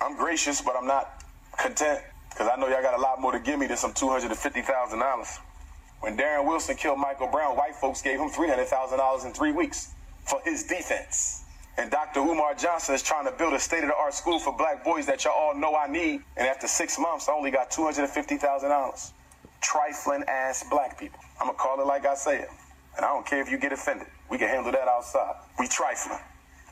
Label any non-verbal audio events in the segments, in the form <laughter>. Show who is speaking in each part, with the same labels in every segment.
Speaker 1: I'm gracious, but I'm not content because I know y'all got a lot more to give me than some two hundred and fifty thousand dollars. When Darren Wilson killed Michael Brown, white folks gave him three hundred thousand dollars in three weeks for his defense. And Dr. Umar Johnson is trying to build a state-of-the-art school for black boys that y'all all know I need. And after six months, I only got two hundred and fifty thousand dollars. Trifling ass black people. I'ma call it like I say it. And I don't care if you get offended. We can handle that outside. We trifling.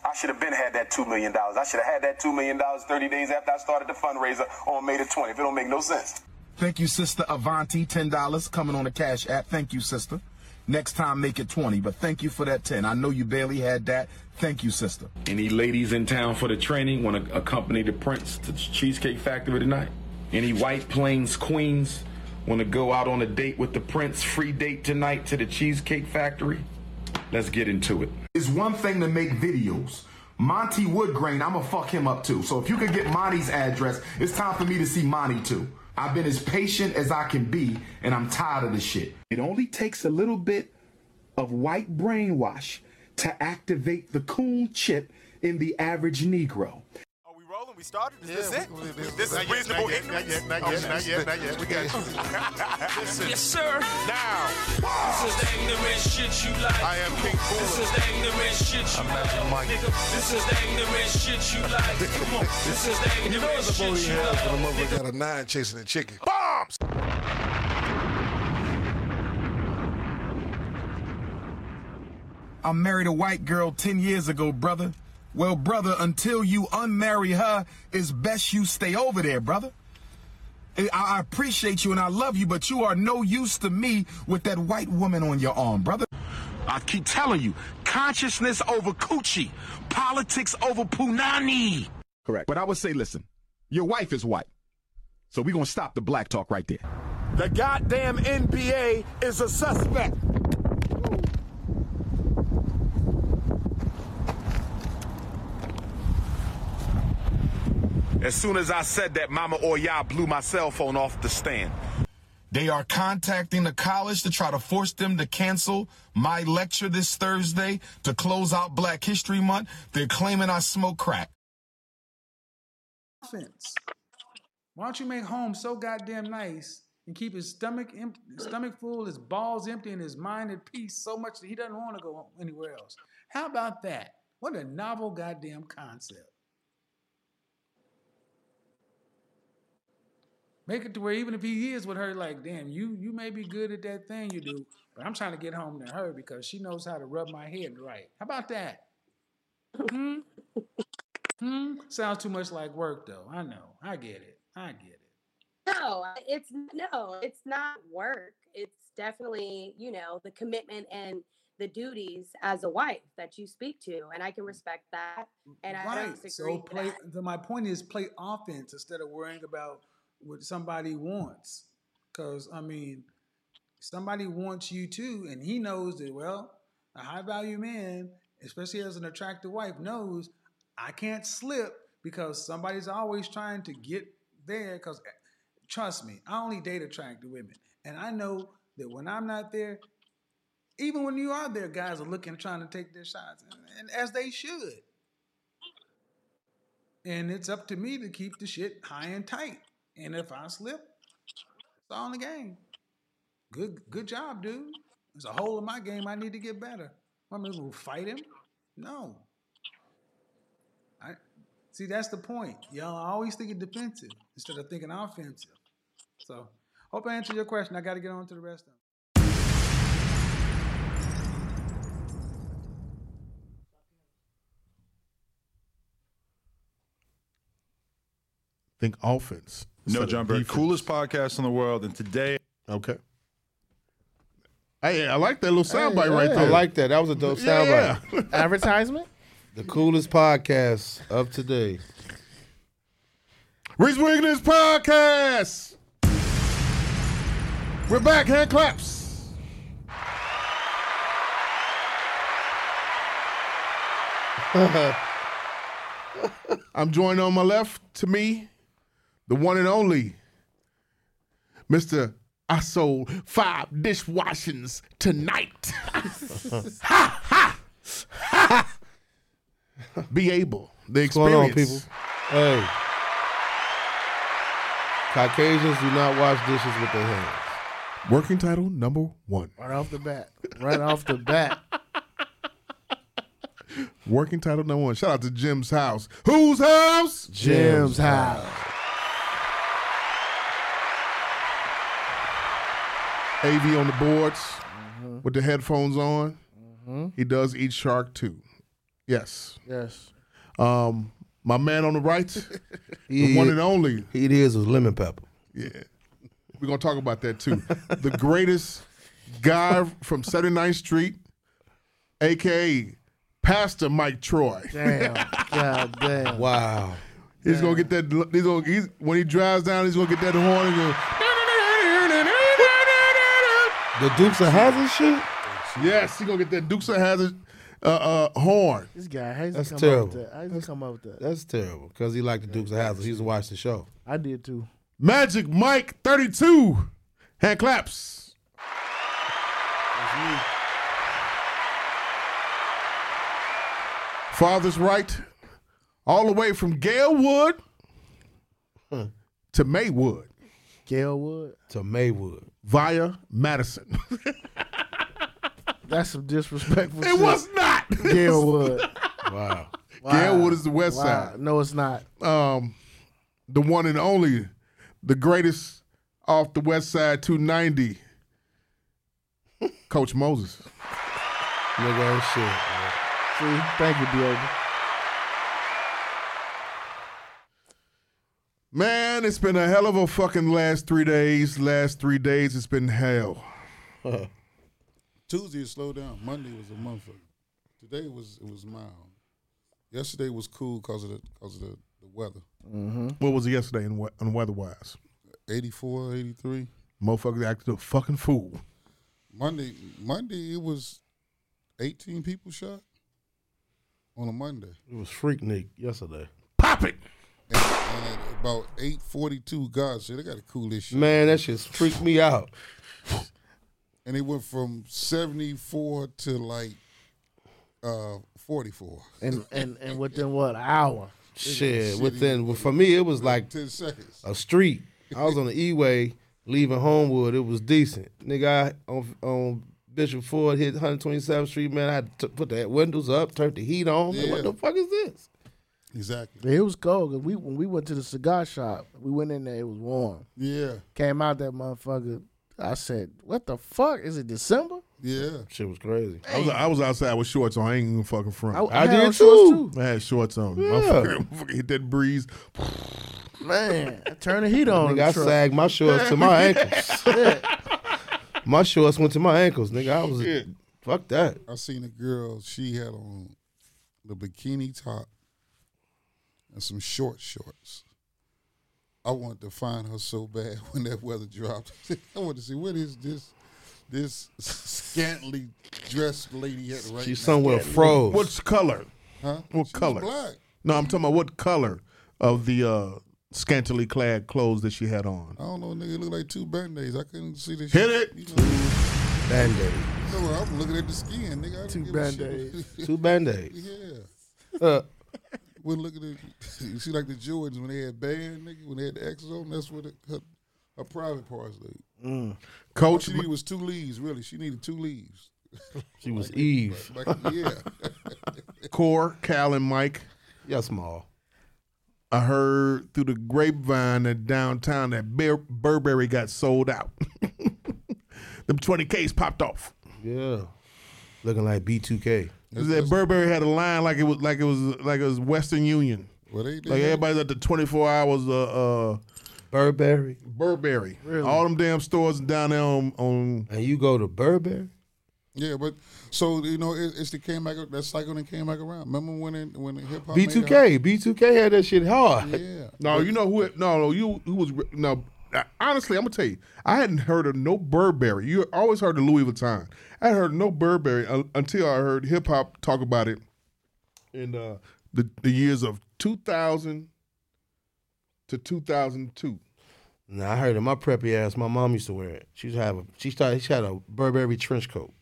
Speaker 1: I should have been had that $2 million. I should have had that $2 million 30 days after I started the fundraiser on May the 20th. It don't make no sense.
Speaker 2: Thank you, sister Avanti. Ten dollars coming on the cash app. Thank you, sister. Next time, make it twenty. But thank you for that ten. I know you barely had that. Thank you, sister.
Speaker 3: Any ladies in town for the training want to accompany the prince to Cheesecake Factory tonight? Any White Plains queens want to go out on a date with the prince? Free date tonight to the Cheesecake Factory? Let's get into it.
Speaker 2: It's one thing to make videos. Monty Woodgrain, I'ma fuck him up too. So if you could get Monty's address, it's time for me to see Monty too. I've been as patient as I can be, and I'm tired of this shit. It only takes a little bit of white brainwash to activate the coon chip in the average Negro.
Speaker 4: Are we rolling? We started? Is
Speaker 5: Yeah,
Speaker 4: this it?
Speaker 5: we- we- we-
Speaker 4: this
Speaker 5: not
Speaker 4: is
Speaker 5: yet,
Speaker 4: reasonable
Speaker 5: not yet,
Speaker 4: ignorance.
Speaker 5: Not yet, not yet, not yet, not yet. We got
Speaker 4: <laughs>
Speaker 5: you. Listen,
Speaker 6: Yes, sir.
Speaker 5: now
Speaker 6: This is the ignorant shit you like.
Speaker 5: I am King
Speaker 6: This
Speaker 5: Cooler.
Speaker 6: is the ignorant shit you
Speaker 5: Imagine
Speaker 6: like.
Speaker 5: Mike.
Speaker 6: Nigga, this is the ignorant shit you like. Come on. This is the
Speaker 5: You know
Speaker 6: ignorant
Speaker 5: it's a booty
Speaker 6: shit you
Speaker 5: house when a
Speaker 6: like.
Speaker 5: motherfucker got a nine chasing a chicken. Bombs!
Speaker 2: I married a white girl 10 years ago, brother. Well, brother, until you unmarry her, it's best you stay over there, brother. I- I appreciate you and I love you, but you are no use to me with that white woman on your arm, brother.
Speaker 7: I keep telling you, consciousness over coochie, politics over punani.
Speaker 8: Correct. But I would say, listen, your wife is white. So we're going to stop the black talk right there.
Speaker 4: The goddamn NBA is a suspect.
Speaker 7: As soon as I said that, Mama Oya blew my cell phone off the stand.
Speaker 2: They are contacting the college to try to force them to cancel my lecture this Thursday to close out Black History Month. They're claiming I smoke crack.
Speaker 9: offense. Why don't you make home so goddamn nice and keep his stomach em- stomach full, his balls empty, and his mind at peace so much that he doesn't want to go anywhere else? How about that? What a novel goddamn concept. Make it to where even if he is with her, like, damn, you you may be good at that thing you do, but I'm trying to get home to her because she knows how to rub my head right. How about that? Hmm? Hmm? Sounds too much like work, though. I know. I get it. I get it.
Speaker 10: No, I- it's n- no, it's not work. It's definitely, you know, the commitment and the duties as a wife that you speak to. And I can respect that. And I don't disagree
Speaker 9: So
Speaker 10: with
Speaker 9: play.
Speaker 10: that.
Speaker 9: The, my point is play offense instead of worrying about what somebody wants. Because I mean, somebody wants you too, and he knows that. Well, a high value man, especially as an attractive wife, knows I can't slip because somebody's always trying to get there. Because trust me, I only date attractive women, and I know that when I'm not there, even when you are there, guys are looking, trying to take their shots, and, and as they should. And it's up to me to keep the shit high and tight. And if I slip, it's all in the game. Good, good job, dude. There's a hole in my game. I need to get better. I'm gonna go fight him. No. I see. That's the point. Y'all are always thinking defensive instead of thinking offensive. So, hope I answered your question. I got to get on to the rest of them.
Speaker 5: Think offense. instead
Speaker 11: No,
Speaker 5: of
Speaker 11: John Burke,
Speaker 5: defense.
Speaker 11: coolest podcast in the world, and today
Speaker 12: Okay. Hey, I like that little soundbite
Speaker 13: Hey,
Speaker 12: right
Speaker 13: hey.
Speaker 12: there.
Speaker 13: I like that. That was a dope
Speaker 12: Yeah, <laughs>
Speaker 13: soundbite. Advertisement? The coolest podcast of today.
Speaker 12: Reese Wiggins podcast. We're back. Hand
Speaker 13: <laughs>
Speaker 12: claps. I'm joined on my left to me, the one and only Mr. I sold five dishwashings
Speaker 2: <laughs>
Speaker 12: tonight. ha ha ha. Be able. The
Speaker 13: going on,
Speaker 12: experience.
Speaker 13: people? Hey.
Speaker 2: Caucasians do not wash dishes with their hands.
Speaker 11: Working title number one.
Speaker 2: Right off the bat. Right off the bat.
Speaker 11: Working title number one. Shout out to Jim's house. Whose house?
Speaker 2: <laughs> Jim's house.
Speaker 11: AV on the boards
Speaker 2: Mm-hmm.
Speaker 11: with the headphones on. He does eat shark too. Yes.
Speaker 2: Yes.
Speaker 11: Um, my man on
Speaker 2: <laughs>
Speaker 11: the right, the
Speaker 2: He-
Speaker 11: one and only.
Speaker 2: He is with lemon pepper.
Speaker 11: Yeah. We're going to talk about that too. the greatest guy from 79th Street, aka Pastor Mike Troy.
Speaker 2: Damn. God damn. Wow.
Speaker 11: He's gonna get that. He's gonna he's, when he drives down. He's gonna get that horn and go.
Speaker 2: The Dukes of Hazzard shit.
Speaker 11: Yes, he's gonna get that Dukes of Hazard uh, uh, horn.
Speaker 9: This guy, how's
Speaker 2: That's
Speaker 9: he come up
Speaker 2: terrible.
Speaker 9: with that? How's he come up with that?
Speaker 2: That's terrible because he liked the Dukes of Hazzard. He used to watch the show.
Speaker 9: I did too.
Speaker 11: Magic Mike thirty two, hand claps. Father's right, all the way from Galewood to Maywood.
Speaker 9: Galewood.
Speaker 2: To Maywood.
Speaker 11: Via Madison.
Speaker 9: That's some disrespectful.
Speaker 11: It
Speaker 9: shit.
Speaker 11: was not.
Speaker 9: Galewood.
Speaker 2: Wow.
Speaker 9: Wow.
Speaker 11: Galewood is the west
Speaker 9: Wow.
Speaker 11: side.
Speaker 9: No, it's not.
Speaker 11: Um, the one and only, the greatest off the west side 290, Coach Moses.
Speaker 2: Nigga, ain't shit. man.
Speaker 9: See, thank you, Diego.
Speaker 11: Man, it's been a hell of a fucking last three days. Last three days, it's been hell.
Speaker 5: Tuesday it slowed down. Monday was a motherfucker. Today was it was mild. Yesterday was cool because of the because of the, the weather.
Speaker 11: What was it yesterday in, we- in weather wise?
Speaker 5: 84, 83.
Speaker 11: Motherfucker acted a fucking fool.
Speaker 5: Monday Monday it was eighteen people shot on a Monday.
Speaker 2: It was Freak Nick yesterday.
Speaker 11: Pop it.
Speaker 5: And, and at about eight forty two, God shit, they got to cool this shit.
Speaker 2: Man, that shit's freaked me out.
Speaker 5: And it went from seventy four to like uh forty four.
Speaker 9: And and and within what an hour?
Speaker 2: Shit, within well, for me it was like
Speaker 5: <laughs> ten seconds.
Speaker 2: A street. I was on the E way leaving Homewood. It was decent, nigga. I on on Bishop Ford hit 127th Street. Man, I had to put the windows up, turned the heat on. Like, what the fuck is this?
Speaker 5: Exactly.
Speaker 9: It was cold. 'cause we when we went to the cigar shop, we went in there. It was warm.
Speaker 5: Yeah.
Speaker 9: Came out that motherfucker. I said, "What the fuck is it? December?"
Speaker 5: Yeah.
Speaker 2: Shit was crazy.
Speaker 11: I was, I was outside with shorts on. I ain't even fucking front.
Speaker 9: I- I I had did on shorts too.
Speaker 11: I had shorts on.
Speaker 9: Yeah.
Speaker 11: Motherfucker, <laughs> motherfucker hit that breeze.
Speaker 9: Man, turn the heat on.
Speaker 2: Nigga,
Speaker 9: in the
Speaker 2: I
Speaker 9: truck.
Speaker 2: sagged my shorts to my ankles. My shorts went to my ankles, nigga. I was fuck that.
Speaker 5: I seen a girl. She had on the bikini top and some short shorts. I wanted to find her so bad <laughs> when that weather dropped. <laughs> I wanted to see what is this this scantily dressed lady at right
Speaker 2: She
Speaker 5: now?
Speaker 2: somewhere froze.
Speaker 11: What's color?
Speaker 5: Huh?
Speaker 11: What
Speaker 5: She was
Speaker 11: color?
Speaker 5: black.
Speaker 11: No, I'm talking about what color of the uh, scantily clad clothes that she had on.
Speaker 5: I don't know, nigga. It looked like two band-aids. I couldn't see this.
Speaker 11: Hit
Speaker 5: shit.
Speaker 11: it.
Speaker 5: You know,
Speaker 2: Band-aid.
Speaker 5: you know, I'm looking at the skin, nigga. I don't
Speaker 2: Two
Speaker 5: give a shit. <laughs>
Speaker 2: Band-Aids. Two Band-Aids.
Speaker 5: Yeah.
Speaker 2: Uh.
Speaker 5: We're looking at <laughs> you see like the Jordans when they had band, nigga, when they had the X on. That's what it, her, her private parts like.
Speaker 11: Coach,
Speaker 5: she needed was two leaves. Really, she needed two leaves.
Speaker 2: She was Eve.
Speaker 11: <laughs>
Speaker 5: Like, yeah.
Speaker 11: Core, Cal, and Mike.
Speaker 2: Yes, Ma.
Speaker 11: I heard through the grapevine that downtown that Bur- Burberry got sold out. <laughs> Them 20Ks popped off.
Speaker 2: Yeah. Looking like B2K.
Speaker 11: That Burberry had a line like it was like it was like it was Western Union.
Speaker 5: Well, they- they
Speaker 11: like
Speaker 5: had-
Speaker 11: everybody's at the 24 hours uh, uh
Speaker 2: Burberry.
Speaker 11: Burberry. All them damn stores down there on, on
Speaker 2: And you go to Burberry?
Speaker 5: Yeah, but so you know, it, it's the came back that cycle that came back around. Remember when it, when hip
Speaker 11: Oh
Speaker 5: hop
Speaker 2: B2K. B2K had that shit hard.
Speaker 5: Yeah.
Speaker 11: No, you know who? it- No, no, you who was no. I- Honestly, I'm gonna tell you, I hadn't heard of no Burberry. You always heard of Louis Vuitton. I heard no Burberry un- until I heard hip hop talk about it in uh, the the years of 2000 to 2002.
Speaker 2: Nah, I heard it. My preppy ass, my mom used to wear it. She used to have a she started she had a Burberry trench coat.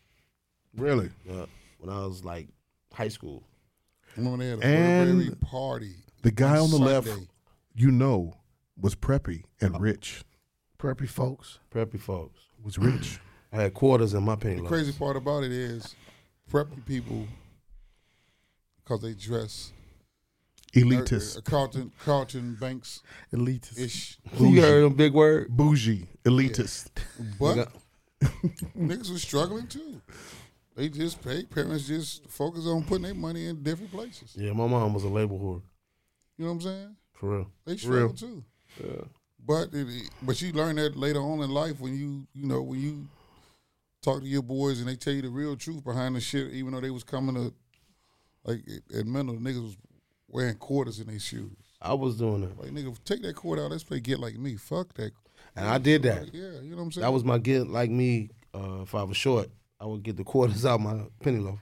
Speaker 11: Really?
Speaker 2: Yeah. When I was like high school.
Speaker 5: Remember when they had a
Speaker 11: And
Speaker 5: Burberry party?
Speaker 11: The guy on the
Speaker 5: Sunday.
Speaker 11: left, you know,
Speaker 12: was preppy and rich.
Speaker 6: Preppy folks.
Speaker 2: Preppy folks.
Speaker 12: Was rich.
Speaker 2: <clears throat> I had quarters in my penny
Speaker 5: The
Speaker 2: loaf.
Speaker 5: crazy part about it is preppy people, because they dress
Speaker 12: Elitist.
Speaker 5: uh, uh, Carlton, Carlton Banks.
Speaker 12: Elitist.
Speaker 5: Ish.
Speaker 2: You heard them big word?
Speaker 12: Bougie. Elitist.
Speaker 5: But niggas was struggling too. They just pay. Parents just focus on putting their money in different places.
Speaker 2: Yeah, my mom was a labor whore.
Speaker 5: You know what I'm saying?
Speaker 2: For real.
Speaker 5: They
Speaker 2: For real.
Speaker 5: struggle too. Yeah. But it- it, but you learn that later on in life when you you know when you talk to your boys and they tell you the real truth behind the shit, even though they was coming to like at mental niggas was wearing quarters in their shoes.
Speaker 2: I was doing that.
Speaker 5: Like nigga, take that quarter out. Let's play get like me. Fuck that.
Speaker 2: And I did that.
Speaker 5: yeah, you know what I'm saying.
Speaker 2: That was my get like me, uh, if I was short, I would get the quarters out my penny loaf.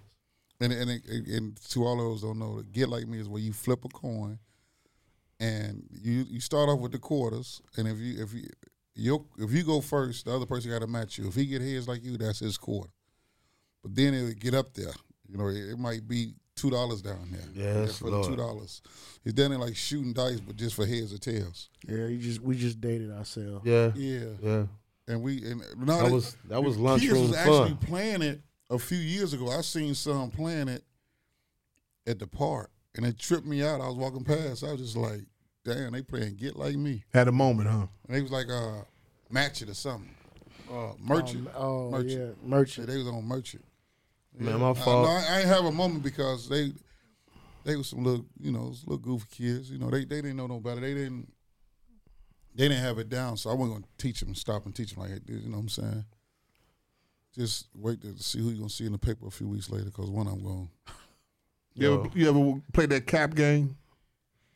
Speaker 5: And and, and and to all those who don't know, get like me is where you flip a coin, and you you start off with the quarters, and if you if you you if you go first, the other person got to match you. If he get heads like you, that's his quarter. But then it would get up there. You know, it, it might be two dollars down there.
Speaker 2: Yes,
Speaker 5: for
Speaker 2: Lord.
Speaker 5: the two dollars. It's down there like shooting dice, but just for heads or tails.
Speaker 6: Yeah, you just we just dated ourselves.
Speaker 2: Yeah.
Speaker 5: Yeah.
Speaker 2: Yeah.
Speaker 5: And we and no,
Speaker 2: That was- that was
Speaker 5: the
Speaker 2: lunchroom
Speaker 5: kids was
Speaker 2: fun.
Speaker 5: actually playing it a few years ago. I seen some playing it at the park, and it tripped me out. I was walking past. I was just like, "Damn, they playing get like me."
Speaker 12: Had a moment, huh?
Speaker 5: And they was like, "Uh, match it or something." Uh, merchant.
Speaker 6: Um, oh,
Speaker 5: merchant.
Speaker 6: yeah, merchant.
Speaker 5: Yeah, they was on merchant.
Speaker 2: Man,
Speaker 5: Yeah.
Speaker 2: my
Speaker 5: I-
Speaker 2: fault.
Speaker 5: Uh, no, I, I ain't have a moment because they they was some little you know was little goofy kids. You know they they didn't know no better. They didn't they didn't have it down. So I wasn't gonna teach them stop and teach them like that. You know what I'm saying? Just wait to see who you gonna see in the paper a few weeks later because one I'm going.
Speaker 12: You ever, you ever play that cap game?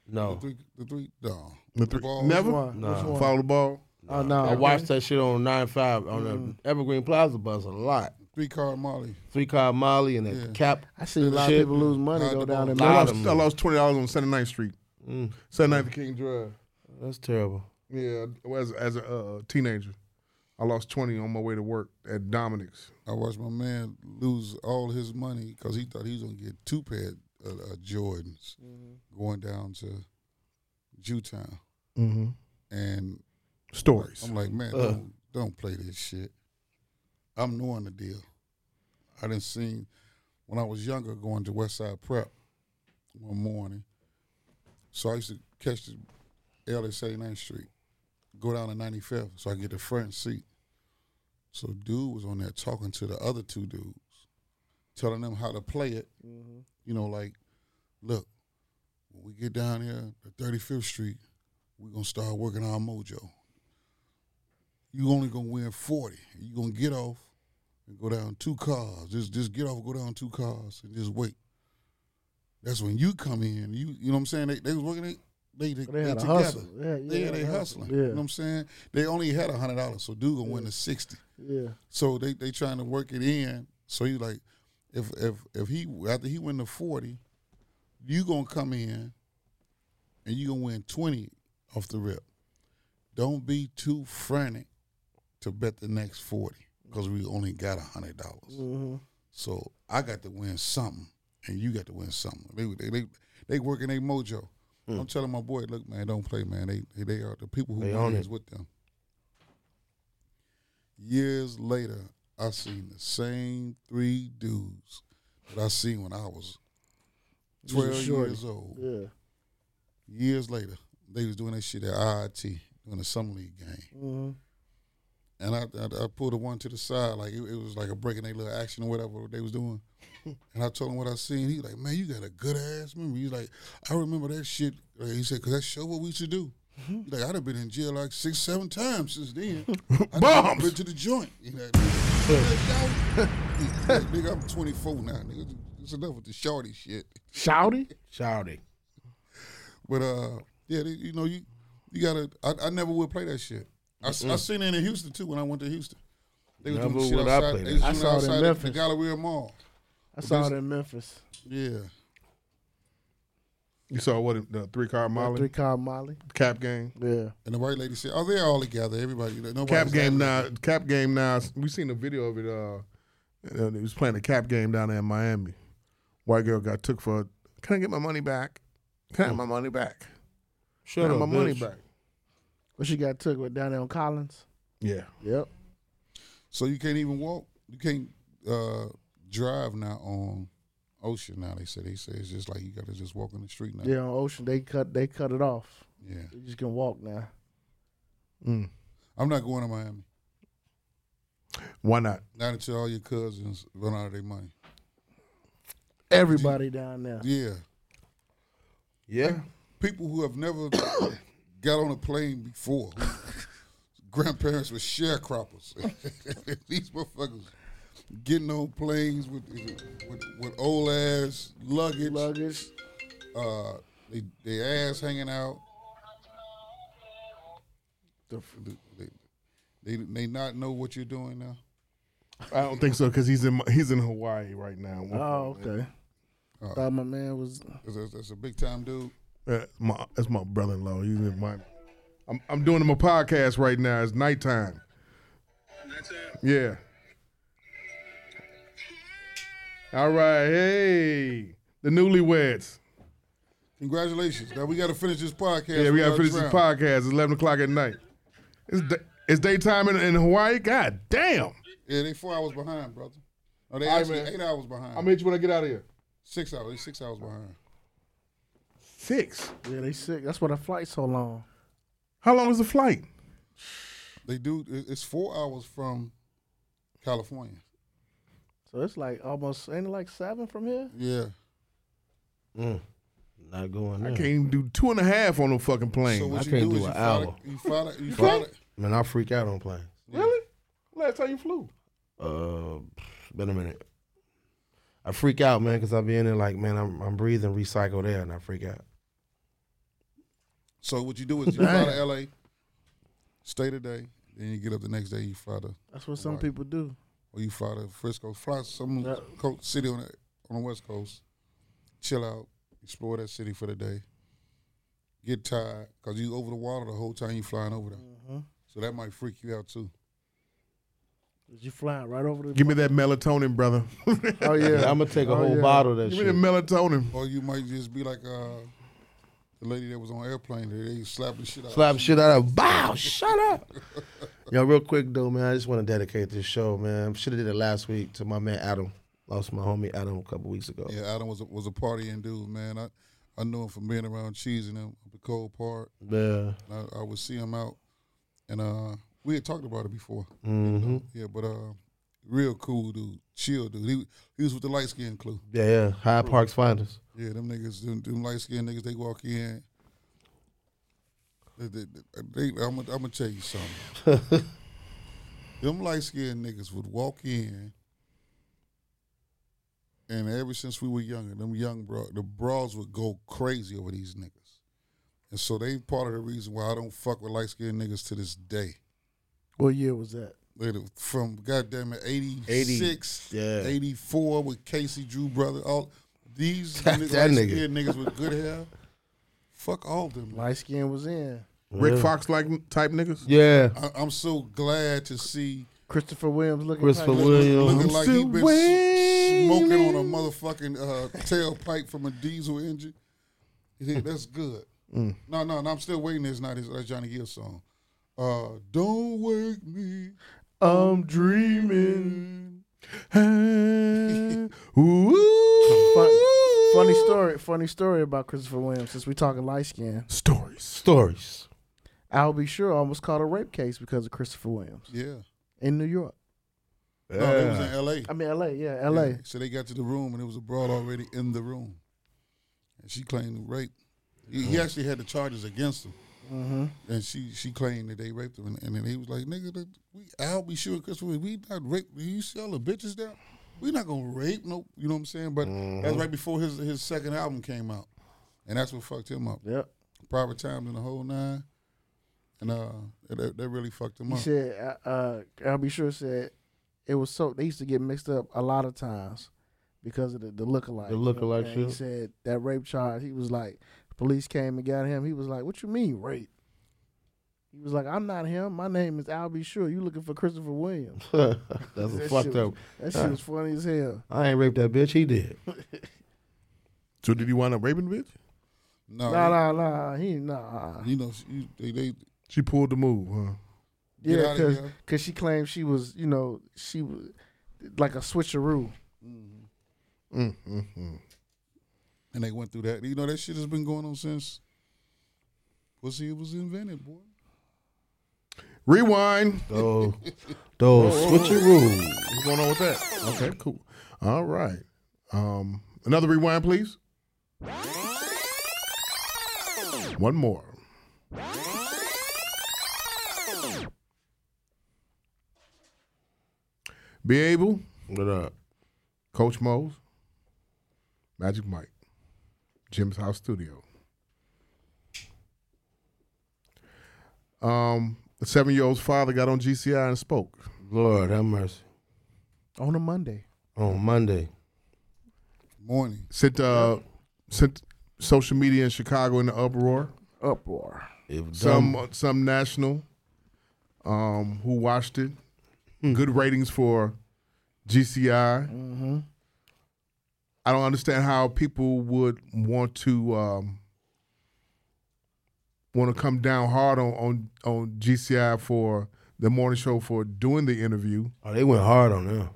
Speaker 2: No.
Speaker 5: The three, the three, no.
Speaker 12: The three-
Speaker 5: ball.
Speaker 12: never?
Speaker 2: Nah. one?
Speaker 12: Follow the ball?
Speaker 6: Oh no,
Speaker 2: I watched that shit on 9 5 on
Speaker 12: Mm.
Speaker 2: the Evergreen Plaza bus a lot.
Speaker 5: Three card Molly.
Speaker 2: Three card Molly and a
Speaker 5: Yeah.
Speaker 2: cap.
Speaker 6: I see a lot of
Speaker 2: shit.
Speaker 6: people lose money
Speaker 5: Hide
Speaker 6: go
Speaker 5: the
Speaker 6: down
Speaker 5: ball.
Speaker 6: there.
Speaker 12: I
Speaker 2: Lot
Speaker 12: lost,
Speaker 2: of
Speaker 12: I
Speaker 2: money.
Speaker 12: lost twenty dollars on 79th Street.
Speaker 2: Mm.
Speaker 12: 79th and King Drive.
Speaker 2: That's terrible.
Speaker 12: Yeah, as as a uh, teenager, I lost twenty on my way to work at Dominic's.
Speaker 5: I watched my man lose all his money because he thought he was gonna get two pair of uh, Jordans going down to Jewtown.
Speaker 12: Mhm.
Speaker 5: And
Speaker 12: Stories.
Speaker 5: I'm like, man,
Speaker 12: Uh.
Speaker 5: don't, don't play this shit. I'm knowing the deal. I didn't see when I was younger going to Westside Prep one morning. So I used to catch the LA 79th Street, go down to 95th, so I could get the front seat. So dude was on there talking to the other two dudes, telling them how to play it. You know, like, look, when we get down here to 35th Street, we're gonna start working our mojo. You only gonna win 40. you gonna get off and go down two cars. Just just get off, go down two cars, and just wait. That's when you come in. You you know what I'm saying? They, they was working it. They, they,
Speaker 6: They had a
Speaker 5: together.
Speaker 6: hustle. Yeah,
Speaker 5: they,
Speaker 6: yeah,
Speaker 5: they
Speaker 6: a hustle.
Speaker 5: hustling.
Speaker 6: Yeah.
Speaker 5: You know what I'm saying? They only had hundred dollars, so dude gonna win the sixty.
Speaker 6: Yeah.
Speaker 5: So they they trying to work it in. So you like, if if if he after he win the forty, you gonna come in, and you gonna win twenty off the rip. Don't be too frantic to bet the next forty because we only got hundred dollars.
Speaker 2: Mm-hmm.
Speaker 5: So I got to win something, and you got to win something. They they they, they working their mojo. I'm telling my boy, look, man, don't play, man. They they, they are the people who
Speaker 2: Hmm. They
Speaker 5: won
Speaker 2: own
Speaker 5: is
Speaker 2: it.
Speaker 5: with them. Years later, I seen the same three dudes that I seen when I was
Speaker 6: Just a
Speaker 5: 12
Speaker 6: shorty.
Speaker 5: years old.
Speaker 6: Yeah.
Speaker 5: Years later, they was doing that shit at IIT doing the summer league game.
Speaker 6: Mhm.
Speaker 5: And I, I I pulled the one to the side, like it, it was like a break in their little action or whatever they was doing. and I told him what I seen. He like, man, you got a good ass memory. He's like, I remember that shit. Like, he said, cause that's sure what we should do. He Like I'd have been in jail like six, seven times since then. I
Speaker 12: Bombs!
Speaker 5: been to the joint. You know, nigga, like, nigga, I'm 24 now. Nigga, it's enough with the shorty shit.
Speaker 6: Shouty?
Speaker 2: Shouty.
Speaker 5: But uh, yeah, they, you know, you you gotta. I, I never would play that shit. I, s- I
Speaker 2: Mm-mm.
Speaker 5: seen it in Houston too when I went to Houston. They was
Speaker 2: Never
Speaker 5: doing shit
Speaker 2: would I
Speaker 5: outside.
Speaker 2: play that.
Speaker 5: they was
Speaker 2: I
Speaker 5: doing
Speaker 2: saw it in
Speaker 5: outside at the
Speaker 2: Memphis.
Speaker 5: Galleria Mall.
Speaker 6: I saw it in Memphis.
Speaker 5: Yeah,
Speaker 12: You saw what the three car Molly
Speaker 6: Three car Molly.
Speaker 12: cap game.
Speaker 6: Yeah,
Speaker 5: and the white lady said, "Oh, they all together. Everybody, you know, nobody."
Speaker 12: cap
Speaker 5: was
Speaker 12: game
Speaker 5: having it."
Speaker 12: now. Cap game now. We seen a video of it. Uh, uh, they was playing a cap game down there in Miami. White girl got took for. Can I get my money back? Can I have my money back?
Speaker 2: Shut
Speaker 12: Can I
Speaker 2: up,
Speaker 12: have my money
Speaker 2: bitch.
Speaker 12: back.
Speaker 11: But she got took with down there on Collins.
Speaker 14: Yeah.
Speaker 11: Yep.
Speaker 5: So you can't even walk. You can't uh, drive now on Ocean. Now they say they say it's just like you got to just walk in the street now.
Speaker 11: Yeah, on Ocean they cut they cut it off.
Speaker 5: Yeah.
Speaker 11: You just can walk now.
Speaker 5: I'm not going to Miami.
Speaker 14: Why not?
Speaker 5: Not until all your cousins run out of their money.
Speaker 11: Everybody down there.
Speaker 5: Yeah.
Speaker 2: Yeah.
Speaker 5: People who have never <coughs> got on a plane before. <laughs> Grandparents were sharecroppers. <laughs> These motherfuckers getting on planes with with, with old ass luggage.
Speaker 11: Luggage.
Speaker 5: Uh, they, they ass hanging out. They, they, they not know what you're doing now.
Speaker 14: I don't think so because he's in he's in Hawaii right now.
Speaker 11: Oh, okay.
Speaker 5: Uh,
Speaker 11: Thought my man was
Speaker 5: That's, that's- that's a big time dude.
Speaker 14: Uh, my, that's my brother-in-law. He's in my. I'm I'm doing him a podcast right now. It's nighttime. Yeah. All right. Hey, the newlyweds.
Speaker 5: Congratulations. Now we got to finish this podcast.
Speaker 14: Yeah, we gotta
Speaker 5: without
Speaker 14: finish this
Speaker 5: Trump.
Speaker 14: podcast. It's Eleven o'clock at night. It's da- it's daytime in, in Hawaii. God damn.
Speaker 5: Yeah, they four hours behind, brother. No, they
Speaker 14: All right,
Speaker 5: actually
Speaker 14: man.
Speaker 5: eight hours behind.
Speaker 14: I'ma hit you when I get out of here.
Speaker 5: Six hours. They six hours behind.
Speaker 14: Six.
Speaker 11: Yeah, they sick. That's why the flight's so long.
Speaker 14: How long is the flight?
Speaker 5: They do. it- It's four hours from California.
Speaker 11: So it's like almost ain't it like seven from here?
Speaker 5: Yeah.
Speaker 2: Not going
Speaker 14: I
Speaker 2: there.
Speaker 14: can't even do two and a half on no fucking plane.
Speaker 2: So what I you can't do do is an you fly hour.
Speaker 5: You follow.
Speaker 14: <laughs>
Speaker 5: You
Speaker 14: You
Speaker 5: follow.
Speaker 2: Man, I freak out on planes.
Speaker 14: Really? Last time you flew?
Speaker 2: Uh, been a minute. I freak out, man, because I be in there like, man, I'm I'm breathing recycled air, and I freak out.
Speaker 5: So what you do is you fly to LA, stay today, then you get up the next day. You fly to
Speaker 11: That's what some
Speaker 5: Hawaii.
Speaker 11: people do.
Speaker 5: or you fly to Frisco, fly to some coast, city on the, on the West Coast, chill out, explore that city for the day, get tired because you over the water the whole time you flying over there.
Speaker 14: Mm-hmm.
Speaker 5: So that might freak you out too.
Speaker 11: You flying right over the
Speaker 14: Give me that melatonin, brother.
Speaker 11: <laughs> Oh yeah.
Speaker 2: I'ma take a
Speaker 11: Oh,
Speaker 2: whole
Speaker 11: yeah.
Speaker 2: bottle of that
Speaker 14: Give me the melatonin.
Speaker 5: Or you might just be like uh, the lady that was on airplane. They, they slapping shit out.
Speaker 2: Slap shit out of bow. Shut up. <laughs> Yo, real quick though, man, I just want to dedicate this show, man. Should have did it last week to my man Adam. Lost my homie Adam a couple weeks ago.
Speaker 5: Yeah, Adam was a, was a partying dude, man. I I knew him from being around Cheese and him up at Cold Park.
Speaker 2: Yeah.
Speaker 5: And I, I would see him out, and uh, we had talked about it before.
Speaker 2: hmm
Speaker 5: Yeah, but uh, real cool dude, chill dude. He he was with the light skin clue.
Speaker 2: Yeah, yeah. High Parks Finders.
Speaker 5: Yeah, them niggas, them, them light skinned niggas, they walk in. They, they, they, I'm gonna tell you
Speaker 11: <laughs>
Speaker 5: something. them light skinned niggas would walk in, and ever since we were younger, them young bro, the bras would go crazy over these niggas, and so they part of the reason why I don't fuck with light skinned niggas to this day.
Speaker 11: What year was that?
Speaker 5: They the- From goddamn it, 86, 84 with Casey Drew brother. All these
Speaker 2: <laughs> That
Speaker 5: niggas,
Speaker 2: nigga.
Speaker 5: light-skinned niggas with good hair. Fuck all them.
Speaker 11: Light skin was in.
Speaker 14: Rick Fox like type niggas.
Speaker 2: Yeah.
Speaker 5: I, I'm so glad to see
Speaker 11: Christopher Williams looking.
Speaker 2: Christopher
Speaker 11: like-
Speaker 2: Williams.
Speaker 5: looking like he
Speaker 11: still
Speaker 5: been s- smoking on a motherfucking uh, tailpipe from a diesel engine. You think That's good.
Speaker 14: Mm.
Speaker 5: No, no, no. I'm still waiting. It's not. It's, that's Johnny Gill song. Uh, don't wake me.
Speaker 11: I'm dreaming.
Speaker 5: <laughs>
Speaker 14: Ooh.
Speaker 11: Fun, funny story. Funny story about Christopher Williams. Since we talking light skin
Speaker 14: stories,
Speaker 2: stories.
Speaker 11: I'll be sure. I almost caught a rape case because of Christopher Williams
Speaker 5: Yeah.
Speaker 11: in New York.
Speaker 5: No, Oh, they was in L.A.
Speaker 11: I mean, L.A. Yeah, L.A.
Speaker 5: Yeah, So they got to the room and it was a broad already in the room, and she claimed rape. He,
Speaker 11: Uh-huh.
Speaker 5: he actually had the charges against him,
Speaker 11: Mhm.
Speaker 5: and she she claimed that they raped him. And, and then he was like, "Nigga, that we I'll be sure, Christopher, we not rape. You see all the bitches down. We not gonna rape. No, you know what I'm saying. But
Speaker 11: Mm-hmm.
Speaker 5: that's right before his his second album came out, and that's what fucked him up.
Speaker 11: Yep.
Speaker 5: Private times and the whole nine, and uh, that, that really fucked him
Speaker 11: He
Speaker 5: up.
Speaker 11: said, uh, uh, I'll be sure said it was so they used to get mixed up a lot of times because of the, the lookalike.
Speaker 2: The lookalike
Speaker 11: And He
Speaker 2: shit.
Speaker 11: said that rape charge. He was like, police came and got him. He was like, what you mean rape? He was like, I'm not him. My name is Albie Sure. You looking for Christopher Williams?
Speaker 2: <laughs> That's a
Speaker 11: That shit
Speaker 2: fucked
Speaker 11: was-
Speaker 2: up.
Speaker 11: That shit was funny as hell.
Speaker 2: I ain't raped that bitch. He
Speaker 11: <laughs>
Speaker 2: did.
Speaker 14: So did he wind up raping the bitch?
Speaker 5: No,
Speaker 11: nah, nah, nah. He nah.
Speaker 5: you know, she- you- they, they
Speaker 11: She pulled the move, huh? Get
Speaker 2: Yeah,
Speaker 11: outta
Speaker 2: because she
Speaker 11: here.
Speaker 2: claimed she was, you know, she was like a switcheroo.
Speaker 11: Mm, mm, mm.
Speaker 5: And they went through that. You know that shit has been going on since pussy was invented, boy.
Speaker 11: Rewind.
Speaker 15: Oh,
Speaker 11: oh,
Speaker 15: those
Speaker 11: oh.
Speaker 15: switcheroos.
Speaker 11: What's going on with that? Okay, cool. All right. Um, another rewind, please. One more. Be able. What up? Coach Mose. Magic Mike. Jim's House Studio. Um, the seven year old's father got on GCI and spoke.
Speaker 15: Lord have mercy.
Speaker 2: On a Monday.
Speaker 15: On Monday.
Speaker 5: Morning.
Speaker 11: Sent uh sent social media in Chicago in the uproar.
Speaker 2: Uproar.
Speaker 11: Some some national um who watched it. uh, Good ratings for GCI.
Speaker 2: Mm-hmm.
Speaker 11: I don't understand how people would want to um, want to come down hard on, on on GCI for the morning show for doing the interview.
Speaker 15: Oh, they went hard on them.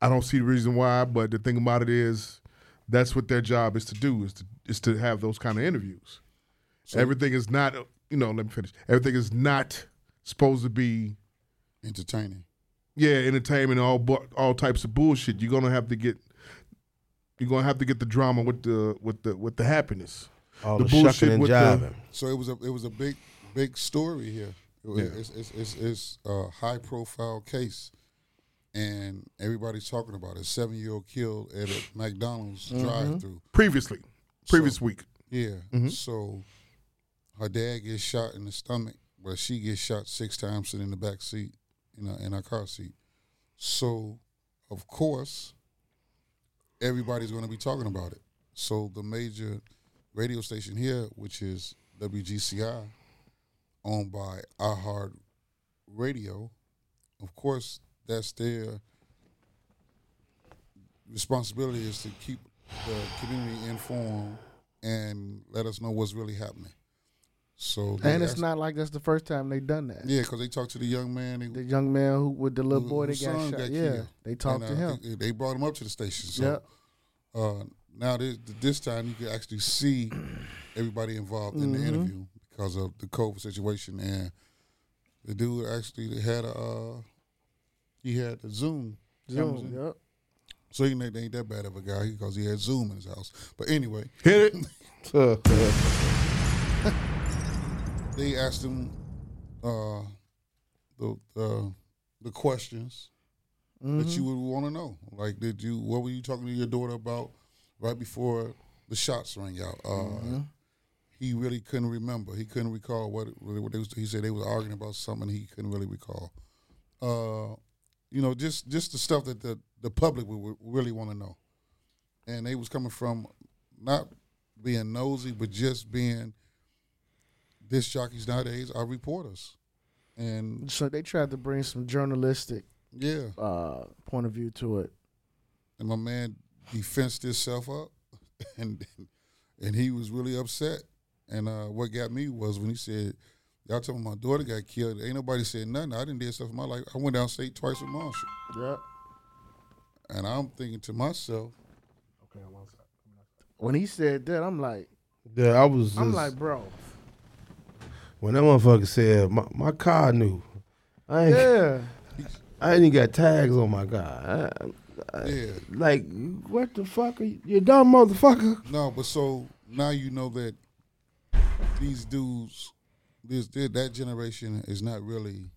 Speaker 11: I don't see the reason why, but the thing about it is, that's what their job is to do is to is to have those kind of interviews.
Speaker 5: So-
Speaker 11: Everything is not you know. Let me finish. Everything is not supposed to be
Speaker 5: Entertaining.
Speaker 11: yeah, entertainment, all bu- all types of bullshit. You're gonna have to get, you're gonna have to get the drama with the with the with the happiness.
Speaker 15: All the shucking and jiving.
Speaker 5: So it was a it was a big big story here. It was,
Speaker 11: Yeah.
Speaker 5: it's, it's, it's, it's a high profile case, and everybody's talking about it. Seven year old killed at a McDonald's
Speaker 11: Mhm.
Speaker 5: drive through.
Speaker 11: Previously, previous week.
Speaker 5: Yeah.
Speaker 11: Mhm.
Speaker 5: So her dad gets shot in the stomach, but she gets shot six times sitting in the back seat, in her, in her car seat. So, of course, everybody's going to be talking about it. So the major radio station here, which is WGCI, owned by iHeart Radio, of course, that's their responsibility is to keep the community informed and let us know what's really happening. So they
Speaker 2: And it's
Speaker 5: asked-
Speaker 2: not like that's the first time they've done that.
Speaker 5: yeah, because they talked to the young man. They,
Speaker 2: The young man who with the little
Speaker 5: who-
Speaker 2: boy that
Speaker 5: whose
Speaker 2: got
Speaker 5: Mm, son
Speaker 2: shot. yeah,
Speaker 5: killed.
Speaker 2: they talked
Speaker 5: And,
Speaker 2: to
Speaker 5: uh,
Speaker 2: him.
Speaker 5: They, they brought him up to the station. So,
Speaker 2: Yep.
Speaker 5: uh, now this, this time you can
Speaker 2: <clears throat>
Speaker 5: actually see everybody involved in the
Speaker 2: Mhm.
Speaker 5: interview because of the COVID situation, and the dude actually had a uh, he had the Zoom.
Speaker 2: Zoom,
Speaker 5: cameras in.
Speaker 2: yep.
Speaker 5: So he ain't, ain't that bad of a guy because he had Zoom in his house. But anyway,
Speaker 11: hit
Speaker 15: it. <laughs>
Speaker 5: <laughs> they asked him uh, the the the questions that
Speaker 2: Mhm.
Speaker 5: you would want to know. Like, did you what were you talking to your daughter about right before the shots rang out? Uh,
Speaker 2: Mhm.
Speaker 5: He really couldn't remember. He couldn't recall what, what they was. He said they was arguing about something. He couldn't really recall. Uh, you know, just just the stuff that the the public would, would really want to know, and they was coming from not being nosy, but just being disc jockeys nowadays are reporters, and
Speaker 2: So they tried to bring some journalistic
Speaker 5: yeah,
Speaker 2: uh, point of view to it.
Speaker 5: and my man he fenced himself up, <laughs> and and he was really upset. And uh, what got me was when he said, "Y'all talking my daughter got killed? Ain't nobody said nothing. I didn't do stuff in my life. I went downstate twice with Marshall."
Speaker 2: Yeah.
Speaker 5: And I'm thinking to myself,
Speaker 2: When he said that, I'm like,
Speaker 15: Yeah, I was.
Speaker 2: I'm
Speaker 15: just-
Speaker 2: like, bro.
Speaker 15: When that motherfucker said, my, my car new. I ain't,
Speaker 2: Yeah.
Speaker 15: I ain't even got tags on my car. I, I-
Speaker 5: Yeah.
Speaker 15: Like, what the fuck are you? You dumb motherfucker.
Speaker 5: No, but so now you know that these dudes, this that generation is not really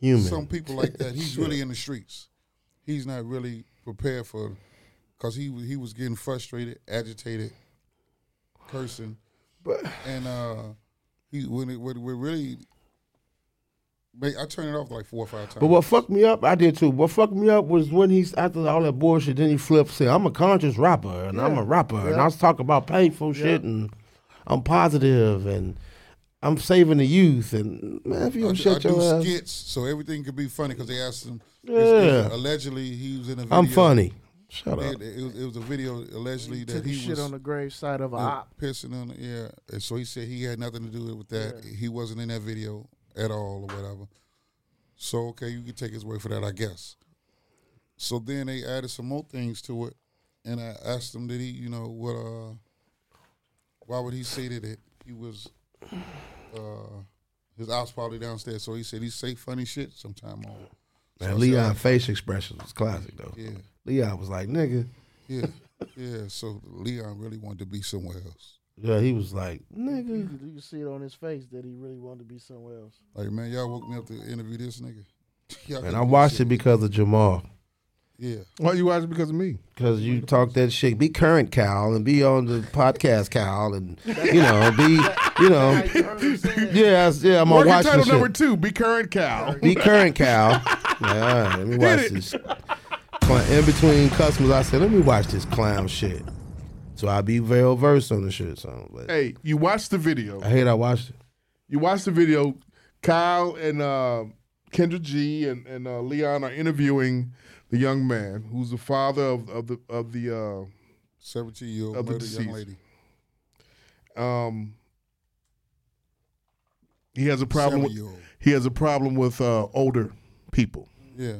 Speaker 15: Human.
Speaker 5: Some people like
Speaker 15: <laughs>
Speaker 5: that. He's
Speaker 15: Shit.
Speaker 5: really in the streets. He's not really prepared for, cause he wa- he was getting frustrated, agitated, cursing,
Speaker 15: but
Speaker 5: and uh, he when it when we really, ma- I turned it off like four or five times.
Speaker 15: But what fucked me up, I did too. What fucked me up was when he's after all that bullshit, then he flips said, I'm a conscious rapper and I'm a
Speaker 2: Yeah.
Speaker 15: rapper and I
Speaker 2: Yeah.
Speaker 15: was talking about painful
Speaker 2: Yeah.
Speaker 15: shit and I'm positive and I'm saving the youth and man, if you
Speaker 5: I,
Speaker 15: don't
Speaker 5: do- I
Speaker 15: shut
Speaker 5: do
Speaker 15: your ass.
Speaker 5: skits, so everything could be funny. Cause they asked him, is- is-
Speaker 15: Yeah.
Speaker 5: allegedly he was in a. Video.
Speaker 15: I'm funny.
Speaker 11: Shut
Speaker 5: They-
Speaker 11: up.
Speaker 5: they- It was, it was a video allegedly
Speaker 11: He
Speaker 5: that
Speaker 11: took
Speaker 5: he
Speaker 11: shit
Speaker 5: was
Speaker 11: on the gravesite of a
Speaker 5: uh,
Speaker 11: op.
Speaker 5: pissing on. The, yeah, and so he said he had nothing to do with that. He wasn't in that video at all or whatever. So okay, you can take his word for that, I guess. So then they added some more things to it, and I asked him, did he, you know, what? uh Why would he say that it, he was? uh His ops probably downstairs, so he said he say funny shit sometime on. So I
Speaker 9: Man,
Speaker 5: said,
Speaker 9: Leon face expression was classic though.
Speaker 5: Yeah.
Speaker 9: Leon was like, nigga.
Speaker 5: Yeah, <laughs> yeah. So Leon really wanted to be somewhere else.
Speaker 9: Yeah, he was like, Nigga.
Speaker 11: You, could- you could see it on his face that he really wanted to be somewhere else.
Speaker 5: Like, man, y'all woke me up to interview this nigga. <laughs> Y'all
Speaker 9: and
Speaker 5: got
Speaker 9: I
Speaker 5: me
Speaker 9: watched
Speaker 5: shit.
Speaker 9: it because of Jamal.
Speaker 5: Yeah.
Speaker 2: Why you watching because of me?
Speaker 9: Because you talk that shit. Be current, Cal, and be on the podcast, Cal, and you know, be you know, yeah, I- yeah. I'm on
Speaker 2: Working
Speaker 9: watch
Speaker 2: title
Speaker 9: this shit.
Speaker 2: number two, be current Cal.
Speaker 9: Be
Speaker 2: <laughs>
Speaker 9: current, Cal. Yeah, all right, let me watch this. Cl- In between customers, I said, let me watch this clown shit. So I be well versed on the shit. So, but
Speaker 2: Hey, you watched the video.
Speaker 9: I hate I watched it.
Speaker 2: You watched the video. Kyle and uh, Kendra G and, and uh, Leon are interviewing the young man who's the father of, of the of the uh,
Speaker 5: seventeen year old
Speaker 2: of the
Speaker 5: murdered young
Speaker 2: deceased.
Speaker 5: lady.
Speaker 2: Um, he has a problem with
Speaker 5: Seven-year-old.
Speaker 2: he has a problem with uh, older people.
Speaker 5: Yeah.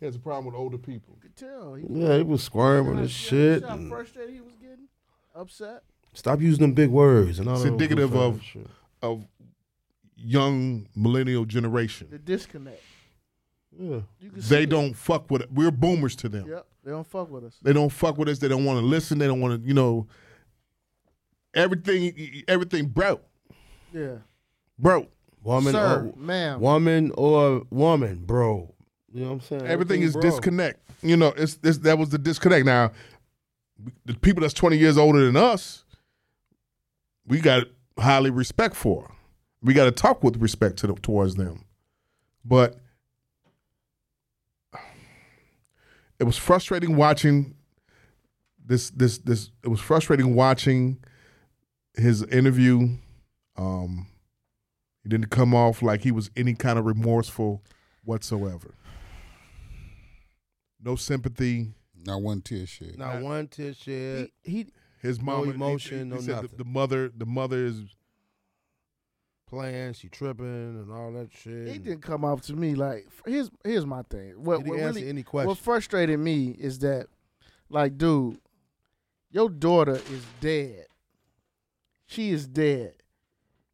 Speaker 2: He has a problem with older people.
Speaker 11: You could tell. He
Speaker 9: Yeah, he was squirming and shit.
Speaker 11: See how
Speaker 9: and
Speaker 11: frustrated he was getting? Upset?
Speaker 9: stop using them big words and all
Speaker 2: It's
Speaker 9: that
Speaker 2: indicative
Speaker 9: bullshit.
Speaker 2: of of young millennial generation.
Speaker 11: The disconnect.
Speaker 9: Yeah.
Speaker 11: You could see
Speaker 2: They
Speaker 11: it.
Speaker 2: don't fuck with we're boomers to them.
Speaker 11: Yep. They don't fuck with us.
Speaker 2: They don't fuck with us. They don't want to listen. They don't want to, you know, everything, everything broke,
Speaker 11: Yeah.
Speaker 2: broke.
Speaker 9: woman,
Speaker 11: Sir,
Speaker 9: or,
Speaker 11: ma'am.
Speaker 9: woman or woman, bro. You know what I'm saying?
Speaker 2: Everything is
Speaker 9: bro.
Speaker 2: disconnect. You know, it's, it's that was the disconnect. Now, the people that's twenty years older than us, we got highly respect for. We got to talk with respect to them, towards them, but it was frustrating watching this this this it was frustrating watching his interview um he didn't come off like he was any kind of remorseful whatsoever no sympathy
Speaker 5: Not one tear shed.
Speaker 9: Not one tear shed.
Speaker 11: He
Speaker 2: his
Speaker 9: No
Speaker 2: mom
Speaker 9: emotion, no
Speaker 2: The,
Speaker 9: nothing.
Speaker 2: the mother the mother is
Speaker 9: playing, she tripping, and all that shit.
Speaker 11: He didn't come off to me like f- here's here's my thing. What,
Speaker 9: He didn't
Speaker 11: what
Speaker 9: answer
Speaker 11: really,
Speaker 9: any question.
Speaker 11: What frustrated me is that, like, dude, your daughter is dead. She is dead.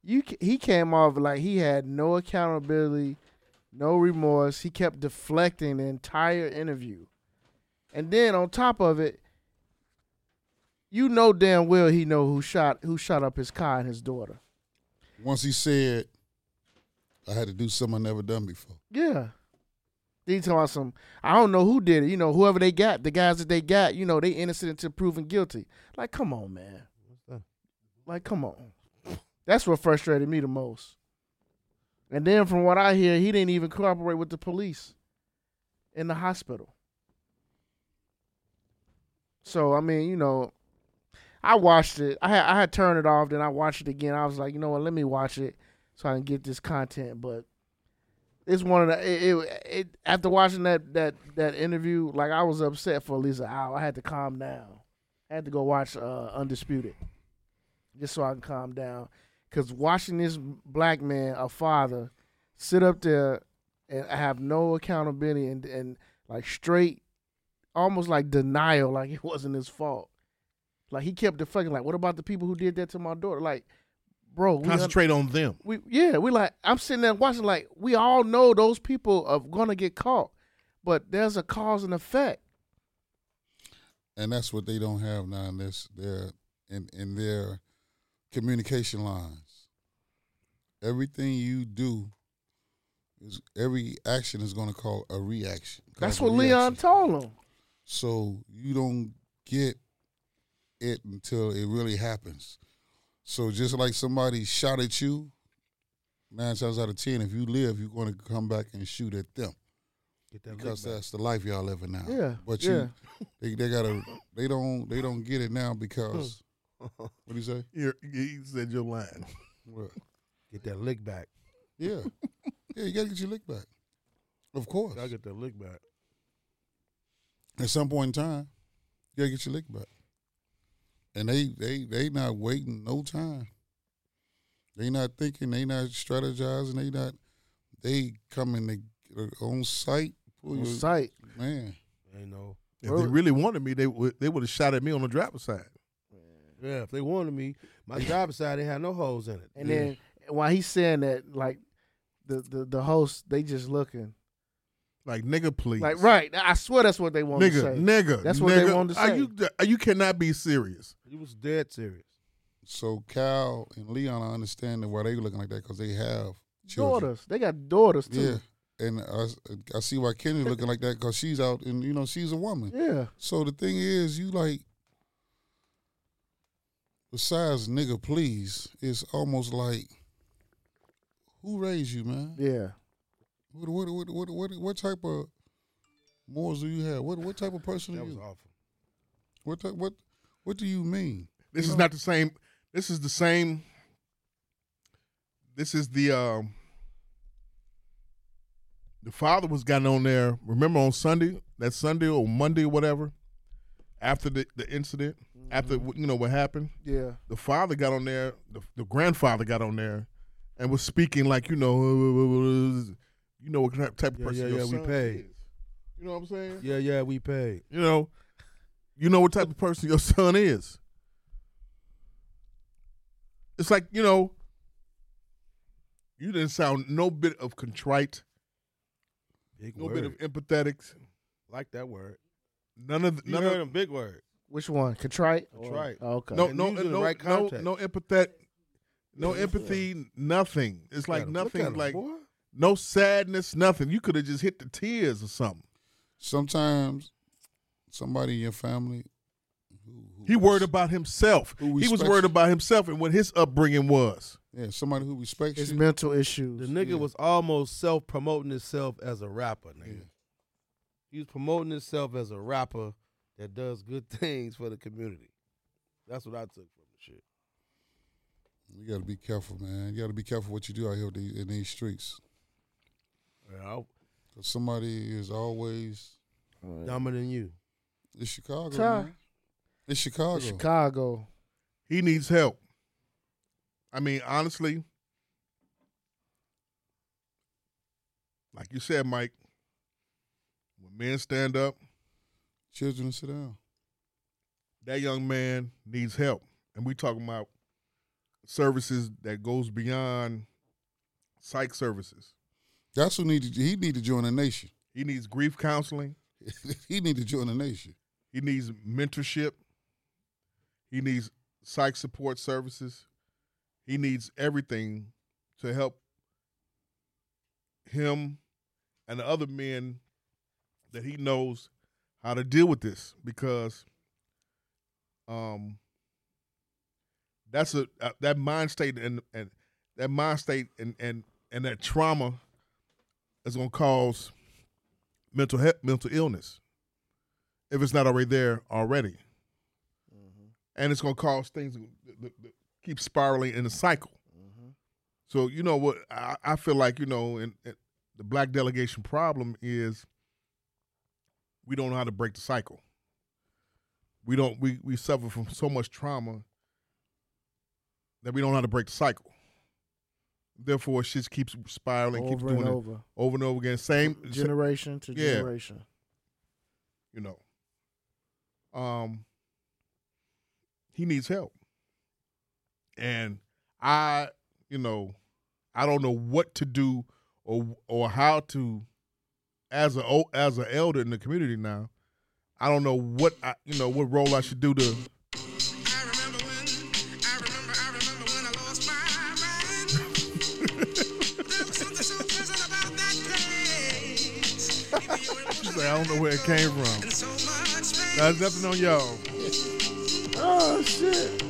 Speaker 11: You ca- he came off like he had no accountability, no remorse. He kept deflecting the entire interview, and then on top of it, you know damn well he know who shot who shot up his car and his daughter.
Speaker 5: Once he said, I had to do something I never done before.
Speaker 11: Yeah. They talking about some. I don't know who did it. You know, whoever they got, the guys that they got, you know, they innocent until proven guilty. Like, come on, man.
Speaker 9: that?
Speaker 11: Like, come on. That's what frustrated me the most. And then, from what I hear, he didn't even cooperate with the police in the hospital. So I mean, you know, I watched it. I had I had turned it off. Then I watched it again. I was like, you know what? Let me watch it so I can get this content. But it's one of the it, it, it after watching that that that interview, like I was upset for at least an hour. I had to calm down. I had to go watch uh, Undisputed just so I can calm down. Cause watching this black man, a father, sit up there and have no accountability and and like straight, almost like denial, like it wasn't his fault. Like he kept deflecting, like, what about the people who did that to my daughter? Like, bro, we un-
Speaker 2: concentrate on them
Speaker 11: we yeah, we like I'm sitting there watching like we all know those people are gonna get caught, but there's a cause and effect.
Speaker 5: And that's what they don't have now in this their in, in their communication lines. Everything you do is every action is gonna call a reaction.
Speaker 11: That's
Speaker 5: cause
Speaker 11: what
Speaker 5: a
Speaker 11: Leon
Speaker 5: reaction.
Speaker 11: told him.
Speaker 5: So you don't get it until it really happens. So just like somebody shot at you, nine times out of ten, if you live, you're going to come back and shoot at them
Speaker 9: Get that
Speaker 5: because
Speaker 9: lick back.
Speaker 5: that's the life y'all living now.
Speaker 11: Yeah,
Speaker 5: but
Speaker 11: yeah.
Speaker 5: you, they, they gotta, they don't, they don't get it now because what do you say?
Speaker 2: You're, he said you're lying
Speaker 5: What?
Speaker 9: Get that lick back.
Speaker 5: Yeah, yeah, you gotta get your lick back. Of course,
Speaker 9: I get that lick back.
Speaker 5: At some point in time, you gotta get your lick back. And they they they not waiting no time. They not thinking. They not strategizing. They not. They coming to, on site. pull
Speaker 11: On
Speaker 5: your-
Speaker 11: site.
Speaker 5: man.
Speaker 2: I know.
Speaker 11: If they really wanted me, they would they would have shot at me on the driver's side.
Speaker 2: Yeah, if they wanted me,
Speaker 6: <laughs>
Speaker 2: my driver's side didn't have no holes in it.
Speaker 6: And then while he's saying that, like the the, the host, they just looking.
Speaker 11: Like nigga, please.
Speaker 6: Like right, I swear that's what they want
Speaker 11: nigga,
Speaker 6: to say.
Speaker 11: nigga,
Speaker 6: that's what
Speaker 11: nigga.
Speaker 6: they want to say.
Speaker 11: Are you are you cannot be serious.
Speaker 2: He was dead serious.
Speaker 5: So Cal and Leon are understanding why they looking like that because they have children.
Speaker 6: daughters? They got daughters too.
Speaker 5: Yeah, and I, I see why Kenny looking like that because she's out and you know she's a woman.
Speaker 6: Yeah.
Speaker 5: So the thing is, you like. Besides, nigga, please, it's almost like, who raised you, man?
Speaker 6: Yeah.
Speaker 5: What what what what what, what type of morals do you have? What what type of person
Speaker 2: That
Speaker 5: are
Speaker 2: was
Speaker 5: you?
Speaker 2: awful.
Speaker 5: What type, what what do you mean?
Speaker 11: This
Speaker 5: You
Speaker 11: is
Speaker 5: know?
Speaker 11: not the same. This is the same. This is the um, the father was gotten on there. Remember on Sunday, that Sunday or Monday or whatever, after the, the incident, after what- you know what happened.
Speaker 6: Yeah.
Speaker 11: the father got on there. The, the grandfather got on there, and was speaking like you know, <laughs> you know what type of
Speaker 2: Yeah,
Speaker 11: person.
Speaker 2: yeah,
Speaker 11: your
Speaker 2: yeah, we
Speaker 11: son
Speaker 2: paid.
Speaker 11: is. You know what I'm saying?
Speaker 2: Yeah, yeah, we paid.
Speaker 11: You know, you know what type of person your <laughs> son is. It's like you know, you didn't sound no bit of contrite,
Speaker 2: Big
Speaker 11: no
Speaker 2: word.
Speaker 11: bit of empathetic,
Speaker 2: like that word.
Speaker 11: none of the,
Speaker 2: You
Speaker 11: none
Speaker 2: heard
Speaker 11: of
Speaker 2: him, big word.
Speaker 6: Which one? Contrite.
Speaker 2: Contrite.
Speaker 6: Oh, okay.
Speaker 11: no
Speaker 2: And
Speaker 11: no
Speaker 2: use it in the
Speaker 11: no
Speaker 2: right
Speaker 11: no
Speaker 2: context.
Speaker 11: no empathet, no
Speaker 2: Yeah.
Speaker 11: empathy, nothing. It's like
Speaker 2: at him, look at
Speaker 11: nothing,
Speaker 2: him,
Speaker 11: like
Speaker 2: boy.
Speaker 11: no sadness, nothing. You could have just hit the tears or something.
Speaker 5: Sometimes somebody in your family
Speaker 11: He worried about himself.
Speaker 5: Who
Speaker 11: He was
Speaker 5: respects
Speaker 11: worried
Speaker 5: you.
Speaker 11: about himself and what his upbringing was.
Speaker 5: Yeah, somebody who respects
Speaker 6: It's
Speaker 5: you.
Speaker 6: mental issues.
Speaker 2: The nigga was almost self promoting himself as a rapper, nigga. He was promoting himself as a rapper that does good <laughs> things for the community. That's what I took from the shit.
Speaker 5: You got to be careful, man. You got to be careful what you do out here these- in these streets.
Speaker 2: Yeah,
Speaker 5: 'Cause somebody is always
Speaker 2: dumber than you.
Speaker 5: It's Chicago,
Speaker 6: Ty.
Speaker 5: man. It's Chicago.
Speaker 6: It's Chicago.
Speaker 11: He needs help. I mean, honestly, like you said, Mike, when men stand up,
Speaker 5: children sit down.
Speaker 11: That young man needs help, and we talking about services that goes beyond psych services.
Speaker 5: That's who needed. He need to join the nation. <laughs>
Speaker 11: He needs grief counseling.
Speaker 5: he need to join the nation.
Speaker 11: He needs mentorship. He needs psych support services. He needs everything to help him and the other men that he knows how to deal with this because um that's a uh, that mind state and and that mind state and and and that trauma is going to cause mental he- mental illness if it's not already there already.
Speaker 6: Mm-hmm.
Speaker 11: And it's going to cause things to to- to keep spiraling in a cycle.
Speaker 6: Mm-hmm.
Speaker 11: So, you know what? I, I feel like, you know, and, and the black delegation problem is we don't know how to break the cycle. We don't, we, we suffer from so much trauma that we don't know how to break the cycle. Therefore, shit just keeps spiraling, keeps
Speaker 6: Over and
Speaker 11: doing it
Speaker 6: over.
Speaker 11: over and over again. Same
Speaker 6: Generation to
Speaker 11: Yeah
Speaker 6: generation.
Speaker 11: you know. Um he needs help. And I, you know, I don't know what to do or or how to as a o- as an elder in the community now. I don't know what I, you know, what role I should do to She said, I don't know where it came from. That's nothing on y'all.
Speaker 6: Oh shit.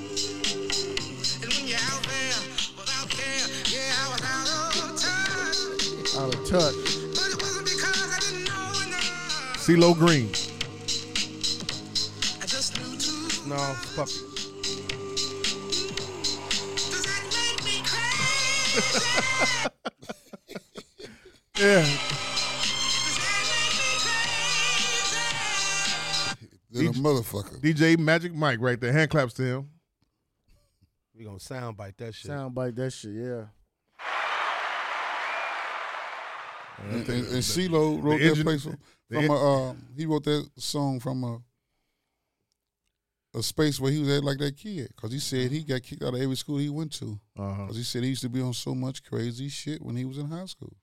Speaker 6: Out of touch.
Speaker 11: CeeLo Green.
Speaker 2: No, puppy.
Speaker 11: Yeah.
Speaker 5: motherfucker.
Speaker 11: DJ Magic Mike right there. Hand claps to him.
Speaker 16: We gonna soundbite that shit.
Speaker 2: Soundbite that shit, yeah.
Speaker 5: And, and, and CeeLo wrote that
Speaker 11: The engine-
Speaker 5: place from
Speaker 11: the
Speaker 5: a,
Speaker 11: en-
Speaker 5: uh, he wrote that song from a a space where he was at like that kid because he said he got kicked out of every school he went to because
Speaker 11: Uh-huh.
Speaker 5: he said he used to be on so much crazy shit when he was in high school,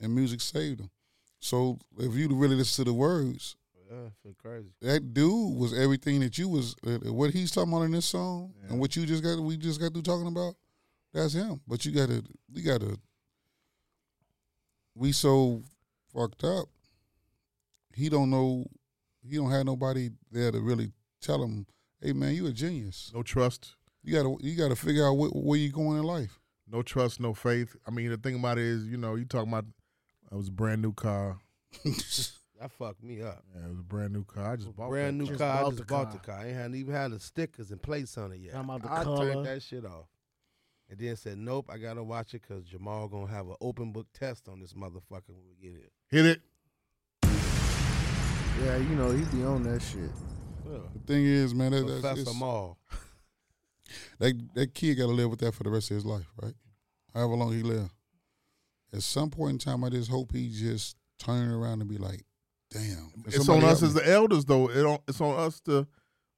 Speaker 5: and music saved him. So if you really listen to the words,
Speaker 16: Yeah, I feel crazy.
Speaker 5: that dude was everything that you was uh, what he's talking about in this song and what you just got we just got through talking about that's him but you gotta we gotta we so fucked up he don't know he don't have nobody there to really tell him hey man you a genius
Speaker 11: no trust
Speaker 5: you gotta you gotta figure out wh- where you going in life
Speaker 11: No trust, no faith. I mean, the thing about it is, you know, you talking about I was a brand new car.
Speaker 16: <laughs> That fucked me up.
Speaker 11: Yeah, it was a brand new car. I just bought
Speaker 16: Brand
Speaker 11: that
Speaker 16: new
Speaker 11: car.
Speaker 16: car. I just bought the car. I ain't had, even had the stickers and plates on it yet.
Speaker 2: Talking about the
Speaker 16: I
Speaker 2: color.
Speaker 16: turned that shit off. And then said, nope, I gotta watch it because Jamal gonna have an open book test on this motherfucker when we get here.
Speaker 11: Hit it.
Speaker 2: Yeah, you know, he be on that shit.
Speaker 5: the thing is man that, that's,
Speaker 16: Professor
Speaker 5: it's-
Speaker 16: Maul.
Speaker 5: that that kid got to live with that for the rest of his life, right? However long he live. At some point in time, I just hope he just turn around and be like, "Damn,
Speaker 11: It's on us as the elders, though. It on, it's on us to,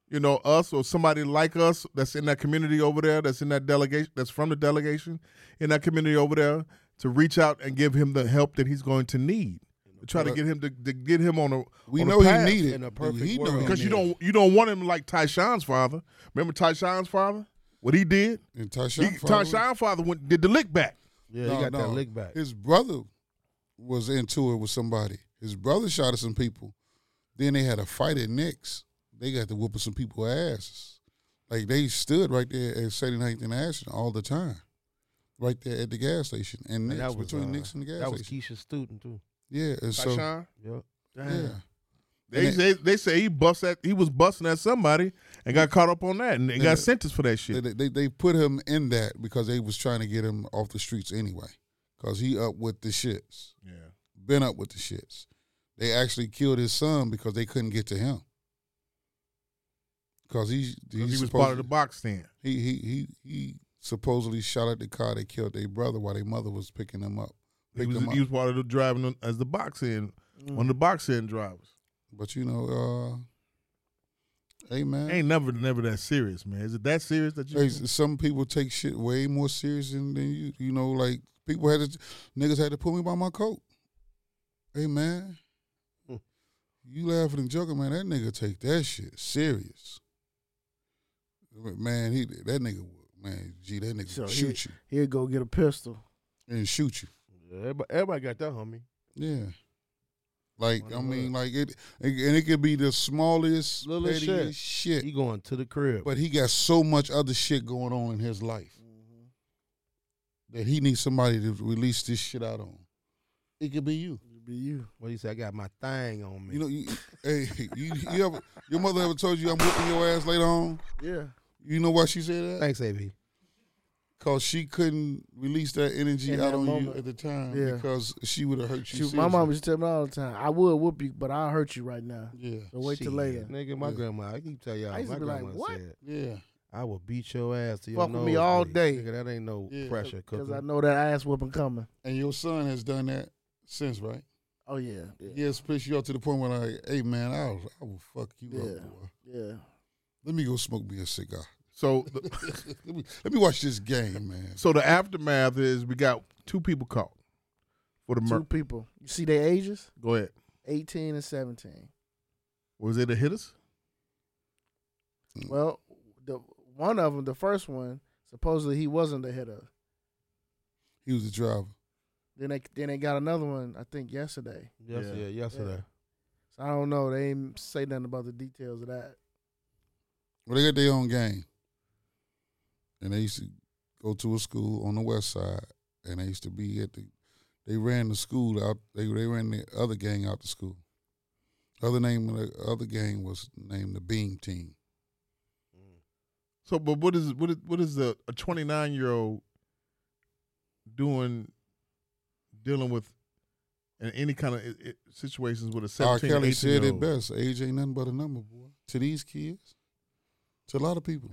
Speaker 11: you know, us or somebody like us that's in that community over there, that's in that delegation, that's from the delegation in that community over there, to reach out and give him the help that he's going to need. To try to
Speaker 5: But-
Speaker 11: get him to, to get him on a
Speaker 5: We
Speaker 11: on
Speaker 5: know he
Speaker 11: path.
Speaker 5: need it. In a perfect He know world. he
Speaker 11: because you
Speaker 5: need
Speaker 11: don't you don't want him like Tyshawn's father. Remember Tyshawn's father? What he did?
Speaker 5: And
Speaker 11: He-
Speaker 5: Tyshawn, probably-
Speaker 11: Tyshawn's father went, did the lick back.
Speaker 16: Yeah, he got that lick back.
Speaker 5: His brother was into it with somebody. His brother shot at some people. Then they had a fight at Nick's. They got to whooping some people's asses. Like they stood right there at Saturday Night in Action all the time, right there at the gas station and
Speaker 16: And
Speaker 5: Nick's
Speaker 16: that was
Speaker 5: between
Speaker 16: uh,
Speaker 5: Nick's and the gas
Speaker 16: That
Speaker 5: station.
Speaker 16: was Keisha's student too.
Speaker 5: Yeah, and so
Speaker 11: Tyshawn?
Speaker 16: Yep.
Speaker 5: yeah,
Speaker 11: They,
Speaker 5: And
Speaker 11: they they say he bust at he was busting at somebody and got caught up on that and they got sentenced for that shit.
Speaker 5: They, they they put him in that because they was trying to get him off the streets anyway, because he up with the shits.
Speaker 11: Yeah,
Speaker 5: been up with the shits. They actually killed his son because they couldn't get to him. Because he
Speaker 11: he was part of the box stand.
Speaker 5: He he he he supposedly shot at the car that killed their brother while their mother was picking him up.
Speaker 11: He
Speaker 5: Picked
Speaker 11: was
Speaker 5: him up.
Speaker 11: he was part of the driving on- as the box in
Speaker 5: Mm.
Speaker 11: one of the box in drivers.
Speaker 5: But you know, uh, hey man,
Speaker 11: Ain't never never that serious, man. Is it that serious that you?
Speaker 5: Hey, s- some people take shit way more serious than, than you. You know, like people had to, niggas had to pull me by my coat. Hey man, you laughing and joking, man. That nigga take that shit serious. Man, he that nigga, would- man, gee, that nigga would shoot you
Speaker 2: he, will go get a pistol.
Speaker 5: and shoot you.
Speaker 16: Yeah, everybody, everybody got that, homie.
Speaker 5: Yeah. Like I mean, like it, and and it could be the smallest,
Speaker 16: Little shit.
Speaker 5: pettiest shit.
Speaker 16: He going to the crib.
Speaker 5: But he got so much other shit going on in his life
Speaker 2: Mm-hmm.
Speaker 5: that he needs somebody to release this shit out on. It could be you.
Speaker 2: It'd be you.
Speaker 16: What do you say? I got my thing on me.
Speaker 5: You know, you, hey, you, you ever your mother ever told you I'm whooping your ass later on?
Speaker 2: Yeah.
Speaker 5: You know why she said that?
Speaker 16: Thanks, AB.
Speaker 5: Cause she couldn't release that energy
Speaker 2: In
Speaker 5: out
Speaker 2: that
Speaker 5: on
Speaker 2: moment.
Speaker 5: you at the time
Speaker 2: Yeah.
Speaker 5: because she would have hurt you.
Speaker 2: Shoot, my mom used to tell me all the time, I would whoop you, but I'll hurt you right now.
Speaker 5: Yeah.
Speaker 2: So wait till
Speaker 16: Shit,
Speaker 2: later.
Speaker 16: Nigga, my grandma, I keep tell y'all,
Speaker 2: I used
Speaker 16: my
Speaker 2: to be like,
Speaker 16: grandma
Speaker 2: "What?"
Speaker 16: said,
Speaker 5: Yeah.
Speaker 16: I will beat your ass to your
Speaker 2: Fuck with
Speaker 16: nose.
Speaker 2: me all
Speaker 16: bleed."
Speaker 2: day.
Speaker 16: Nigga, that ain't no
Speaker 5: Yeah.
Speaker 16: pressure
Speaker 2: Because I
Speaker 16: cooking.
Speaker 2: know that ass whooping coming.
Speaker 5: And your son has done that since, right?
Speaker 2: Oh, yeah. Yeah.
Speaker 5: Yes, pissed you off to the point where like, hey man, I will, I will fuck you
Speaker 2: Yeah.
Speaker 5: up, boy.
Speaker 2: Yeah.
Speaker 5: Let me go smoke me a cigar.
Speaker 11: So
Speaker 5: let, me, <laughs> let me watch this game, man.
Speaker 11: So the aftermath is we got two people caught for the
Speaker 2: Two
Speaker 11: murder.
Speaker 2: people. You see their ages?
Speaker 11: Go ahead.
Speaker 2: 18 and 17.
Speaker 11: Was it a hitters?
Speaker 2: Well, the one of them, the first one, supposedly he wasn't the hitter.
Speaker 5: He was a driver.
Speaker 2: Then they then they got another one, I think, yesterday.
Speaker 16: Yesterday,
Speaker 2: Yeah.
Speaker 16: yesterday.
Speaker 2: So I don't know. They ain't say nothing about the details of that.
Speaker 5: Well, they got their own game. And they used to go to a school on the west side, and they used to be at the. They ran the school out. They they ran the other gang out the school. Other name of the other gang was named the Beam Team.
Speaker 11: So, but what is what is what is the a twenty nine year old doing dealing with in any kind of i- i- situations with a
Speaker 5: R.
Speaker 11: 17
Speaker 5: Kelly
Speaker 11: 18
Speaker 5: said
Speaker 11: year
Speaker 5: it
Speaker 11: old.
Speaker 5: best. Age ain't nothing but a number, boy. To these kids, to a lot of people.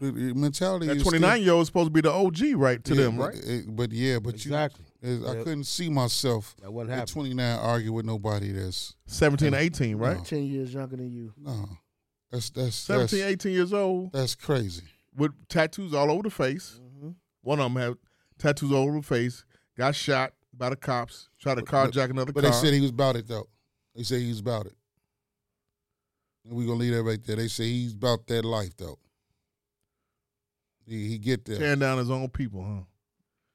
Speaker 5: The- the mentality
Speaker 11: That
Speaker 5: is
Speaker 11: 29
Speaker 5: still-
Speaker 11: year old is supposed to be the OG, right? To
Speaker 5: Yeah,
Speaker 11: them,
Speaker 5: but-
Speaker 11: right?
Speaker 5: eh, But yeah, but
Speaker 11: Exactly.
Speaker 5: you exactly. I
Speaker 11: Yep.
Speaker 5: couldn't see myself
Speaker 11: That wasn't
Speaker 5: at
Speaker 11: happening.
Speaker 5: 29 argue with nobody that's
Speaker 11: 17 to 18, right?
Speaker 5: No,
Speaker 9: Ten years younger than you.
Speaker 5: no. that's that's
Speaker 11: 17, 18 years old.
Speaker 5: That's crazy.
Speaker 11: With tattoos all over the face.
Speaker 5: Mm-hmm.
Speaker 11: One of them had tattoos all over the face. Got shot by the cops. Tried to carjack another
Speaker 5: But
Speaker 11: car.
Speaker 5: they said he was about it though. They say he was about it. And we gonna leave that right there. They say he's about that life though. He, he get there.
Speaker 11: tearing down his own people, huh?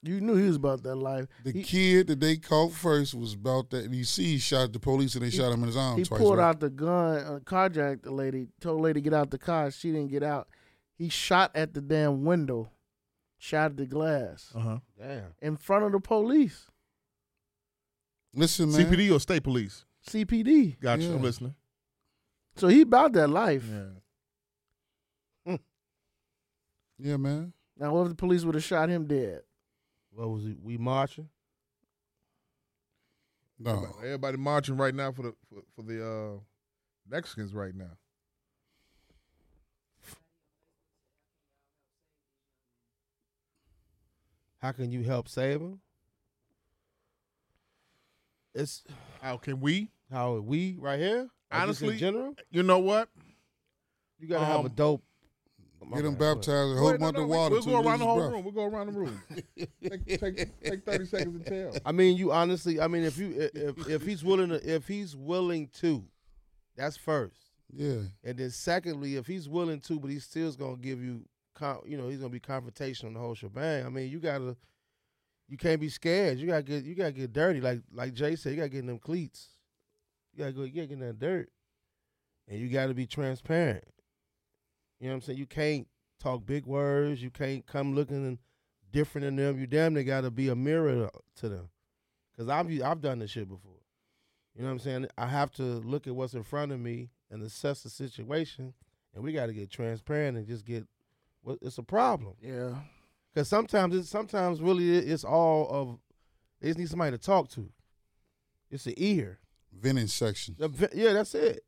Speaker 9: You knew he was about that life.
Speaker 5: The
Speaker 9: He-
Speaker 5: kid that they caught first was about that. You see, he shot the police and they
Speaker 9: He-
Speaker 5: shot him in his arm
Speaker 9: He
Speaker 5: twice.
Speaker 9: pulled
Speaker 5: right?
Speaker 9: out the gun, uh, carjacked the lady, told the lady to get out the car. She didn't get out. He shot at the damn window, shattered the glass
Speaker 11: Uh huh.
Speaker 2: Damn.
Speaker 9: in front of the police,
Speaker 5: Listen,
Speaker 9: man.
Speaker 11: CPD or state police?
Speaker 9: CPD.
Speaker 11: Gotcha. I'm listening.
Speaker 9: So he about that life.
Speaker 5: Yeah, man.
Speaker 9: Now, what if the police would have shot him dead?
Speaker 2: What was it? We marching?
Speaker 5: No.
Speaker 11: Everybody, everybody marching right now for the for, for the uh, Mexicans right now.
Speaker 2: How can you help save him? It's
Speaker 11: how can we?
Speaker 2: How are we right here? Or just
Speaker 11: Honestly,
Speaker 2: in general,
Speaker 11: you know what?
Speaker 2: you gotta have a
Speaker 11: Um,
Speaker 2: dope.
Speaker 5: Get him
Speaker 2: Go ahead.
Speaker 5: baptized and hold him
Speaker 11: Wait, no, no, we-
Speaker 5: underwater.
Speaker 11: We'll
Speaker 5: till
Speaker 11: go
Speaker 5: he
Speaker 11: around the
Speaker 5: loses
Speaker 11: whole
Speaker 5: breath.
Speaker 11: room. We'll go around the
Speaker 2: <laughs>
Speaker 11: room. take, take,
Speaker 5: <laughs>
Speaker 11: take thirty seconds to tell.
Speaker 2: I mean, you honestly. I mean, if you i- if if he's willing to, if he's willing to, that's first.
Speaker 5: Yeah.
Speaker 2: And then secondly, if he's willing to, but he still's gonna give you, con- you know, he's gonna be confrontational on the whole shebang. I mean, you gotta, you can't be scared. You gotta get, you gotta get dirty. Like like Jay said, you gotta get in them cleats. You gotta go, you gotta get in that dirt, and you gotta be transparent. You know what I'm saying? You can't talk big words. You can't come looking different than them. You damn near gotta be a mirror to them. Cause I've I've done this shit before. You know what I'm saying? I have to look at what's in front of me and assess the situation, and we got to get transparent and just get. Well, it's a problem
Speaker 9: Yeah.
Speaker 2: because sometimes it's sometimes really it- it's all of. They just need somebody to talk to. It's an ear.
Speaker 5: Venting section.
Speaker 2: The ve- Yeah, that's it.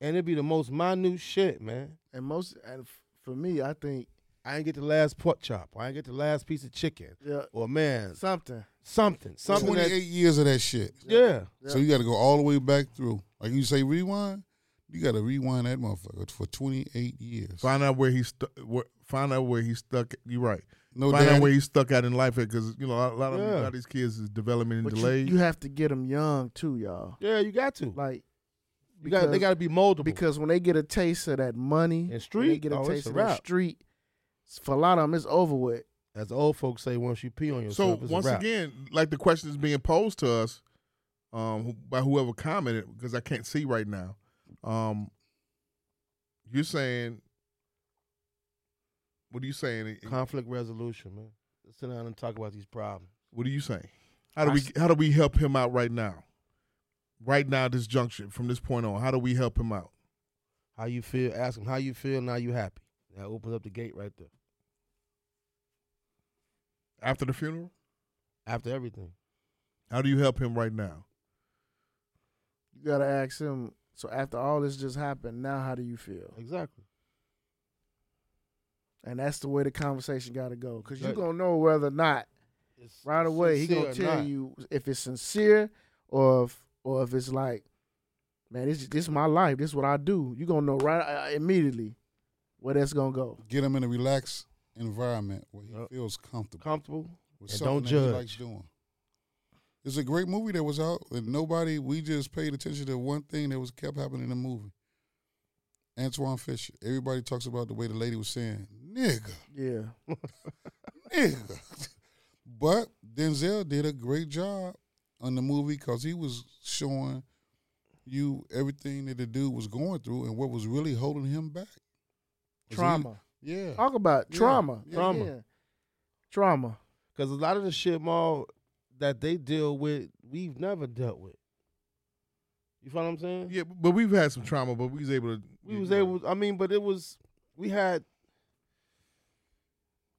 Speaker 2: And it'd be the most minute shit, man.
Speaker 9: And most, and f- for me, I think
Speaker 2: I didn't get the last pork chop. Or I didn't get the last piece of chicken.
Speaker 9: Yeah.
Speaker 2: Or man,
Speaker 9: something,
Speaker 2: something, something. that-
Speaker 5: 28 years of that shit.
Speaker 2: Yeah.
Speaker 5: So you got to go all the way back through. Like you say, rewind. You got to rewind that motherfucker for 28 years.
Speaker 11: Find out where he's stu- where, find out where he's stuck. You're right.
Speaker 5: No
Speaker 11: find
Speaker 5: daddy.
Speaker 11: out where he's stuck out in life because you know a lot, a lot of, a
Speaker 9: Yeah.
Speaker 11: lot of these kids is development
Speaker 9: but you-
Speaker 11: delayed.
Speaker 9: You, have to get them young too, y'all.
Speaker 2: Yeah, you got to.
Speaker 9: Like,
Speaker 2: You gotta- they
Speaker 9: because-
Speaker 2: got to be moldable.
Speaker 9: because when they get a taste of that money,
Speaker 2: And
Speaker 9: when they
Speaker 2: street,
Speaker 9: get a
Speaker 2: oh, it's
Speaker 9: taste
Speaker 2: a
Speaker 9: of that
Speaker 2: wrap.
Speaker 9: street. For a lot of them, it's over with.
Speaker 2: As old folks say, once you pee on
Speaker 11: so
Speaker 2: yourself, it's a
Speaker 11: once
Speaker 2: wrap.
Speaker 11: again, like the question is being posed to us um, who- by whoever commented because I can't see right now. Um, you're saying, what are you saying?
Speaker 2: conflict resolution, man. Let's sit down and talk about these problems.
Speaker 11: What are you saying? How do
Speaker 2: I
Speaker 11: we
Speaker 2: s-
Speaker 11: how do we help him out right now? Right now, this junction from this point on, how do we help him out?
Speaker 2: How you feel? Ask them how you feel. Now you happy. That opens up the gate right there.
Speaker 11: After the funeral?
Speaker 2: After everything.
Speaker 11: How do you help him right now?
Speaker 9: You gotta ask him. So after all this just happened, now how do you feel?
Speaker 2: Exactly.
Speaker 9: And that's the way the conversation gotta go, because you're
Speaker 2: Exactly.
Speaker 9: gonna know whether or not right away. He
Speaker 2: sincere
Speaker 9: gonna
Speaker 2: or
Speaker 9: tell
Speaker 2: not.
Speaker 9: you if it's sincere or if or if it's like, man, this this is my life. This is what I do. You are gonna know right uh, immediately where that's gonna go.
Speaker 5: Get him in a relaxed environment where he feels comfortable.
Speaker 2: Comfortable.
Speaker 5: With
Speaker 2: And
Speaker 5: something
Speaker 2: don't
Speaker 5: that
Speaker 2: judge.
Speaker 5: He likes doing. It's a great movie that was out, and nobody, we just paid attention to one thing that was kept happening in the movie. Antoine Fisher. Everybody talks about the way the lady was saying, nigga.
Speaker 9: Yeah.
Speaker 5: <laughs>
Speaker 2: <laughs>
Speaker 5: nigga. But Denzel did a great job on the movie because he was showing you everything that the dude was going through and what was really holding him back. 'Cause he-
Speaker 9: Trauma.
Speaker 5: yeah.
Speaker 9: Talk about
Speaker 5: Yeah,
Speaker 9: trauma.
Speaker 5: yeah,
Speaker 9: Trauma.
Speaker 5: yeah.
Speaker 9: Trauma.
Speaker 2: Because a lot of the shit, Maul, that they deal with, we've never dealt with. You feel what I'm saying?
Speaker 11: Yeah, but we've had some trauma, but we was able to.
Speaker 2: We was able. I mean, but it was we had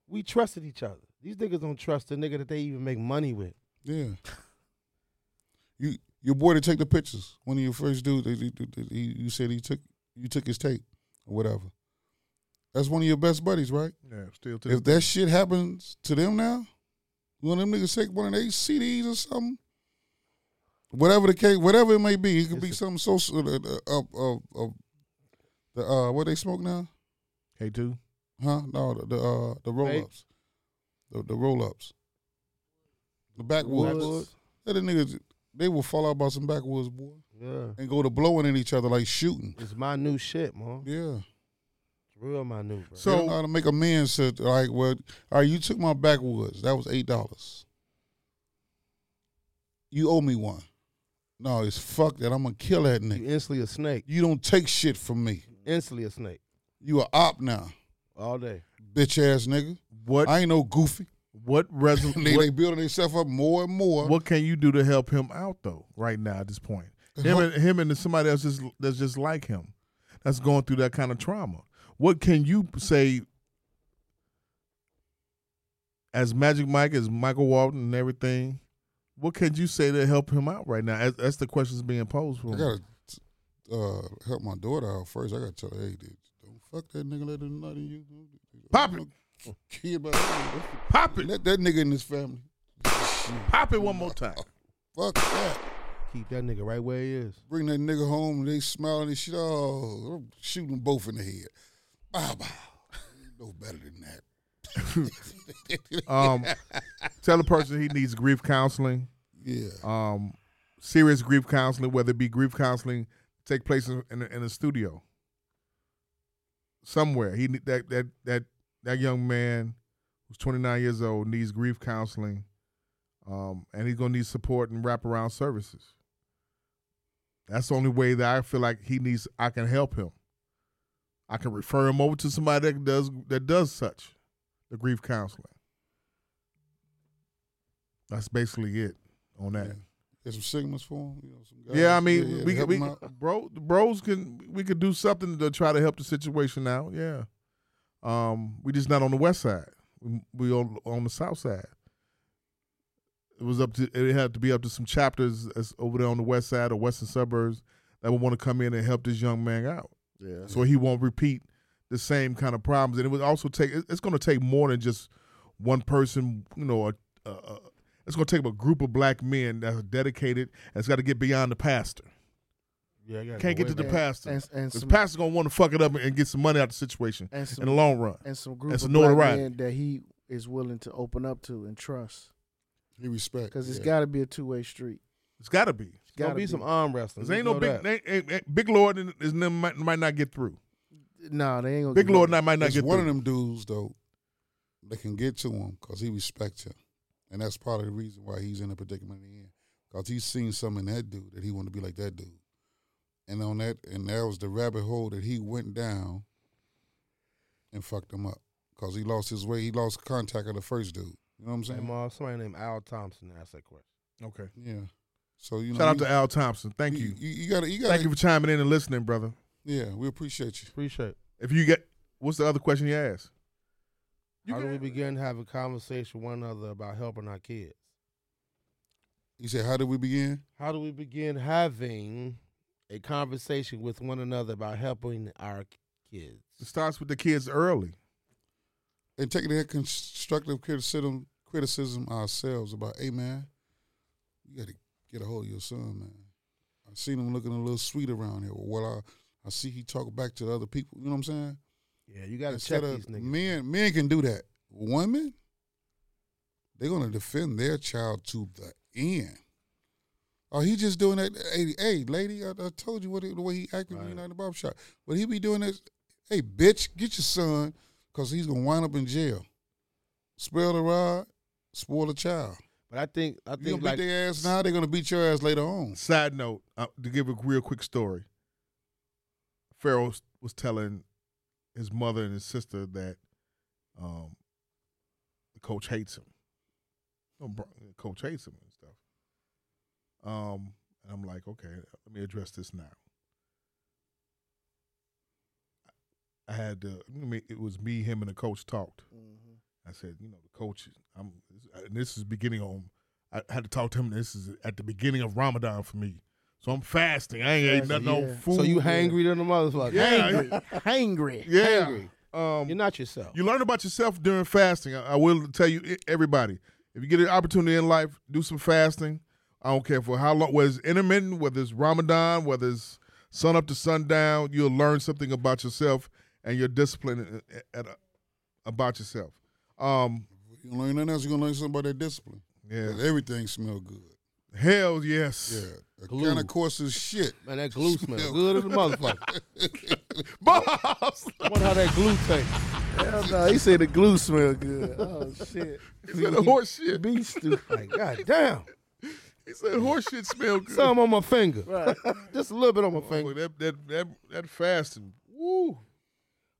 Speaker 2: we trusted each other. These niggas don't trust the nigga that they even make money with.
Speaker 5: Yeah. You your boy that take the pictures. One of your first dudes. That he, that he, you said he took you took his tape or whatever. That's one of your best buddies, right?
Speaker 11: Yeah, still to
Speaker 5: If that shit happens to them now, one of them niggas take one of their CDs or something. Whatever the case, whatever it may be, it could be something social. Uh, uh, uh, uh, uh, the uh, what they smoke now?
Speaker 11: K two,
Speaker 5: huh? No, the, the uh the roll ups, the, the roll ups, the backwoods.
Speaker 11: Backwoods.
Speaker 5: Yeah, the niggas they will fall out about some backwoods boy
Speaker 6: Yeah.
Speaker 5: and go to blowing at each other like shooting.
Speaker 6: It's my new shit, man.
Speaker 5: Yeah.
Speaker 6: It's real my new, bro.
Speaker 5: So how to make a man say like, well, all right, you took my backwoods. That was eight dollars. You owe me one. No, it's fuck that. I'm gonna kill that nigga. You
Speaker 6: instantly a snake.
Speaker 5: You don't take shit from me.
Speaker 6: Instantly a snake.
Speaker 5: You a op now,
Speaker 6: All day.
Speaker 5: bitch ass nigga.
Speaker 11: What?
Speaker 5: I ain't no goofy.
Speaker 11: What
Speaker 5: <laughs>
Speaker 11: resolution?
Speaker 5: they, they building themselves up more and more.
Speaker 11: What can you do to help him out though? Right now, at this point, him
Speaker 5: Help-
Speaker 11: and him and somebody else is, that's just like him, that's going through that kind of trauma. What can you say? As Magic Mike, as Michael Walton, and everything, what can you say to help him out right now? As, that's the questions being posed for
Speaker 5: I
Speaker 11: him.
Speaker 5: gotta uh, help my daughter out first. I gotta tell her, hey, dude, don't fuck that nigga. Let him nut in you.
Speaker 11: Pop it.
Speaker 5: Kid, by the nigga. Pop it. Let that nigga in his family.
Speaker 11: Pop it one more time.
Speaker 5: Fuck that.
Speaker 6: Keep that nigga right where he is.
Speaker 5: Bring that nigga home and they smiling and shit. Oh, I'm shooting them both in the head. Bow, bow. No better than that.
Speaker 11: um, tell a person he needs grief counseling.
Speaker 5: Yeah.
Speaker 11: Um, serious grief counseling, whether it be grief counseling, take place in in a, in a studio. Somewhere he ne- that that that that young man who's 29 years old needs grief counseling, um, and he's gonna need support and wraparound services. That's the only way that I feel like he needs. I can help him. I can refer him over to somebody that does that does such the grief counseling. That's basically it on that.
Speaker 5: There's some signals for him. You know, some guys.
Speaker 11: Yeah, I mean,
Speaker 5: yeah,
Speaker 11: we
Speaker 5: to
Speaker 11: could,
Speaker 5: help
Speaker 11: we
Speaker 5: him
Speaker 11: could-
Speaker 5: out.
Speaker 11: bro, the bros can we could do something to try to help the situation out. Yeah, um, we just not on the west side. We, we on on the south side. It was up to it had to be up to some chapters that's over there on the west side or western suburbs that would want to come in and help this young man out.
Speaker 6: Yeah.
Speaker 11: So he won't repeat the same kind of problems, and it would also take. it- It's going to take more than just one person. You know, a, a, a, it's going to take a group of black men that are dedicated. And it's got to get beyond the pastor.
Speaker 6: Yeah, I gotta
Speaker 11: Can't
Speaker 6: go
Speaker 11: get
Speaker 6: way
Speaker 11: to the
Speaker 6: back.
Speaker 11: pastor.
Speaker 9: And- and
Speaker 11: Because
Speaker 9: some-
Speaker 11: pastor's gonna want to fuck it up and get some money out of the situation
Speaker 9: and some,
Speaker 11: in the long run.
Speaker 9: and some group
Speaker 11: That's
Speaker 9: of
Speaker 11: a
Speaker 9: black
Speaker 11: notoriety.
Speaker 9: men that he is willing to open up to and trust.
Speaker 5: He respect
Speaker 9: because it's
Speaker 11: yeah.
Speaker 9: got to be a two way street.
Speaker 11: It's gotta be. It's
Speaker 9: gotta be some
Speaker 6: arm wrestling.
Speaker 11: ain't no big, ain't, ain't- ain't- big Lord and- is them might, might not get through.
Speaker 9: Nah, they ain't gonna.
Speaker 11: Big
Speaker 9: get
Speaker 11: Lord
Speaker 9: no-
Speaker 11: not, might not
Speaker 5: It's
Speaker 11: get
Speaker 5: one
Speaker 11: through.
Speaker 5: of them dudes though that can get to him because he respects him, and that's part of the reason why he's in the predicament he in. Because he's seen something in that dude that he wanted to be like that dude, and on that and that was the rabbit hole that he went down and fucked him up because he lost his way. He lost contact of the first dude. You know what I'm
Speaker 6: Hey,
Speaker 5: saying?
Speaker 6: Ma, somebody named Al Thompson asked that question.
Speaker 11: Okay.
Speaker 5: Yeah. So you know,
Speaker 11: Shout out
Speaker 5: we-
Speaker 11: to Al Thompson. Thank
Speaker 5: we-
Speaker 11: you.
Speaker 5: You, you gotta, you gotta.
Speaker 11: Thank you for chiming in and listening, brother.
Speaker 5: Yeah, we appreciate you.
Speaker 6: Appreciate it.
Speaker 11: If you get, what's the other question you asked?
Speaker 6: How do we begin to have a conversation with one another about helping our kids?
Speaker 5: You said, how did we begin?
Speaker 6: How do we begin having a conversation with one another about helping our kids?
Speaker 11: It starts with the kids early.
Speaker 5: and taking that constructive criticism criticism ourselves about, hey man, you gotta get a hold of your son, man. I seen him looking a little sweet around here. Well, I I see he talk back to the other people. You know what I'm saying?
Speaker 6: Yeah, you gotta
Speaker 5: Instead
Speaker 6: check
Speaker 5: of-
Speaker 6: these niggas.
Speaker 5: Men men can do that. Women, they're gonna defend their child to the end. Oh, he just doing that. Hey, hey lady, I, I told you what he- the way he acted when you in the barbershop. But he be doing this. Hey, bitch, get your son, cause he's gonna wind up in jail. Spell the rod, spoil the child.
Speaker 6: But I think I
Speaker 5: You gonna
Speaker 6: think
Speaker 5: beat
Speaker 6: like
Speaker 5: their ass now? They're gonna beat your ass later on.
Speaker 11: Side note, uh, to give a real quick story. Pharaoh s- was telling his mother and his sister that um, the coach hates him. No, bro, the coach hates him and stuff. Um, and I'm like, okay, let me address this now. I had to. I mean, it was me, him, and the coach talked. I said, you know, the coach. I'm. And this is beginning on I had to talk to him. This is at the beginning of Ramadan for me. So I'm fasting. I ain't ate
Speaker 2: Fasting,
Speaker 11: nothing no
Speaker 2: yeah.
Speaker 11: food.
Speaker 2: So you hangry than a motherfucker.
Speaker 11: Yeah.
Speaker 6: Hangry.
Speaker 11: Yeah.
Speaker 2: Hangry.
Speaker 11: Um,
Speaker 2: You're not yourself.
Speaker 11: You learn about yourself during fasting. I, I will tell you, i- everybody, if you get an opportunity in life, do some fasting. I don't care for how long, whether it's intermittent, whether it's Ramadan, whether it's sun up to sundown, you'll learn something about yourself and your discipline a- a- at a- about yourself. Um,
Speaker 5: you learn nothing else, you're going to learn something about that discipline.
Speaker 11: Yeah.
Speaker 5: Everything smell good.
Speaker 11: Hell yes.
Speaker 5: Yeah. The kind of course is shit.
Speaker 2: Man, that glue smell good as a motherfucker. <laughs>
Speaker 11: Boss!
Speaker 2: I wonder how that glue tastes.
Speaker 6: Hell no, he said the glue smell good. Oh shit.
Speaker 11: He said the horse shit.
Speaker 6: Be stupid.
Speaker 2: Like, God damn.
Speaker 11: He said horse shit smell good.
Speaker 2: Some on my finger.
Speaker 6: <laughs> Right.
Speaker 2: Just a little bit on my
Speaker 11: Oh,
Speaker 2: finger.
Speaker 11: that, that, that, that fasting. Woo.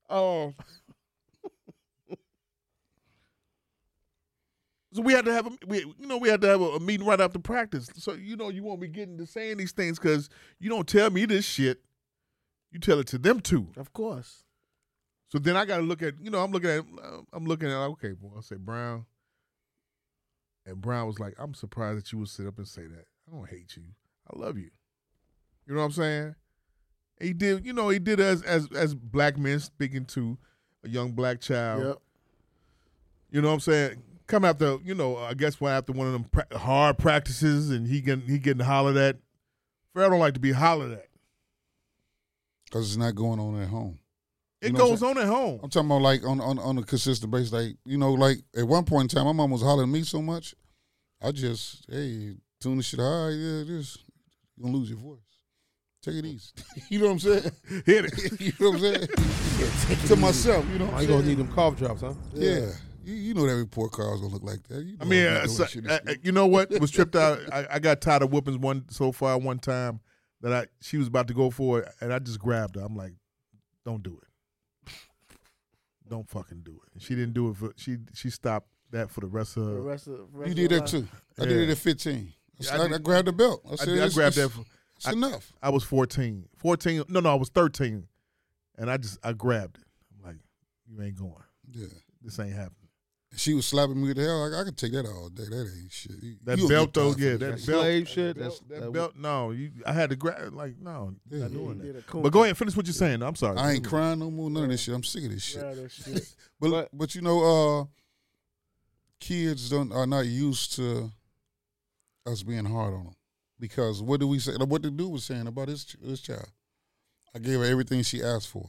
Speaker 11: Oh. <laughs> so we had to have a we, you know we had to have a, a meeting right after practice. So you know you won't be getting to saying these things because you don't tell me this shit. You tell it to them too.
Speaker 6: Of course.
Speaker 11: So then I got to look at you know I'm looking at I'm looking at okay well I said Brown. And Brown was like, I'm surprised that you would sit up and say that. I don't hate you. I love you. You know what I'm saying? He did, you know, he did as as as black men speaking to a young black child.
Speaker 6: Yep.
Speaker 11: You know what I'm saying? Come after, you know, I guess one after one of them pra- hard practices, and he getting he getting hollered at. Fred don't like to be hollered at.
Speaker 5: Because it's not going on at home.
Speaker 11: It
Speaker 5: You know what I'm
Speaker 11: goes
Speaker 5: saying?
Speaker 11: on at home.
Speaker 5: I'm talking about like on, on on a consistent basis. Like you know, like at one point in time, my mom was hollering at me so much, I just hey tune the shit high. Yeah, this you gonna lose your voice. Take it easy. <laughs> you know what I'm saying? <laughs>
Speaker 11: Hit it.
Speaker 5: you know what I'm saying? to myself, you know. What
Speaker 2: Oh,
Speaker 5: I'm
Speaker 2: you gonna
Speaker 5: saying?
Speaker 2: need them cough drops, huh?
Speaker 5: Yeah. You, you know that report card's gonna look like that. You know
Speaker 11: I mean,
Speaker 5: I'm not
Speaker 11: uh,
Speaker 5: doing
Speaker 11: so-
Speaker 5: shit
Speaker 11: uh,
Speaker 5: this
Speaker 11: uh,
Speaker 5: week.
Speaker 11: you know what was tripped out? I, I got tired of whoopings one so far one time that I she was about to go for it, and I just grabbed her. I'm like, "Don't do it. Don't fucking do it." And she didn't do it. For, she she stopped that for the rest of
Speaker 6: The rest of the rest
Speaker 5: You
Speaker 6: of
Speaker 5: did
Speaker 6: your
Speaker 5: that too.
Speaker 6: life.
Speaker 5: I did it
Speaker 11: Yeah.
Speaker 5: at 15. I,
Speaker 11: Yeah,
Speaker 5: said- I
Speaker 11: did-
Speaker 5: grabbed the belt. I
Speaker 11: I,
Speaker 5: said,
Speaker 11: did- I
Speaker 5: "It's-
Speaker 11: grabbed that.
Speaker 5: it's-
Speaker 11: For,
Speaker 5: It's
Speaker 11: I-
Speaker 5: enough.
Speaker 11: I was 14. 14. No, no, I was 13, and I just I grabbed it. I'm like, "You ain't going.
Speaker 5: Yeah.
Speaker 11: This ain't happening."
Speaker 5: She was slapping me with the hell. I, I could take that all day. That ain't shit. You-
Speaker 11: That
Speaker 5: you'll get
Speaker 11: belt though,
Speaker 5: tired
Speaker 11: yeah,
Speaker 5: from
Speaker 11: that,
Speaker 5: that
Speaker 11: belt,
Speaker 5: shit.
Speaker 2: shit,
Speaker 11: That
Speaker 2: that's-
Speaker 11: belt, that
Speaker 2: that-
Speaker 11: belt, no, you, I had to grab. Like, no,
Speaker 5: Yeah.
Speaker 11: not doing
Speaker 6: Did a
Speaker 11: that.
Speaker 6: cool
Speaker 11: But go ahead, finish what you're saying. I'm sorry.
Speaker 5: I ain't crying no more. None of this shit. I'm sick of this shit.
Speaker 6: Yeah, that shit.
Speaker 5: <laughs> But but, you know, uh, kids don't are not used to us being hard on them because what do we say? What the dude was saying about his ch- his child? I gave her everything she asked for.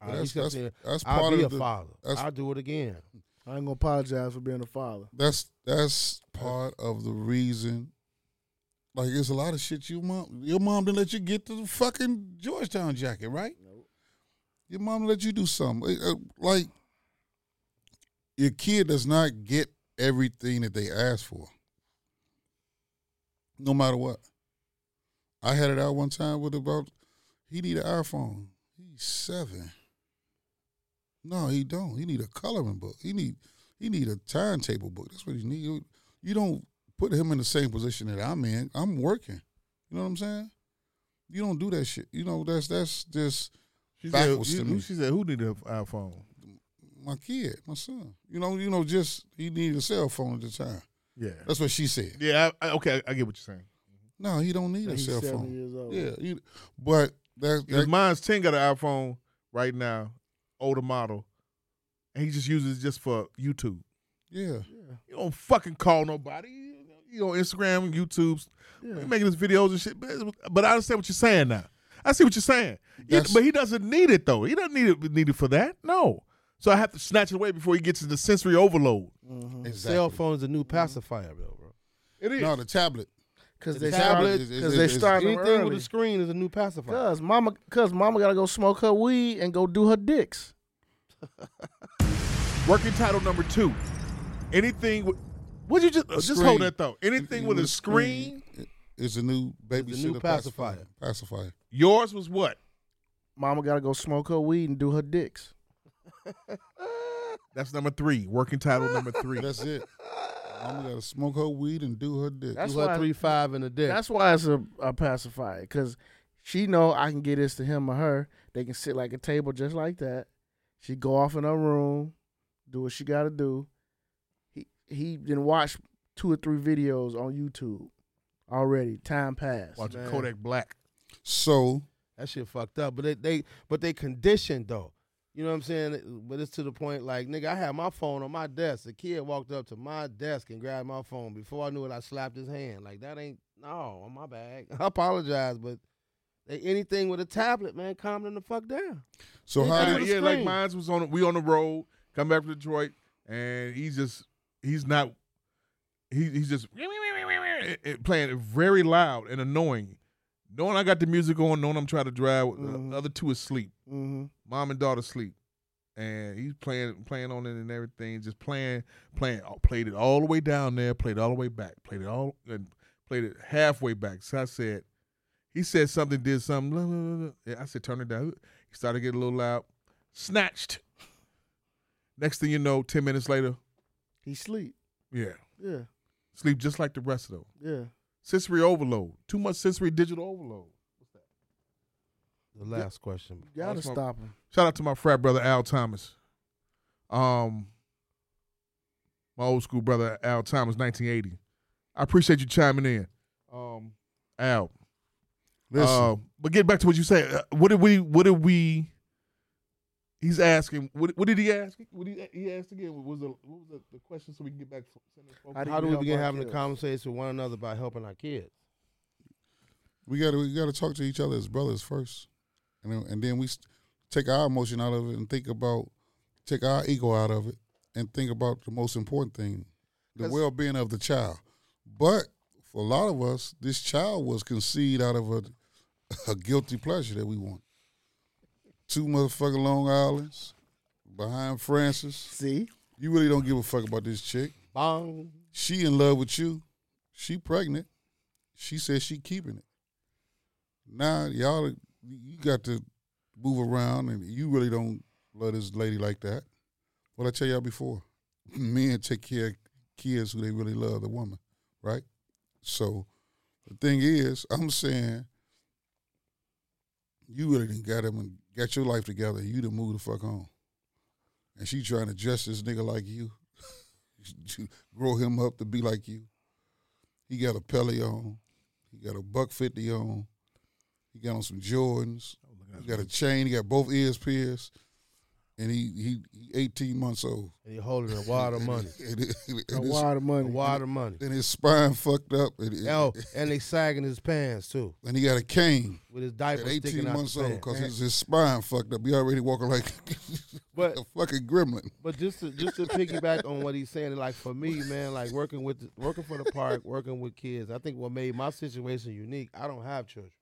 Speaker 2: Uh,
Speaker 5: that's-
Speaker 2: he kept
Speaker 5: that's-
Speaker 2: saying,
Speaker 5: that's
Speaker 2: I'll
Speaker 5: part
Speaker 2: be
Speaker 5: of
Speaker 2: a
Speaker 5: the-
Speaker 2: father.
Speaker 5: that's-
Speaker 2: I'll do it again.
Speaker 6: I ain't gonna apologize for being a father.
Speaker 5: That's that's part of the reason. Like it's a lot of shit you mom your mom didn't let you get to the fucking Georgetown jacket, right? Your mom let you do something. Uh, uh, Like your kid does not get everything that they ask for. No matter what. I had it out one time with about he need an iPhone. He's seven. No, he don't. He need a coloring book. He need he need a timetable book. That's what he need. You- You don't put him in the same position that I'm in. I'm working. You know what I'm saying? You don't do that shit. You know that's that's just
Speaker 11: She said,
Speaker 5: backwards
Speaker 11: you-
Speaker 5: to
Speaker 11: who-
Speaker 5: me.
Speaker 11: she said, "Who need an iPhone?"
Speaker 5: My kid, my son. You know, you know, just he needed a cell phone at the time.
Speaker 11: Yeah,
Speaker 5: That's what she said.
Speaker 11: yeah. I, I, okay, I, I get what you're saying.
Speaker 5: No, he don't need a
Speaker 6: He's
Speaker 5: cell
Speaker 6: seven
Speaker 5: phone.
Speaker 6: years old.
Speaker 5: Yeah, you, but that,
Speaker 11: Because
Speaker 5: that
Speaker 11: mine's ten got an iPhone right now, older model, and he just uses it just for YouTube.
Speaker 5: yeah.
Speaker 11: You don't fucking call nobody. You know, You on Instagram, YouTube,
Speaker 6: Yeah.
Speaker 11: making his videos and shit. But, but I understand what you're saying now. I see what you're saying. You-
Speaker 5: That's-
Speaker 11: but he doesn't need it though. He doesn't need it need it for that. No. So I have to snatch it away before he gets into sensory overload.
Speaker 5: Exactly.
Speaker 2: Cell phone's a new pacifier, though, bro.
Speaker 11: It is.
Speaker 5: No, the tablet.
Speaker 6: Cause
Speaker 2: The
Speaker 6: they
Speaker 2: tablet
Speaker 6: started.
Speaker 5: is- is-
Speaker 6: Cause
Speaker 5: is-
Speaker 6: they
Speaker 5: is-
Speaker 6: started
Speaker 2: Anything
Speaker 6: early.
Speaker 2: with a screen is a new pacifier.
Speaker 6: Cause mama, cause mama gotta go smoke her weed and go do her dicks.
Speaker 11: Working title number two. Anything with would you just uh, just
Speaker 5: Screen.
Speaker 11: hold that though? Anything with a screen.
Speaker 5: is a new baby.
Speaker 2: new
Speaker 5: pacifier.
Speaker 2: pacifier.
Speaker 5: Pacifier.
Speaker 11: Yours was what?
Speaker 6: Mama gotta go smoke her weed and do her dicks.
Speaker 11: That's number three. Working title number three.
Speaker 5: That's it. Mama gotta smoke her weed and do her dick.
Speaker 6: That's
Speaker 2: You had
Speaker 6: why-
Speaker 2: three five in a day.
Speaker 6: That's why it's a, a pacifier, because she know I can get this to him or her. They can sit like a table just like that. She go off in her room, do what she got to do. He he then watch two or three videos on YouTube already. Time passed.
Speaker 2: Watching
Speaker 6: man.
Speaker 2: Kodak Black.
Speaker 5: So
Speaker 2: that shit fucked up. But they, they but they conditioned though. You know what I'm saying? But it's to the point like, nigga, I had my phone on my desk. The kid walked up to my desk and grabbed my phone. Before I knew it, I slapped his hand. Like that ain't no on my bag. <laughs> I apologize, but they, anything with a tablet, man, calm them the fuck down.
Speaker 12: So
Speaker 2: They
Speaker 12: how
Speaker 2: got
Speaker 12: did
Speaker 2: the
Speaker 12: yeah, like
Speaker 2: screen.
Speaker 12: mine's was on we on the road, come back from Detroit, and he's just he's not he, he's just it- it- playing it very loud and annoying. Knowing I got the music on, knowing I'm trying to drive, the other two asleep.
Speaker 6: Mhm.
Speaker 12: Mom and daughter sleep, and he's playing playing on it and everything, just playing playing. oh, Played it all the way down there, played it all the way back, played it all and played it halfway back. So I said, he said something, did something. blah, blah, blah, blah. Yeah, I said, turn it down. He started getting a little loud. Snatched. Next thing you know, 10 minutes later,
Speaker 6: He sleep.
Speaker 12: yeah,
Speaker 6: Yeah.
Speaker 12: sleep just like the rest of them.
Speaker 6: Yeah.
Speaker 12: Sensory overload. Too much sensory digital overload.
Speaker 2: The last question.
Speaker 6: You gotta
Speaker 12: That's my-
Speaker 6: stop him.
Speaker 12: Shout out to my frat brother, Al Thomas. Um, My old school brother, Al Thomas, 1980. I appreciate you chiming in. Um, Al.
Speaker 5: Listen.
Speaker 11: Um,
Speaker 12: Uh, but get back to what you say. Uh, what did we? What did we? He's asking. What, what did he ask? What he, he asked again? What was the what was the, the question? So we can get back. To, send it forward?
Speaker 2: How, do we begin having a conversation with one another about helping our kids?
Speaker 5: we got to we got to talk to each other as brothers first, and then, and then we s- take our emotion out of it and think about take our ego out of it and think about the most important thing, the
Speaker 2: 'Cause-
Speaker 5: well being of the child. But for a lot of us, this child was conceived out of a, <laughs> a guilty pleasure that we want. Two motherfucking Long Islands behind Francis.
Speaker 6: See,
Speaker 5: you really don't give a fuck about this chick.
Speaker 2: Bong.
Speaker 5: She in love with you. She pregnant. She says she keeping it. Now y'all, you got to move around, and you really don't love this lady like that. What I tell y'all before, men take care of kids who they really love the woman, right? So the thing is, I'm saying you really done got him and got your life together. You done moved the fuck on, and she trying to dress this nigga like you, <laughs> to grow him up to be like you. He got a Pele on. He got a buck fifty on. He got on some Jordans.
Speaker 2: Oh,
Speaker 5: He got a chain. He got both ears pierced. And he he, he eighteen months old. <laughs>
Speaker 2: And you're holding a wad of money.
Speaker 5: And it- and it-
Speaker 2: <laughs> A
Speaker 5: and it's-
Speaker 2: wad of money. A wad of money.
Speaker 5: <laughs> And his spine fucked up. And, it-
Speaker 2: Oh, and they sagging his pants too.
Speaker 5: and he got a cane.
Speaker 2: With his diaper
Speaker 5: At 18
Speaker 2: sticking out
Speaker 5: months
Speaker 2: the
Speaker 5: old
Speaker 2: pants.
Speaker 5: because his, his spine fucked up. He already walking like <laughs>
Speaker 2: But-
Speaker 5: a fucking gremlin.
Speaker 2: But just to, just to piggyback on what he's saying, like for me, man, like working with working for the park, working with kids, I think what made my situation unique, I don't have children.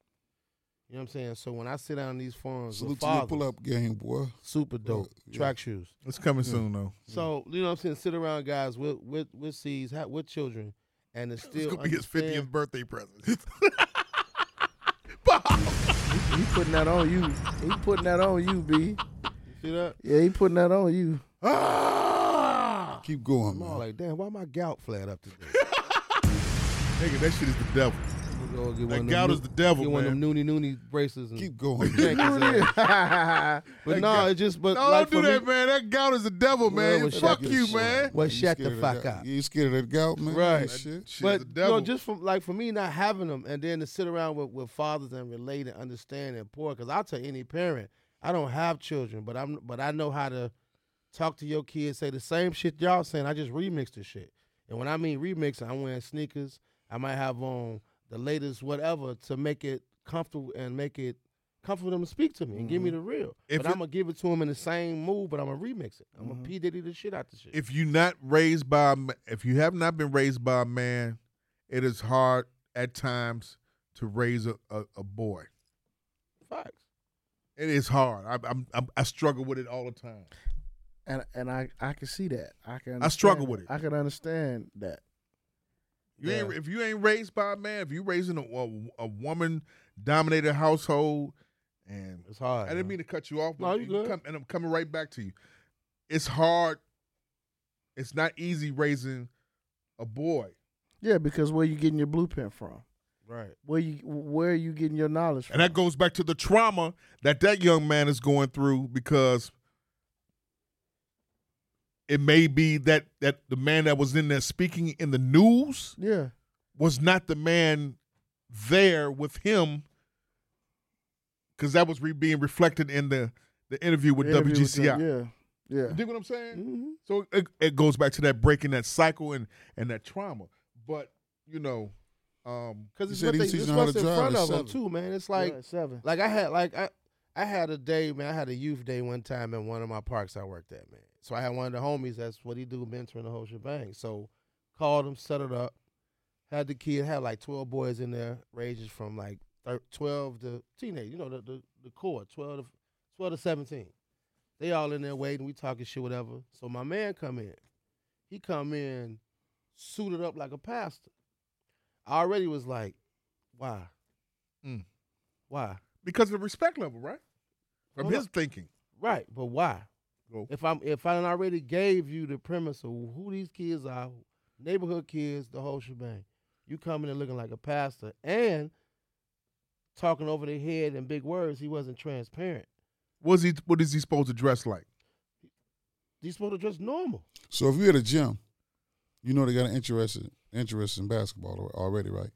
Speaker 2: You know what I'm saying? So when I sit down in these forums,
Speaker 5: Salute
Speaker 2: with
Speaker 5: to your
Speaker 2: fathers,
Speaker 5: pull up game, boy.
Speaker 2: Super dope. Track shoes.
Speaker 12: It's coming soon though.
Speaker 2: So oh, you know what I'm saying? Sit around guys with with with C's, ha- with children, and it's still
Speaker 11: It's gonna be his
Speaker 2: understand-
Speaker 11: 50th
Speaker 2: <laughs>
Speaker 11: birthday present.
Speaker 6: He putting that on you. He putting that on you, B.
Speaker 2: See
Speaker 11: <laughs>
Speaker 2: that?
Speaker 6: Yeah, he putting that on you.
Speaker 11: Ah!
Speaker 5: Keep going,
Speaker 2: I'm all like, damn, why my gout flared up today?
Speaker 11: Nigga, that shit is the devil.
Speaker 2: Go get
Speaker 11: That
Speaker 2: of them
Speaker 11: gout
Speaker 2: new-
Speaker 11: is the devil,
Speaker 2: Get one of
Speaker 11: man.
Speaker 2: them noonie noonie braces. And
Speaker 5: Keep going.
Speaker 2: <laughs>
Speaker 5: <laughs>
Speaker 2: but
Speaker 11: That
Speaker 2: no,
Speaker 11: gout-
Speaker 2: it's just but
Speaker 11: No,
Speaker 2: like
Speaker 11: don't
Speaker 2: for
Speaker 11: do that,
Speaker 2: me-
Speaker 11: man. That gout is the devil,
Speaker 2: Well,
Speaker 11: man.
Speaker 2: well,
Speaker 11: Fuck
Speaker 2: shut
Speaker 11: you,
Speaker 2: the-
Speaker 11: man.
Speaker 2: Well, shut the
Speaker 5: scared of
Speaker 2: fuck
Speaker 5: that-
Speaker 2: up.
Speaker 5: You scared of that gout, man?
Speaker 2: Right.
Speaker 5: That shit.
Speaker 2: But you know, just from like for me not having them, and then to sit around with, with fathers and relate and understand and pour. Because I'll tell any parent, I don't have children, but I'm but I know how to talk to your kids, say the same shit y'all saying. I just remix the shit, and when I mean remixing, I'm wearing sneakers. I might have on the latest whatever to make it comfortable and make it comfortable for them to speak to me and give me the real.
Speaker 11: Mm-hmm. If
Speaker 2: but
Speaker 11: it- Mm-hmm.
Speaker 2: I'm gonna give it to them in the same move, but I'm gonna remix it. I'm gonna p diddy the shit out the shit.
Speaker 11: if you not raised by a ma- if you have not been raised by a man, it is hard at times to raise a, a, a boy.
Speaker 2: Facts.
Speaker 11: It is hard. I, I'm, I'm I struggle with it all the time.
Speaker 6: And and I I can see that. I can.
Speaker 11: I struggle
Speaker 6: understand-
Speaker 11: with it.
Speaker 6: I can understand that.
Speaker 11: You ain't, if you ain't raised by a man, if you raised in a, a, woman dominated household, and
Speaker 2: it's hard.
Speaker 11: I didn't mean to cut you off, but
Speaker 2: No, you good.
Speaker 11: come- and I'm coming right back to you. It's hard. It's not easy raising a boy.
Speaker 6: Yeah, because where you getting your blueprint from?
Speaker 2: Right.
Speaker 6: Where you where are you getting your knowledge from?
Speaker 11: And that goes back to the trauma that that young man is going through because it may be that that the man that was in there speaking in the news
Speaker 6: Yeah.
Speaker 11: was not the man there with him because that was re- being reflected in the the interview with
Speaker 6: The interview with
Speaker 11: WGCI.
Speaker 6: them, yeah. Mm-hmm. Yeah.
Speaker 11: You dig what I'm saying? So it, it goes back to that breaking that cycle and and that trauma. But you know, um,
Speaker 2: Because it's what they, it's what's in front of them too, man. It's like
Speaker 6: Yeah, at seven.
Speaker 2: like I had like I I had a day, man. I had a youth day one time in one of my parks I worked at, man. So I had one of the homies. That's what he do, mentoring the whole shebang. So called him, set it up. Had the kid had like twelve boys in there, ranges from like thir- twelve to teenage. You know the the, the core, twelve to twelve to seventeen. They all in there waiting. We talking shit, whatever. So my man come in. He come in suited up like a pastor. I already was like, why?
Speaker 11: Mm.
Speaker 2: Why?
Speaker 11: because of the respect level, right? From
Speaker 2: Hold
Speaker 11: his
Speaker 2: up.
Speaker 11: thinking.
Speaker 2: Right, but why?
Speaker 11: Go.
Speaker 2: If I'm if I done already gave you the premise of who these kids are, neighborhood kids, the whole shebang, you coming in looking like a pastor and talking over their head in big words, he wasn't transparent.
Speaker 11: What's he? What is he supposed to dress like?
Speaker 2: These supposed to dress normal.
Speaker 5: So if you're at a gym, you know they got an interest in, interest in basketball al- already, right?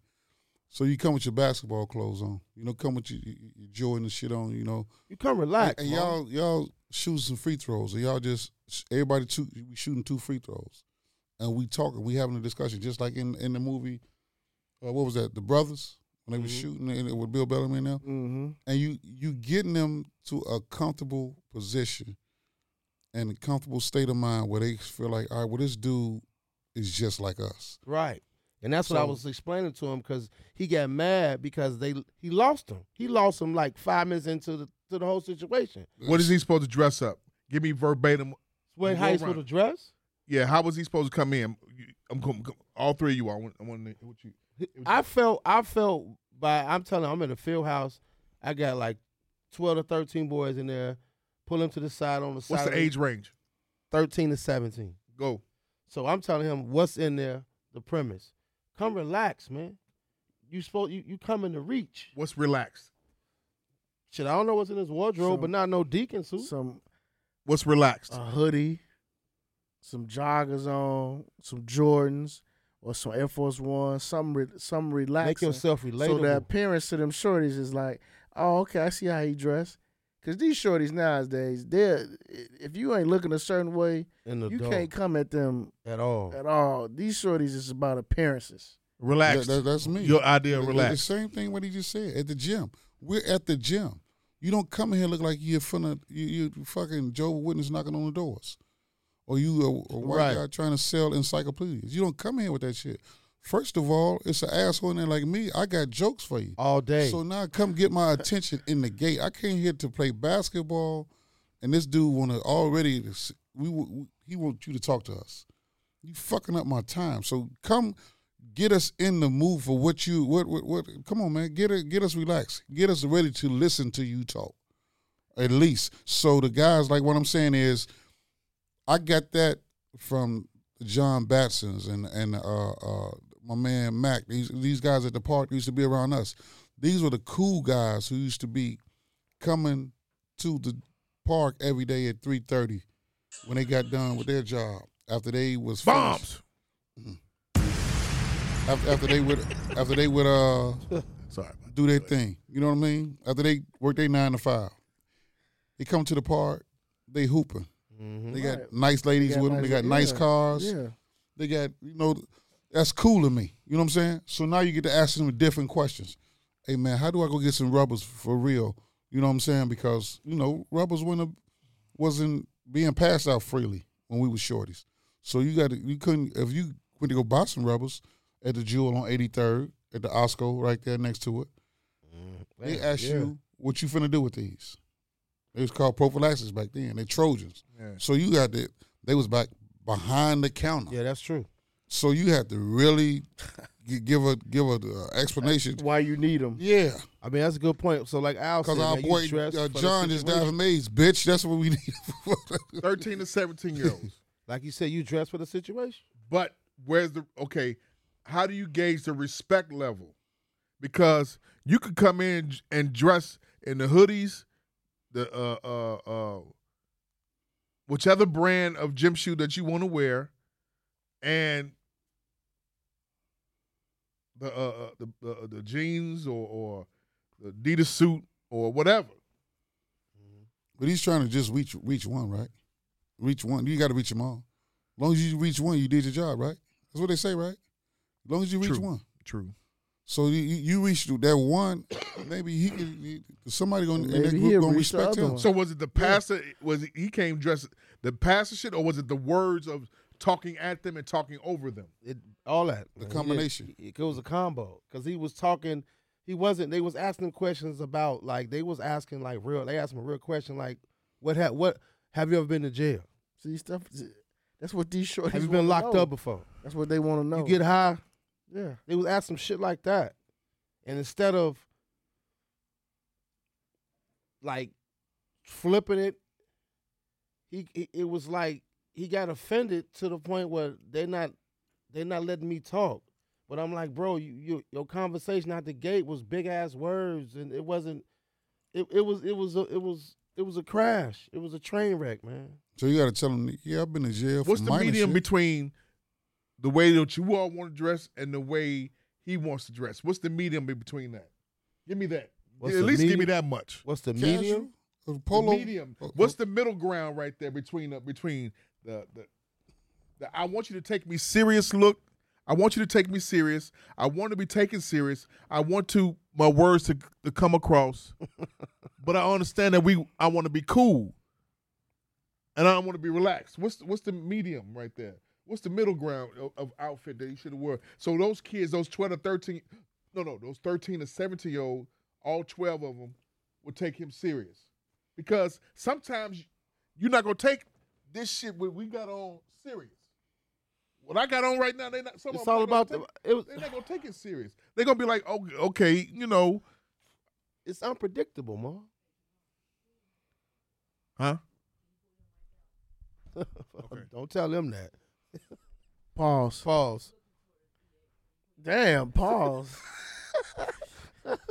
Speaker 5: So you come with your basketball clothes on. You know, come with your, your, your Jordan and shit on. You know,
Speaker 2: you come relaxed,
Speaker 5: And,
Speaker 2: man.
Speaker 5: y'all, y'all shoot some free throws, or y'all just sh- everybody two, we shooting two free throws, and we talking, we having a discussion, just like in in the movie. Uh, what was that? The brothers when they
Speaker 2: Mm-hmm.
Speaker 5: were shooting and it with Bill Bellamy now,
Speaker 6: mm-hmm.
Speaker 5: and you you getting them to a comfortable position and a comfortable state of mind where they feel like, all right, well, this dude is just like us.
Speaker 2: Right. And that's what I
Speaker 5: So-
Speaker 2: was explaining to him because he got mad because they he lost him. He lost him like five minutes into the to the whole situation.
Speaker 11: What is he supposed to dress up? Give me verbatim.
Speaker 2: Wait, how
Speaker 11: Go
Speaker 2: you
Speaker 11: around.
Speaker 2: supposed to dress?
Speaker 11: Yeah, how was he supposed to come in? You- I'm com- com- all three of you. I want. I want to. What you?
Speaker 2: I felt I felt by I'm telling you, I'm in a field house. I got like twelve to thirteen boys in there. Pull them to the side on the side.
Speaker 11: What's the
Speaker 2: of me,
Speaker 11: age range?
Speaker 2: Thirteen to seventeen.
Speaker 11: Go.
Speaker 2: So I'm telling him what's in there, the premise. Come relax, man. You supposed you, you coming to reach.
Speaker 11: What's relaxed?
Speaker 2: Shit, I don't know what's in his wardrobe,
Speaker 6: Some-
Speaker 2: but not no deacon suit.
Speaker 6: Some
Speaker 11: What's relaxed?
Speaker 2: Uh,
Speaker 6: a hoodie, some joggers on, some Jordans or some Air Force Ones, some re- some relaxing.
Speaker 2: yourself
Speaker 6: So the
Speaker 2: relatable.
Speaker 6: appearance to them shorties is like, oh, okay, I see how he dressed. Cause these shorties nowadays, they're if you ain't looking a certain way,
Speaker 2: In the
Speaker 6: you
Speaker 2: door.
Speaker 6: can't come at them
Speaker 2: At all.
Speaker 6: at all. These shorties is about appearances.
Speaker 11: Relaxed.
Speaker 5: That- that- that's me.
Speaker 11: Your idea of
Speaker 5: The- the- The
Speaker 11: relaxed.
Speaker 5: same thing what he just said at the gym. We're at the gym. You don't come in here look like you're finna you you fucking Joe Witness knocking on the doors, or you a, a white
Speaker 11: Right.
Speaker 5: guy trying to sell encyclopedias. You don't come in here with that shit. First of all, it's an asshole in there like me. I got jokes for you
Speaker 2: all day.
Speaker 5: So now come get my attention in the gate. I came here to play basketball, and this dude wanna already we, we he wants you to talk to us. You fucking up my time. So come get us in the mood for what you what what, what come on man get it get us relaxed get us ready to listen to you talk at least so the guys like what i'm saying is i got that from john batson's and and uh uh my man mac these these guys at the park used to be around us these were the cool guys who used to be coming to the park every day at 3.30 when they got done with their job after they was finished.
Speaker 11: Bombs.
Speaker 5: after, after they would after they would uh
Speaker 11: Sorry.
Speaker 5: do their thing. You know what I mean? After they work their nine to five, they come to the park. They hooping. They got
Speaker 6: Right.
Speaker 5: nice ladies
Speaker 6: They got
Speaker 5: with them.
Speaker 6: nice-
Speaker 5: They got nice
Speaker 6: yeah,
Speaker 5: cars.
Speaker 6: yeah.
Speaker 5: They got you know that's cool to me. You know what I'm saying? So now you get to ask them different questions. Hey man, how do I go get some rubbers for real? You know what I'm saying? Because you know rubbers wasn't wasn't being passed out freely when we was shorties. So you got to you couldn't if you went to go buy some rubbers at the Jewel on 83rd at the Osco right there next to it. They
Speaker 2: Yeah.
Speaker 5: asked you what you finna do with these. It was called prophylaxis back then. They Trojans.
Speaker 11: Yeah.
Speaker 5: So you got to they was back behind the counter.
Speaker 2: Yeah, that's true.
Speaker 5: So you had to
Speaker 11: <laughs>
Speaker 5: really gi- give a give a uh, explanation.
Speaker 6: Why you need them?
Speaker 5: Yeah.
Speaker 2: I mean, that's a good point. So, like Al said,
Speaker 5: Because our
Speaker 2: man, you
Speaker 5: boy
Speaker 2: dress
Speaker 5: uh,
Speaker 2: for the
Speaker 5: John just died
Speaker 2: situation.
Speaker 5: from AIDS, bitch. That's what we <laughs> need.
Speaker 11: <laughs> Thirteen to seventeen year olds.
Speaker 2: Like you said, you dress for the situation.
Speaker 11: But where's the okay? How do you gauge the respect level? Because you could come in and dress in the hoodies, the uh uh uh whichever brand of gym shoe that you want to wear, and the uh, uh, the uh, the jeans or or the Adidas suit or whatever.
Speaker 5: But he's trying to just reach reach one, right? Reach one. You got to reach them all. As long as you reach one, you did your job, right? That's what they say, right? As long as you reach
Speaker 11: True.
Speaker 5: one.
Speaker 11: True.
Speaker 5: So you, you you reach that one, <coughs> maybe he could. he- Somebody gonna in
Speaker 11: Maybe
Speaker 5: that
Speaker 11: he'll
Speaker 5: group gonna
Speaker 11: reach the
Speaker 5: respect
Speaker 11: other
Speaker 5: him.
Speaker 11: one. So was it the pastor? Was it, he came dressed the pastor shit, or was it the words of talking at them and talking over them?
Speaker 2: It, all that
Speaker 5: The
Speaker 2: man.
Speaker 5: combination.
Speaker 2: It, it was a combo because he was talking. He wasn't. They was asking questions about like they was asking like real. They asked him a real question like, "What ha- what have you ever been to jail?
Speaker 6: See stuff. That's what these shorties.
Speaker 2: Have you been
Speaker 6: wanna
Speaker 2: locked
Speaker 6: know.
Speaker 2: up before?
Speaker 6: That's what they want to know.
Speaker 2: You get high?
Speaker 6: Yeah.
Speaker 2: They was asking shit like that, and instead of like flipping it, he, he it was like he got offended to the point where they not they not letting me talk. But I'm like, bro, you, you your conversation out the gate was big ass words, and it wasn't. It, it was it was a, it was it was a crash. It was a train wreck, man.
Speaker 5: So you got to tell him, yeah, I've been in jail for
Speaker 11: What's the
Speaker 5: minor
Speaker 11: medium
Speaker 5: shit.
Speaker 11: between the way that you all want to dress and the way he wants to dress? What's the medium in between that? Give me that.
Speaker 2: What's
Speaker 11: At
Speaker 2: the
Speaker 11: least give me
Speaker 2: medium?
Speaker 11: that much.
Speaker 2: What's the
Speaker 5: Casual?
Speaker 2: medium?
Speaker 5: Or
Speaker 11: The
Speaker 5: polo?
Speaker 11: medium.
Speaker 5: Uh,
Speaker 11: What's the middle ground right there between the between the, the the I want you to take me serious look. I want you to take me serious. I want to be taken serious. I want to my words to, to come across. but I understand that we I want to be cool. And I want to be relaxed. What's what's the medium right there? What's the middle ground of, of outfit that you should have wore? So those kids, those 12 to 13, no, no, those 13 to 17 year old, all 12 of them would take him serious. Because sometimes you're not going to take this shit what we got on serious. What I got on right now, they not. Some
Speaker 2: It's
Speaker 11: of them
Speaker 2: all about
Speaker 11: take,
Speaker 2: the- it was-
Speaker 11: They're not gonna take it serious. They're gonna be like, oh, okay, you know,
Speaker 2: It's unpredictable, man.
Speaker 6: <laughs>
Speaker 11: huh?
Speaker 2: Don't tell them that.
Speaker 6: Pause.
Speaker 2: Pause.
Speaker 6: Damn. Pause. <laughs>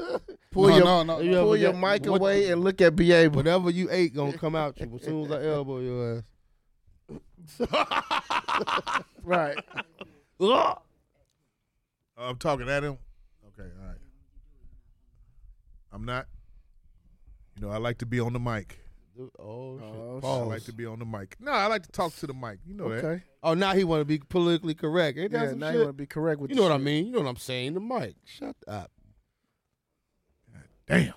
Speaker 2: Pull
Speaker 6: No,
Speaker 2: your,
Speaker 6: no, no,
Speaker 2: you
Speaker 6: no.
Speaker 2: ever
Speaker 6: Pull your
Speaker 2: get-
Speaker 6: mic
Speaker 2: what-
Speaker 6: away and look at BA.
Speaker 2: Whatever you ate gonna come out you as soon as I elbow your ass.
Speaker 6: right.
Speaker 11: I'm talking at him. Okay, all right. I'm not. You know, I like to be on the mic.
Speaker 2: Dude, Oh, shit.
Speaker 11: I like
Speaker 2: Pause.
Speaker 11: to be on the mic. No, I like to talk to the mic. You know that.
Speaker 6: Okay.
Speaker 2: Oh, now he want to be politically correct. Ain't that
Speaker 6: Yeah,
Speaker 2: some
Speaker 6: now you
Speaker 2: shit?
Speaker 6: wanna be correct with
Speaker 2: You
Speaker 6: the
Speaker 2: know what I
Speaker 6: shit.
Speaker 2: mean? You know what I'm saying? The mic. Shut up.
Speaker 11: damn.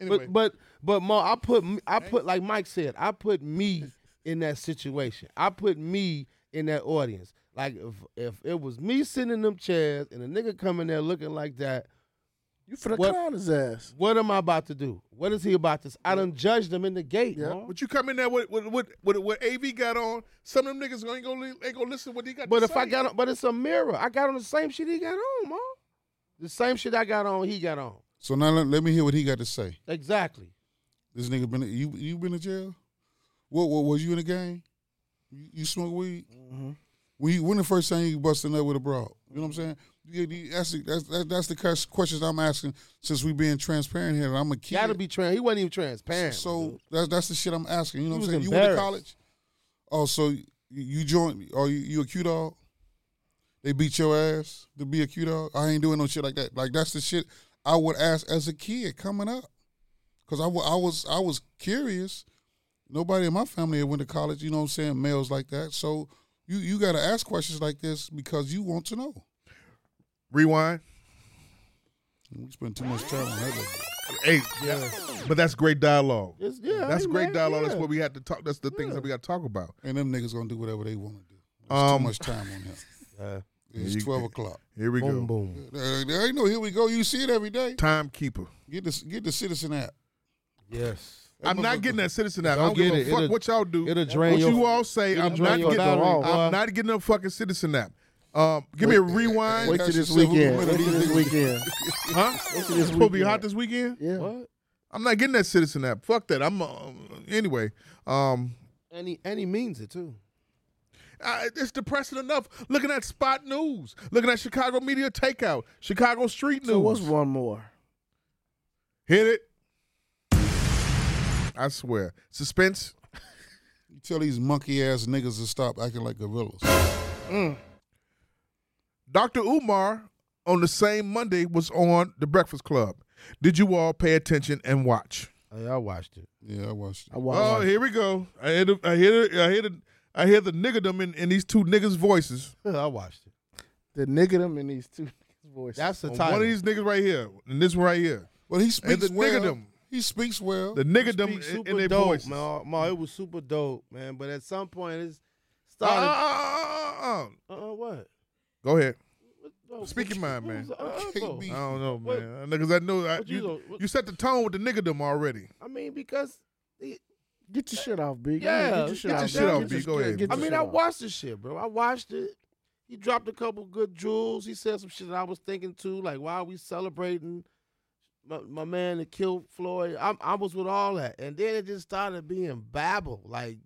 Speaker 11: Anyway.
Speaker 2: But but but Mo, I put m- I put like Mike said, I put me in that situation. I put me in that audience. Like if if it was me sitting in them chairs and a nigga coming there looking like that,
Speaker 6: You for the
Speaker 2: What-
Speaker 6: clown his ass.
Speaker 2: what am I about to do? What is he about to? s- I done judged him in the gate.
Speaker 6: Yeah.
Speaker 2: Mo.
Speaker 11: But you come in there with what what what what AV got on. Some of them niggas ain't gonna li- ain't gonna listen to what he got.
Speaker 2: But
Speaker 11: to
Speaker 2: if I
Speaker 11: say.
Speaker 2: got on, but it's a mirror. I got on the same shit he got on, Mo. The same shit I got on, he got on.
Speaker 5: So now let, let me hear what he got to say.
Speaker 2: Exactly.
Speaker 5: This nigga been you you been in jail? What, what was you in the game? You, you smoke weed?
Speaker 6: Mm-hmm.
Speaker 5: When you, when the first time you busting up with a broad? You know what I'm saying? You, you, that's, the, that's that- that's the ques- questions I'm asking since we being transparent here. and I'm a kid.
Speaker 2: Gotta be trans. He wasn't even transparent.
Speaker 5: So that's that's the shit I'm asking. You know
Speaker 2: He
Speaker 5: what I'm
Speaker 2: was
Speaker 5: saying? You went to
Speaker 2: embarrassed.
Speaker 5: college? Oh, so you, you joined? Are you, you a Q dog? They beat your ass to be a Q dog. I ain't doing no shit like that. Like that's the shit I would ask as a kid coming up, because I wa- I was I was curious. Nobody in my family had went to college. You know what I'm saying? Males like that. So you you got to ask questions like this because you want to know.
Speaker 11: rewind.
Speaker 5: We spend too much time on that. one.
Speaker 11: Hey, yeah. But that's great dialogue.
Speaker 2: It's- yeah,
Speaker 11: that's
Speaker 2: hey,
Speaker 11: great
Speaker 2: man,
Speaker 11: dialogue.
Speaker 2: yeah.
Speaker 11: That's what we had to talk. That's the things that we got to talk about.
Speaker 5: And them niggas gonna do whatever they want to do. There's
Speaker 11: Um,
Speaker 5: too much time on him.
Speaker 11: <laughs>
Speaker 5: It's
Speaker 11: Here you-
Speaker 5: 12 o'clock.
Speaker 11: Here we go.
Speaker 2: boom, boom.
Speaker 5: Uh, There ain't no here we go. You see it every day.
Speaker 11: Timekeeper.
Speaker 5: Get the get the citizen app.
Speaker 2: Yes.
Speaker 11: I'm not getting that citizen app. I
Speaker 2: Don't
Speaker 11: don't give
Speaker 2: get
Speaker 11: a
Speaker 2: it.
Speaker 11: fuck
Speaker 2: It'll-
Speaker 11: what y'all do.
Speaker 2: it'll drain
Speaker 11: what
Speaker 2: your-
Speaker 11: you all say.
Speaker 2: it'll
Speaker 11: I'm
Speaker 2: drain
Speaker 11: not
Speaker 2: your
Speaker 11: getting.
Speaker 2: battery, boy.
Speaker 11: I'm not getting a fucking citizen app. Um, give me a rewind.
Speaker 6: Wait till this
Speaker 5: Civil
Speaker 6: weekend.
Speaker 5: committed
Speaker 6: Wait till
Speaker 5: these
Speaker 6: this
Speaker 5: niggas.
Speaker 6: weekend.
Speaker 11: Huh?
Speaker 6: Wait
Speaker 11: It's
Speaker 6: till this
Speaker 11: supposed to be
Speaker 6: weekend.
Speaker 11: hot this weekend.
Speaker 6: Yeah.
Speaker 2: What?
Speaker 11: I'm not getting that citizen app. Fuck that. I'm uh, anyway. Um,
Speaker 2: And he and he means it too.
Speaker 11: I, it's depressing enough looking at spot news, looking at Chicago media takeout, Chicago street news.
Speaker 6: So what's one more?
Speaker 11: Hit it. I swear. Suspense.
Speaker 5: You Tell these monkey ass niggas to stop acting like gorillas.
Speaker 11: Dr. Umar on the same Monday was on The Breakfast Club. Did you all pay attention and watch?
Speaker 2: I watched it.
Speaker 5: Yeah, I watched it.
Speaker 11: I oh, here we go. I hear the, I hear the, I hear the, I hear the niggerdom in, in these two niggas' voices.
Speaker 2: I watched it.
Speaker 6: The nigga them in these two niggas' voices.
Speaker 2: That's the
Speaker 11: On
Speaker 2: title.
Speaker 11: One of these niggas right here, and this one right here.
Speaker 5: Well, he
Speaker 11: and
Speaker 5: speaks
Speaker 11: the
Speaker 5: well.
Speaker 11: niggerdom.
Speaker 5: He speaks well.
Speaker 11: The niggerdom
Speaker 2: Speak
Speaker 11: in, in their
Speaker 2: dope,
Speaker 11: voices.
Speaker 2: man. Ma, it was super dope, man. But at some point, it's
Speaker 11: Uh,
Speaker 2: started.
Speaker 11: uh, uh, uh, uh.
Speaker 2: Uh-uh, what?
Speaker 11: Go ahead.
Speaker 2: No,
Speaker 11: Speak
Speaker 2: what
Speaker 11: your
Speaker 2: you-
Speaker 11: mind,
Speaker 2: what was
Speaker 11: man.
Speaker 2: the uh-uh for?
Speaker 11: I don't know,
Speaker 2: What-
Speaker 11: man. Because I know I,
Speaker 2: what you
Speaker 11: you,
Speaker 2: know- what-
Speaker 11: you set the tone with the niggerdom already.
Speaker 2: I mean, because it-
Speaker 6: Get your shit off, big.
Speaker 2: yeah,
Speaker 6: get your shit off.
Speaker 11: your shit
Speaker 6: big.
Speaker 11: off,
Speaker 6: Get
Speaker 11: big.
Speaker 6: your-
Speaker 11: Go
Speaker 6: yeah,
Speaker 11: ahead.
Speaker 6: get
Speaker 2: I
Speaker 6: your
Speaker 2: mean,
Speaker 6: shit
Speaker 2: I
Speaker 6: off.
Speaker 2: watched this shit, bro. I watched it. He dropped a couple good jewels. He said some shit that I was thinking too, like why are we celebrating my, my man that killed Floyd? I'm, I was with all that, and then it just started being babble, like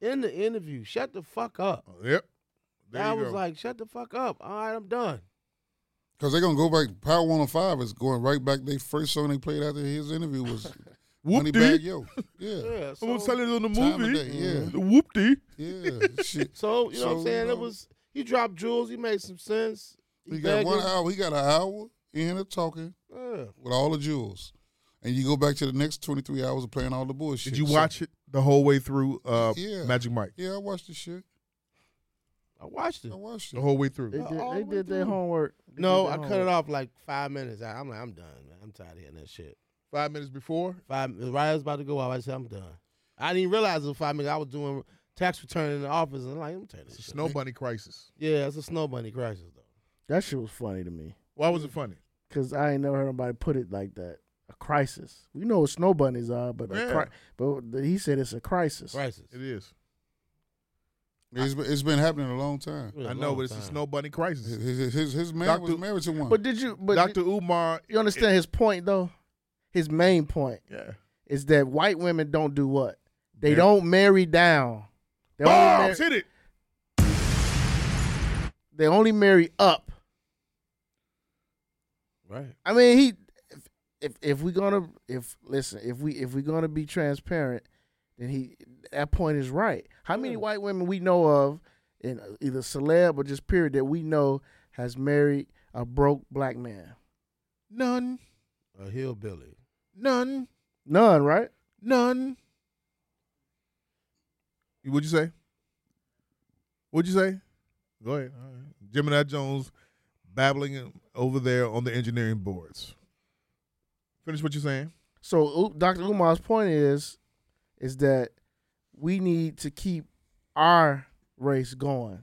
Speaker 2: in the interview. Shut the fuck up.
Speaker 11: Oh, Yep. There
Speaker 2: I
Speaker 11: you
Speaker 2: was
Speaker 11: go.
Speaker 2: like, shut the fuck up. All right, I'm done.
Speaker 5: Because they're going to go back. Power 105 is going right back. They first song they played after his
Speaker 2: <laughs>
Speaker 5: interview was Money Bag
Speaker 11: Whoop-dee.
Speaker 5: Yo. Yeah.
Speaker 2: Yeah.
Speaker 11: I'm gonna
Speaker 2: so-
Speaker 11: tell it on the
Speaker 5: Time of
Speaker 11: movie.
Speaker 5: day, yeah.
Speaker 11: The whoop-dee.
Speaker 5: Yeah. Shit.
Speaker 2: So you know what
Speaker 5: So,
Speaker 2: I'm saying?
Speaker 5: you
Speaker 2: It
Speaker 5: know-
Speaker 2: was he dropped jewels. He made some sense.
Speaker 5: He got one
Speaker 2: begging.
Speaker 5: hour. He got an hour in of talking
Speaker 2: Yeah.
Speaker 5: with all the jewels. And you go back to the next 23 hours of playing all the bullshit.
Speaker 11: Did you
Speaker 5: So-
Speaker 11: watch it the whole way through uh,
Speaker 5: Yeah.
Speaker 11: Magic Mike?
Speaker 5: Yeah, I watched the shit.
Speaker 2: I watched it.
Speaker 5: I watched
Speaker 11: The
Speaker 5: it.
Speaker 11: whole way through.
Speaker 6: Oh, They did,
Speaker 2: all
Speaker 6: they
Speaker 2: the way
Speaker 6: did their
Speaker 2: through.
Speaker 6: homework. They
Speaker 2: No,
Speaker 6: did
Speaker 2: I
Speaker 6: their
Speaker 2: cut it
Speaker 6: homework.
Speaker 2: off like five minutes. I, I'm like, I'm done, man. I'm tired of hearing that shit.
Speaker 11: Five minutes before.
Speaker 2: Five right I was about to go out, I said, I'm done. I didn't realize it was five minutes. I was doing tax return in the office and I'm like, I'm tired of this
Speaker 11: It's a
Speaker 2: shit.
Speaker 11: snow bunny crisis.
Speaker 2: Yeah, it's a snow bunny crisis though.
Speaker 6: That shit was funny to me
Speaker 11: Why was it funny?
Speaker 6: because I ain't never heard nobody put it like that. A crisis. We know what snow bunnies are, but a cri-
Speaker 11: Yeah.
Speaker 6: but th- he said it's a crisis.
Speaker 2: Crisis.
Speaker 11: It is.
Speaker 5: It's been, it's been happening a long time.
Speaker 2: It was
Speaker 11: I know,
Speaker 2: long
Speaker 11: but it's a
Speaker 2: time.
Speaker 11: snow
Speaker 5: <laughs>
Speaker 11: bunny crisis.
Speaker 5: His, his, his, his man
Speaker 11: Doctor-
Speaker 5: was married to one.
Speaker 6: But did you? But
Speaker 11: Dr. Umar.
Speaker 6: you understand his point though? His main point
Speaker 11: Yeah.
Speaker 6: is that white women don't do what? They
Speaker 11: Mar-
Speaker 6: don't marry down. They only mar-
Speaker 11: Bombs! Hit it!
Speaker 6: they only marry up.
Speaker 2: Right.
Speaker 6: I mean, he if if we gonna if listen if we if we gonna be transparent, then he that point is right. How many
Speaker 2: Yeah.
Speaker 6: white women we know of in either celeb or just period that we know has married a broke black man?
Speaker 11: None.
Speaker 2: A hillbilly.
Speaker 11: None.
Speaker 6: None, right?
Speaker 11: None. What'd you say? What'd you say? Go ahead. All right. Gemini Jones babbling over there on the engineering boards. Finish what you're saying.
Speaker 6: So U- Dr. Umar's point is is that we need to keep our race going.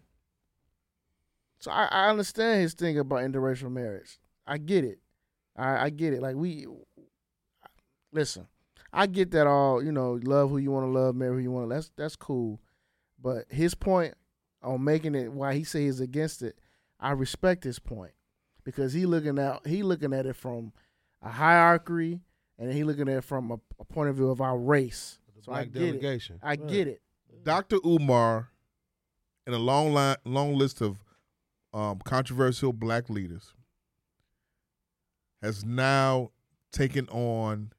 Speaker 6: So I, I understand his thing about interracial marriage. I get it. I, I get it. Like we listen, I get that all, you know, love who you want to love, marry who you want to that's that's cool. But his point on making it why he says he's against it, I respect his point. Because he looking out he looking at it from a hierarchy and he looking at it from a, a point of view of our race. So I
Speaker 2: black
Speaker 6: get
Speaker 2: delegation.
Speaker 6: it. I get it.
Speaker 11: Dr. Umar and a long line, long list of um, controversial black leaders has now taken on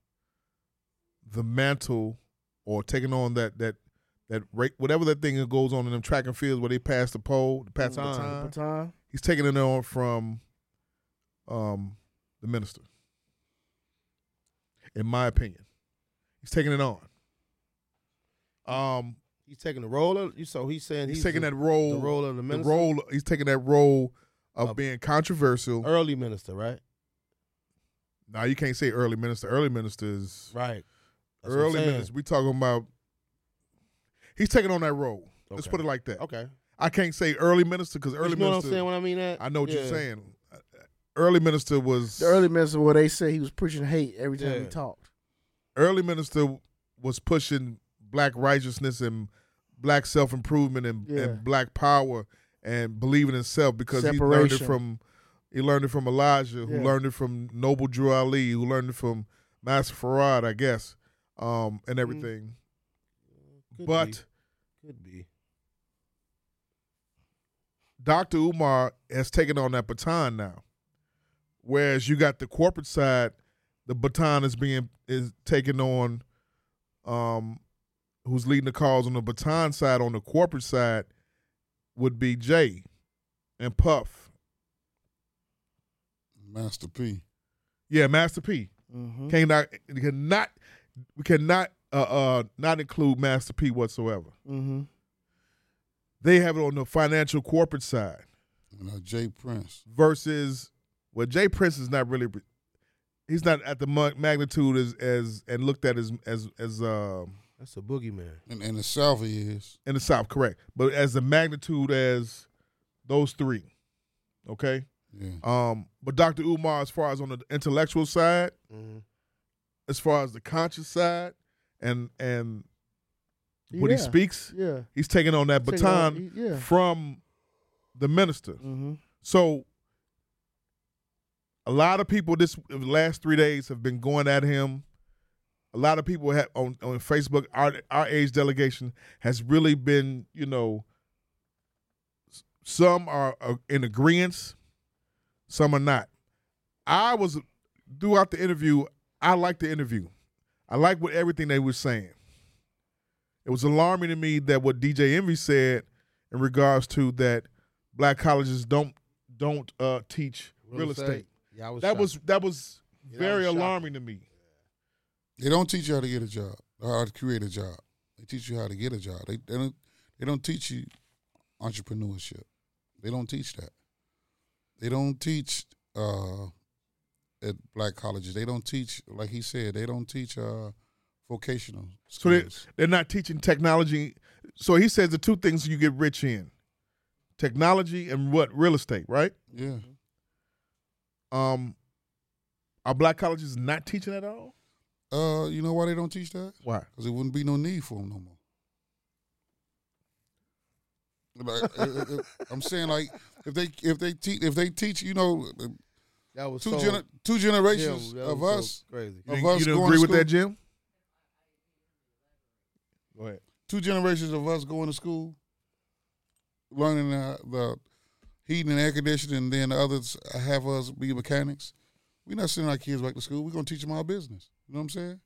Speaker 11: the mantle or taken on that that that rate whatever that thing that goes on in them track and fields where they pass the pole, the pass Mm, the
Speaker 2: Baton.
Speaker 11: baton.
Speaker 6: Baton.
Speaker 11: He's taking it on from um, the minister. In my opinion, he's taking it on. Um,
Speaker 2: He's taking the role of you so he's saying
Speaker 11: he's,
Speaker 2: he's,
Speaker 11: taking
Speaker 2: the,
Speaker 11: that role,
Speaker 2: the role of the
Speaker 11: the
Speaker 2: minister.
Speaker 11: role. He's taking that role of
Speaker 2: Of-
Speaker 11: being controversial.
Speaker 2: early minister, right?
Speaker 11: now you can't say early minister. Early ministers,
Speaker 2: Right. That's what I'm
Speaker 11: early
Speaker 2: saying.
Speaker 11: minister. We talking about. He's taking on that role. Let's
Speaker 2: Okay.
Speaker 11: put it like that.
Speaker 2: Okay.
Speaker 11: I can't say early minister because early
Speaker 2: you know what I'm
Speaker 11: minister.
Speaker 2: saying when I mean that?
Speaker 11: I know what you're
Speaker 2: Yeah.
Speaker 11: saying. Early minister was
Speaker 6: The early minister where they say he was preaching hate every time he
Speaker 2: Yeah.
Speaker 6: talked.
Speaker 11: early minister was pushing black righteousness and black self improvement and,
Speaker 6: Yeah.
Speaker 11: and black power and believing in self because he learned it
Speaker 6: Separation.
Speaker 11: from he learned it from Elijah, who
Speaker 6: Yeah.
Speaker 11: learned it from Noble Drew Ali, who learned it from Master Farad, I guess, um, and everything.
Speaker 2: Mm. Could
Speaker 11: But
Speaker 2: be. could be.
Speaker 11: Dr. Umar has taken on that baton now. Whereas you got the corporate side, the baton is being is taken on um who's leading the cause on the baton side, on the corporate side, would be Jay and Puff.
Speaker 5: Master P.
Speaker 11: Yeah, Master P.
Speaker 5: Mhm.
Speaker 11: Cannot cannot we cannot uh, uh not include Master P whatsoever.
Speaker 6: Mm-hmm.
Speaker 11: They have it on the financial corporate side
Speaker 5: Now, uh, Jay Prince.
Speaker 11: versus well, Jay Prince is not really he's not at the mu- magnitude as as and looked at as as as um
Speaker 2: That's a boogeyman.
Speaker 5: And, and the South he is.
Speaker 11: in the South, correct. But as the magnitude as those three, okay.
Speaker 5: Yeah.
Speaker 11: Um, but Dr. Umar, as far as on the intellectual side,
Speaker 2: Mhm.
Speaker 11: as far as the conscious side, and and when he
Speaker 6: Yeah,
Speaker 11: speaks,
Speaker 6: yeah.
Speaker 11: he's taking on that
Speaker 6: Taking on-
Speaker 11: baton
Speaker 6: he- yeah. Mm-hmm.
Speaker 11: from the minister. So a lot of people this last three days have been going at him. A lot of people have on, on Facebook. Our our age delegation has really been, you know, s- some are uh, in agreement, some are not. I was throughout the interview. I liked the interview. I liked what everything they were saying. It was alarming to me that what DJ Envy said in regards to that black colleges don't don't uh, teach real,
Speaker 2: Real
Speaker 11: estate.
Speaker 2: estate. Yeah, I was
Speaker 11: that
Speaker 2: shocked.
Speaker 11: was that was
Speaker 2: Yeah, I
Speaker 11: very
Speaker 2: was shocked.
Speaker 11: alarming to me.
Speaker 5: They don't teach you how to get a job or how to create a job. They teach you how to get a job. They, they don't they don't teach you entrepreneurship. They don't teach that. They don't teach uh, at black colleges. They don't teach, like he said, they don't teach uh, vocational.
Speaker 11: So they, they're not teaching technology. So he says the two things you get rich in: technology and what real estate, right?
Speaker 5: Yeah.
Speaker 11: Um, are black colleges not teaching at all?
Speaker 5: Uh, you know why they don't teach that?
Speaker 11: Why?
Speaker 5: Because there wouldn't be no need for them no more. Like, <laughs> uh, uh, uh, I'm saying, like if they if they teach if they teach, you know, uh,
Speaker 2: That was
Speaker 5: two
Speaker 2: so-
Speaker 5: gener- two generations
Speaker 2: Jim, that
Speaker 5: of
Speaker 2: was
Speaker 5: us
Speaker 2: so crazy.
Speaker 5: Of
Speaker 11: You didn't-
Speaker 5: us
Speaker 11: you didn't
Speaker 5: going
Speaker 11: agree
Speaker 5: to
Speaker 11: with that,
Speaker 5: school-
Speaker 11: Jim? Go ahead.
Speaker 5: Two generations of us going to school, learning uh, the heating and air conditioning, and then the others have us be mechanics. We're not sending our kids back to school. We're gonna teach them our business. You know what I'm saying?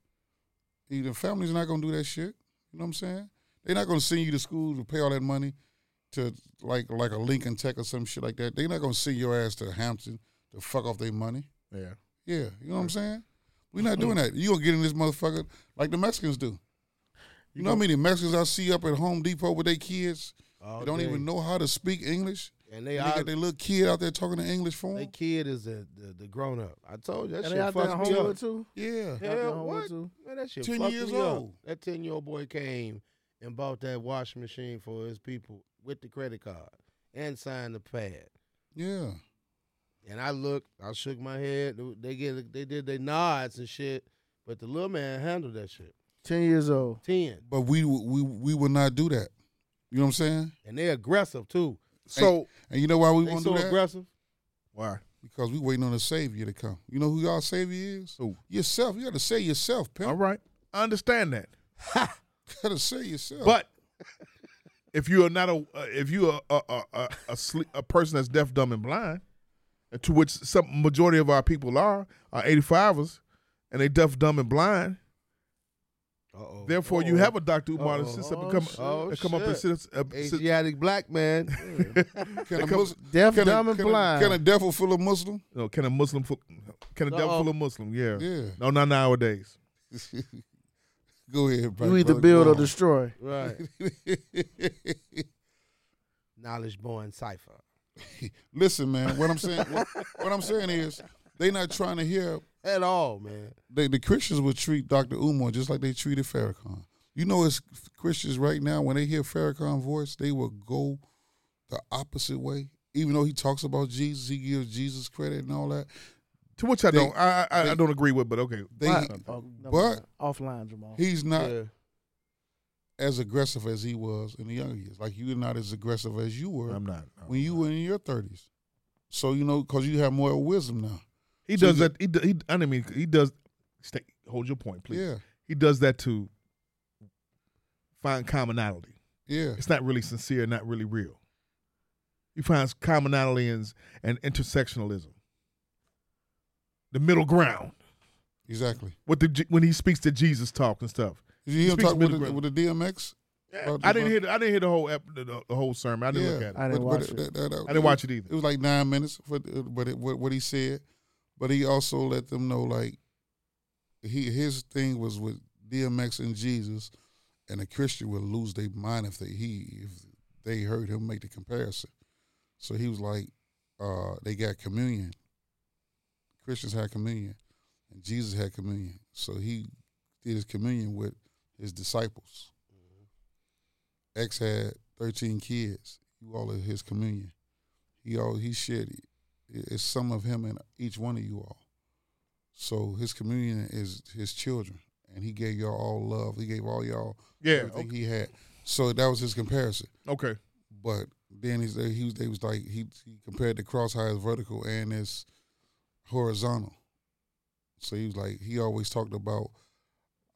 Speaker 5: Either families not gonna do that shit. You know what I'm saying? They're not gonna send you to school to pay all that money to like like a Lincoln Tech or some shit like that. They're not gonna send your ass to Hampton to fuck off their money.
Speaker 11: Yeah.
Speaker 5: Yeah. You know what I'm saying? We're not doing that. You gonna get in this motherfucker like the Mexicans do. You know how many Mexicans I see up at Home Depot with their kids?
Speaker 2: All
Speaker 5: they don't
Speaker 2: day.
Speaker 5: even know how to speak English.
Speaker 2: And they
Speaker 5: got
Speaker 2: out-
Speaker 5: their little kid out there talking the English for
Speaker 2: That
Speaker 5: them.
Speaker 2: kid is the, the, the grown up. I told you that
Speaker 6: And they
Speaker 2: shit
Speaker 6: out there
Speaker 2: fucked me
Speaker 6: homework
Speaker 2: up.
Speaker 6: too?
Speaker 5: Yeah.
Speaker 6: They out there
Speaker 2: Hell,
Speaker 6: homework
Speaker 2: what?
Speaker 6: too?
Speaker 2: Man, that shit
Speaker 5: 10
Speaker 2: fucked
Speaker 5: years
Speaker 2: me up.
Speaker 5: old.
Speaker 2: That ten year old boy came and bought that washing machine for his people with the credit card and signed the pad.
Speaker 5: Yeah.
Speaker 2: And I looked, I shook my head. They get, they did their nods and shit, but the little man handled that shit.
Speaker 6: Ten years old.
Speaker 2: Ten,
Speaker 5: But we we we would not do that. You know what I'm saying?
Speaker 2: and they aggressive too.
Speaker 5: and, and you know why we
Speaker 2: they
Speaker 5: want to
Speaker 2: so
Speaker 5: do that?
Speaker 2: aggressive.
Speaker 11: Why?
Speaker 5: Because we waiting on a savior to come. You know who y'all savior is?
Speaker 11: Who?
Speaker 5: Yourself. You got to say yourself, pimp.
Speaker 11: All right, I understand that.
Speaker 5: got to say yourself.
Speaker 11: But if you are not a uh, if you are a a, a, a, sle a person that's deaf, dumb, and blind, and to which some majority of our people are, are eighty fivers, and they deaf, dumb, and blind.
Speaker 2: Uh-oh.
Speaker 11: Therefore, you have a Dr. Umar that sits up and come,
Speaker 2: Oh,
Speaker 11: that come up and
Speaker 2: shit.
Speaker 11: sits up. sit-
Speaker 2: Asiatic black man.
Speaker 5: can a
Speaker 11: come-
Speaker 5: Muslim,
Speaker 6: Deaf,
Speaker 5: can a-
Speaker 6: dumb, and
Speaker 5: can a-
Speaker 6: blind.
Speaker 5: can a devil full of Muslim?
Speaker 11: no, can a Muslim, fu- can a devil
Speaker 2: Uh-oh.
Speaker 11: full of Muslim? Yeah.
Speaker 5: Yeah.
Speaker 11: No, not nowadays.
Speaker 5: Go ahead, bro.
Speaker 6: You either
Speaker 5: brother.
Speaker 6: build
Speaker 5: Go
Speaker 6: or
Speaker 5: on.
Speaker 6: destroy.
Speaker 5: <laughs>
Speaker 2: right. Knowledge born cipher.
Speaker 5: <laughs> Listen, man. What I'm saying, what, what I'm saying is, they not trying to hear.
Speaker 2: At all, man.
Speaker 5: They, the Christians would treat Dr. Umar just like they treated Farrakhan. You know, it's Christians right now when they hear Farrakhan voice, they will go the opposite way. Even though he talks about Jesus, he gives Jesus credit and all that.
Speaker 11: To which I
Speaker 5: They-
Speaker 11: don't, I, I, I
Speaker 5: they-
Speaker 11: don't agree with, but okay.
Speaker 5: They,
Speaker 6: Why- oh,
Speaker 5: but-
Speaker 6: never mind. offline, Jamal.
Speaker 5: he's not
Speaker 2: Yeah.
Speaker 5: as aggressive as he was in the younger years. Like you're not as aggressive as you were
Speaker 11: I'm not. no.
Speaker 5: when you were in your 30s. So you know, because you have more wisdom now.
Speaker 11: He
Speaker 5: So
Speaker 11: does
Speaker 5: you-
Speaker 11: that. He, do- he I didn't mean he does. Stay, hold your point, please.
Speaker 5: Yeah.
Speaker 11: He does that to find commonality.
Speaker 5: Yeah,
Speaker 11: It's not really sincere, not really real. He finds commonality and, and intersectionalism, the middle ground
Speaker 5: exactly.
Speaker 11: with the Je- when he speaks to Jesus talk and stuff.
Speaker 5: You hear him
Speaker 11: Speaks
Speaker 5: talk with
Speaker 11: middle
Speaker 5: the,
Speaker 11: ground.
Speaker 5: with the DMX? About
Speaker 11: I
Speaker 5: the-
Speaker 11: didn't hear. The, I didn't hear the whole ep, the, the whole sermon. I didn't
Speaker 5: Yeah,
Speaker 11: look at it.
Speaker 5: but- but that- that-
Speaker 11: I didn't watch it either.
Speaker 5: It was like nine minutes, but but it, what, what he said, but he also let them know like he his thing was with DMX and Jesus, and a Christian would lose their mind if they he if they heard him make the comparison. So he was like, uh, they got communion. Christians had communion, and Jesus had communion. So he did his communion with his disciples. X had 13 kids. You all at his communion. He all he shared it. It's some of him in each one of you all. So his communion is his children, and he gave y'all all love. He gave all y'all
Speaker 11: Yeah,
Speaker 5: everything he had. So that was his comparison.
Speaker 11: Okay.
Speaker 5: But then he's he was they was like he, he compared the cross high as vertical and as horizontal. So he was like he always talked about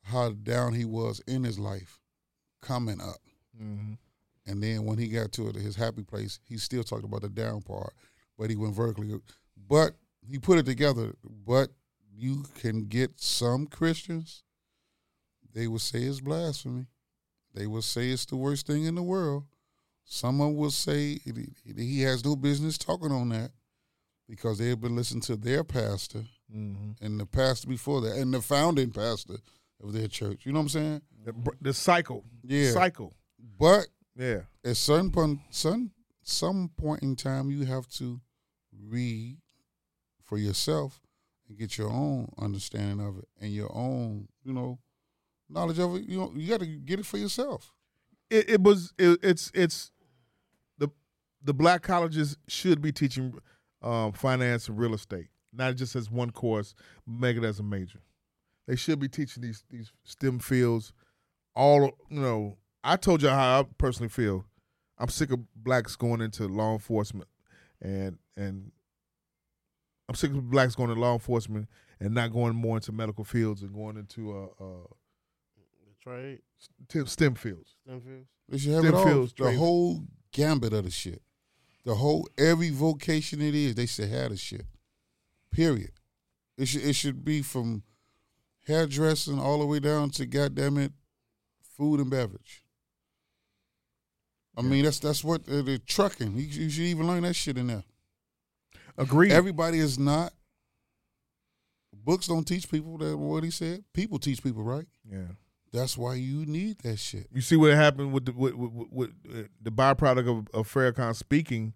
Speaker 5: how down he was in his life, coming up. And then when he got to it, his happy place, he still talked about the down part, but he went vertically. But he put it together. But you can get some Christians, they will say it's blasphemy. They will say it's the worst thing in the world. Someone will say he- he has no business talking on that because they've been listening to their pastor
Speaker 11: Mhm.
Speaker 5: and the pastor before that and the founding pastor of their church. You know what I'm saying?
Speaker 11: The, the cycle.
Speaker 5: Yeah.
Speaker 11: Cycle.
Speaker 5: But
Speaker 11: yeah,
Speaker 5: at certain point, some some point in time, you have to read for yourself and get your own understanding of it and your own, you know, knowledge of it. You know, you got to get it for yourself.
Speaker 11: It, it was. It, it's. It's. The the black colleges should be teaching um, finance and real estate, not just as one course. Make it as a major. They should be teaching these these STEM fields. All you know. I told you how I personally feel. I'm sick of blacks going into law enforcement, and and I'm sick of blacks going to law enforcement and not going more into medical fields and going into uh, uh,
Speaker 2: Trade.
Speaker 11: STEM- STEM fields.
Speaker 5: They should have
Speaker 11: Stem
Speaker 5: it all.
Speaker 11: fields,
Speaker 5: the
Speaker 11: Drake.
Speaker 5: whole gambit of the shit. The whole every vocation it is, they should have the shit. Period. It should it should be from hairdressing all the way down to goddamn it, food and beverage. I mean that's that's what uh, the trucking. You, you should even learn that shit in there.
Speaker 11: Agreed.
Speaker 5: Everybody is not. Books don't teach people that what he said. People teach people, right?
Speaker 11: Yeah.
Speaker 5: That's why you need that shit.
Speaker 11: You see what happened with the with, with, with uh, the byproduct of, of Farrakhan speaking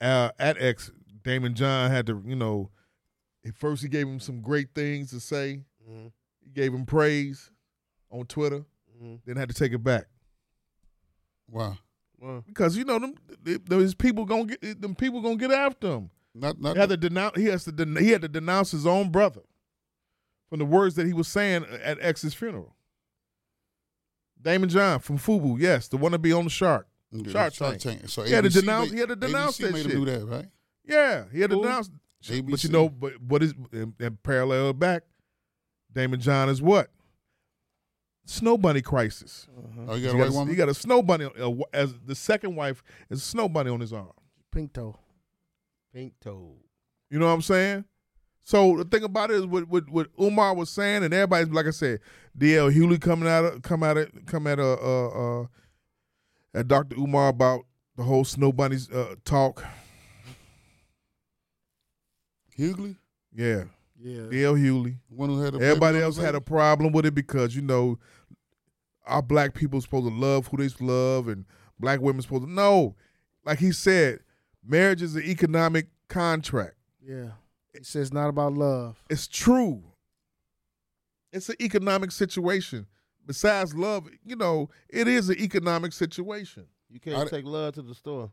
Speaker 11: uh, at X. Damon John had to, you know, at first he gave him some great things to say.
Speaker 2: Mhm.
Speaker 11: He gave him praise on Twitter,
Speaker 2: Mhm.
Speaker 11: then had to take it back
Speaker 5: Wow.
Speaker 11: because you know them, th- those people gonna get them people gonna get after him.
Speaker 5: Not not
Speaker 11: he had to denounce. He has to den- he had to denounce his own brother from the words that he was saying at X's funeral. Damon John from Fubu, yes, the one to be on the Shark.
Speaker 5: Yeah,
Speaker 11: Shark,
Speaker 5: Shark
Speaker 11: Tank.
Speaker 5: Tank. So
Speaker 11: he, had to
Speaker 5: ABC
Speaker 11: denounce,
Speaker 5: made-
Speaker 11: he had to denounce
Speaker 5: ABC
Speaker 11: that
Speaker 5: made
Speaker 11: shit. Uh-huh.
Speaker 5: him do that, right?
Speaker 11: Yeah, he had to
Speaker 5: Cool.
Speaker 11: denounce. But you
Speaker 5: ABC.
Speaker 11: know, but what is and, and parallel back? Damon John is what? Snow Bunny crisis.
Speaker 5: Oh, you got
Speaker 11: He
Speaker 5: a white woman?
Speaker 11: He got a snow bunny uh, w- as the second wife is a snow bunny on his arm.
Speaker 6: Pink toe.
Speaker 2: Pink toe.
Speaker 11: You know what I'm saying? So the thing about it is what what, what Umar was saying, and everybody's like I said, DL Hewley coming out of, come out of, come at uh, uh, uh, at Dr. Umar about the whole snow bunnies uh, talk.
Speaker 5: Hughley?
Speaker 11: Yeah.
Speaker 5: Yeah.
Speaker 11: DL Hewley.
Speaker 5: One who had a baby
Speaker 11: everybody
Speaker 5: on the
Speaker 11: else had
Speaker 5: baby?
Speaker 11: a problem with it because you know our black people supposed to love who they love and black women supposed to no. Like he said, marriage is an economic contract.
Speaker 6: Yeah. He says it's not about love.
Speaker 11: It's true. It's an economic situation. Besides love, you know, it is an economic situation.
Speaker 2: You can't take love to the store.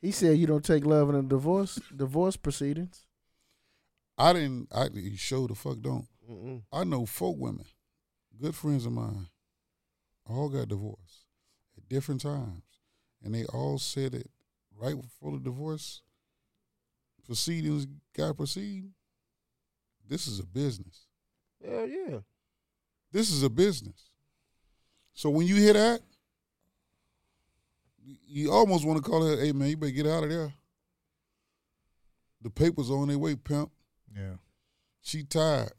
Speaker 6: He said you don't take love in a divorce divorce proceedings.
Speaker 5: I didn't. I you show the fuck don't. I know four women, good friends of mine, all got divorced at different times, and they all said it right before the divorce proceedings got proceed. This is a business.
Speaker 2: Hell yeah.
Speaker 5: This is a business. So when you hear that, you almost want to call her, "Hey man, you better get out of there." The papers on their way, pimp.
Speaker 11: Yeah.
Speaker 5: She tired.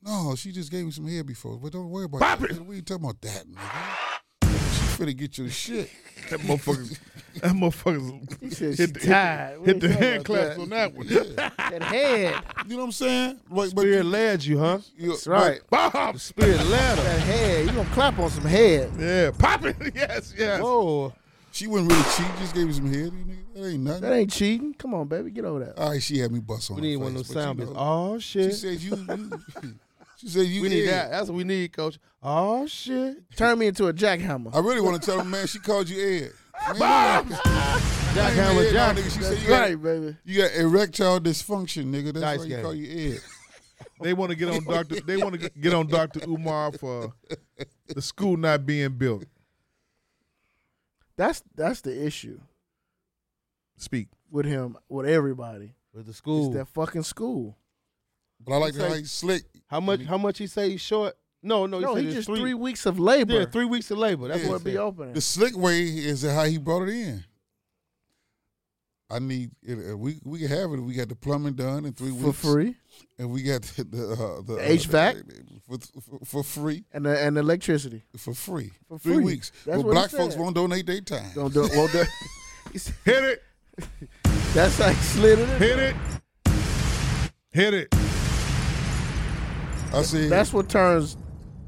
Speaker 5: No, she just gave me some hair before, but don't worry about
Speaker 12: Pop
Speaker 5: that.
Speaker 12: it.
Speaker 5: What are you talking about that, nigga? She finna get your shit.
Speaker 11: That motherfucker. That motherfucker's
Speaker 5: He said she
Speaker 11: hit, the- hit,
Speaker 5: tired.
Speaker 11: the-
Speaker 5: What
Speaker 11: hit
Speaker 5: you
Speaker 11: the
Speaker 5: talking
Speaker 11: hand
Speaker 5: about
Speaker 11: claps
Speaker 5: that?
Speaker 11: on that one.
Speaker 6: That head.
Speaker 5: You know what I'm saying? Wait,
Speaker 2: Spirit led you, huh?
Speaker 5: That's
Speaker 2: right.
Speaker 11: Bob.
Speaker 2: Spirit led him.
Speaker 6: That head. You gonna clap on some head?
Speaker 11: Yeah, pop it. <laughs> Yes, yes.
Speaker 6: Whoa.
Speaker 5: She wasn't really cheating. She Just gave me some head. you nigga. That ain't nothing.
Speaker 6: That ain't cheating. Come on, baby, get over that.
Speaker 5: All right, she had me bust on.
Speaker 2: We
Speaker 5: her
Speaker 2: need one of
Speaker 5: face,
Speaker 2: those
Speaker 5: but you
Speaker 2: sound bits.
Speaker 5: know,
Speaker 2: Oh shit.
Speaker 5: She said you. you she said you.
Speaker 2: we need
Speaker 5: yeah.
Speaker 2: that. That's what we need, coach.
Speaker 11: Uh,
Speaker 2: Oh shit.
Speaker 6: Turn me into a jackhammer.
Speaker 5: I really want to tell her, man. She called
Speaker 6: <laughs>
Speaker 5: you Ed. Man,
Speaker 2: Bob!
Speaker 5: you-
Speaker 2: Jackhammer
Speaker 5: Ed, nah,
Speaker 2: Jackson.
Speaker 5: nigga. She said
Speaker 2: That's
Speaker 5: you got-
Speaker 6: right, baby.
Speaker 5: You got erectile dysfunction, nigga. That's
Speaker 2: Dice
Speaker 5: why you
Speaker 2: game.
Speaker 5: call you Ed.
Speaker 11: They want to
Speaker 6: <laughs>
Speaker 11: get
Speaker 6: Oh,
Speaker 11: on Doctor. They want to get on Doctor Umar for the school not being built.
Speaker 6: That's that's the issue
Speaker 11: Speak.
Speaker 6: with him, with everybody.
Speaker 2: With the school.
Speaker 6: It's that fucking school.
Speaker 5: But I like
Speaker 2: He
Speaker 5: how
Speaker 2: say-
Speaker 5: he's slick.
Speaker 2: How much? How much he say he's short? No, no. He,
Speaker 6: No,
Speaker 2: said
Speaker 6: he
Speaker 2: it's
Speaker 6: just three, weeks of labor.
Speaker 2: Yeah, three weeks of labor. That's
Speaker 5: Yeah.
Speaker 2: what
Speaker 6: would
Speaker 2: it
Speaker 6: be
Speaker 2: be.
Speaker 6: opening.
Speaker 5: The slick way is how he brought it in. I need it. uh, We we can have it. if We got the plumbing done in three
Speaker 6: for
Speaker 5: weeks
Speaker 6: free
Speaker 5: and we got <laughs> the the, uh, the
Speaker 6: The HVAC?
Speaker 5: uh, for, for, for free
Speaker 6: and the, and electricity.
Speaker 5: for free
Speaker 6: For
Speaker 5: three
Speaker 6: free.
Speaker 5: weeks.
Speaker 6: That's
Speaker 5: but
Speaker 6: what he
Speaker 5: black folks
Speaker 6: said.
Speaker 5: won't donate their time.
Speaker 6: Don't do it. Well, that,
Speaker 11: <laughs> Hit it.
Speaker 6: <laughs> that's how he slid it. in.
Speaker 11: Hit it. Hit it.
Speaker 5: <laughs> I see.
Speaker 6: That's what turns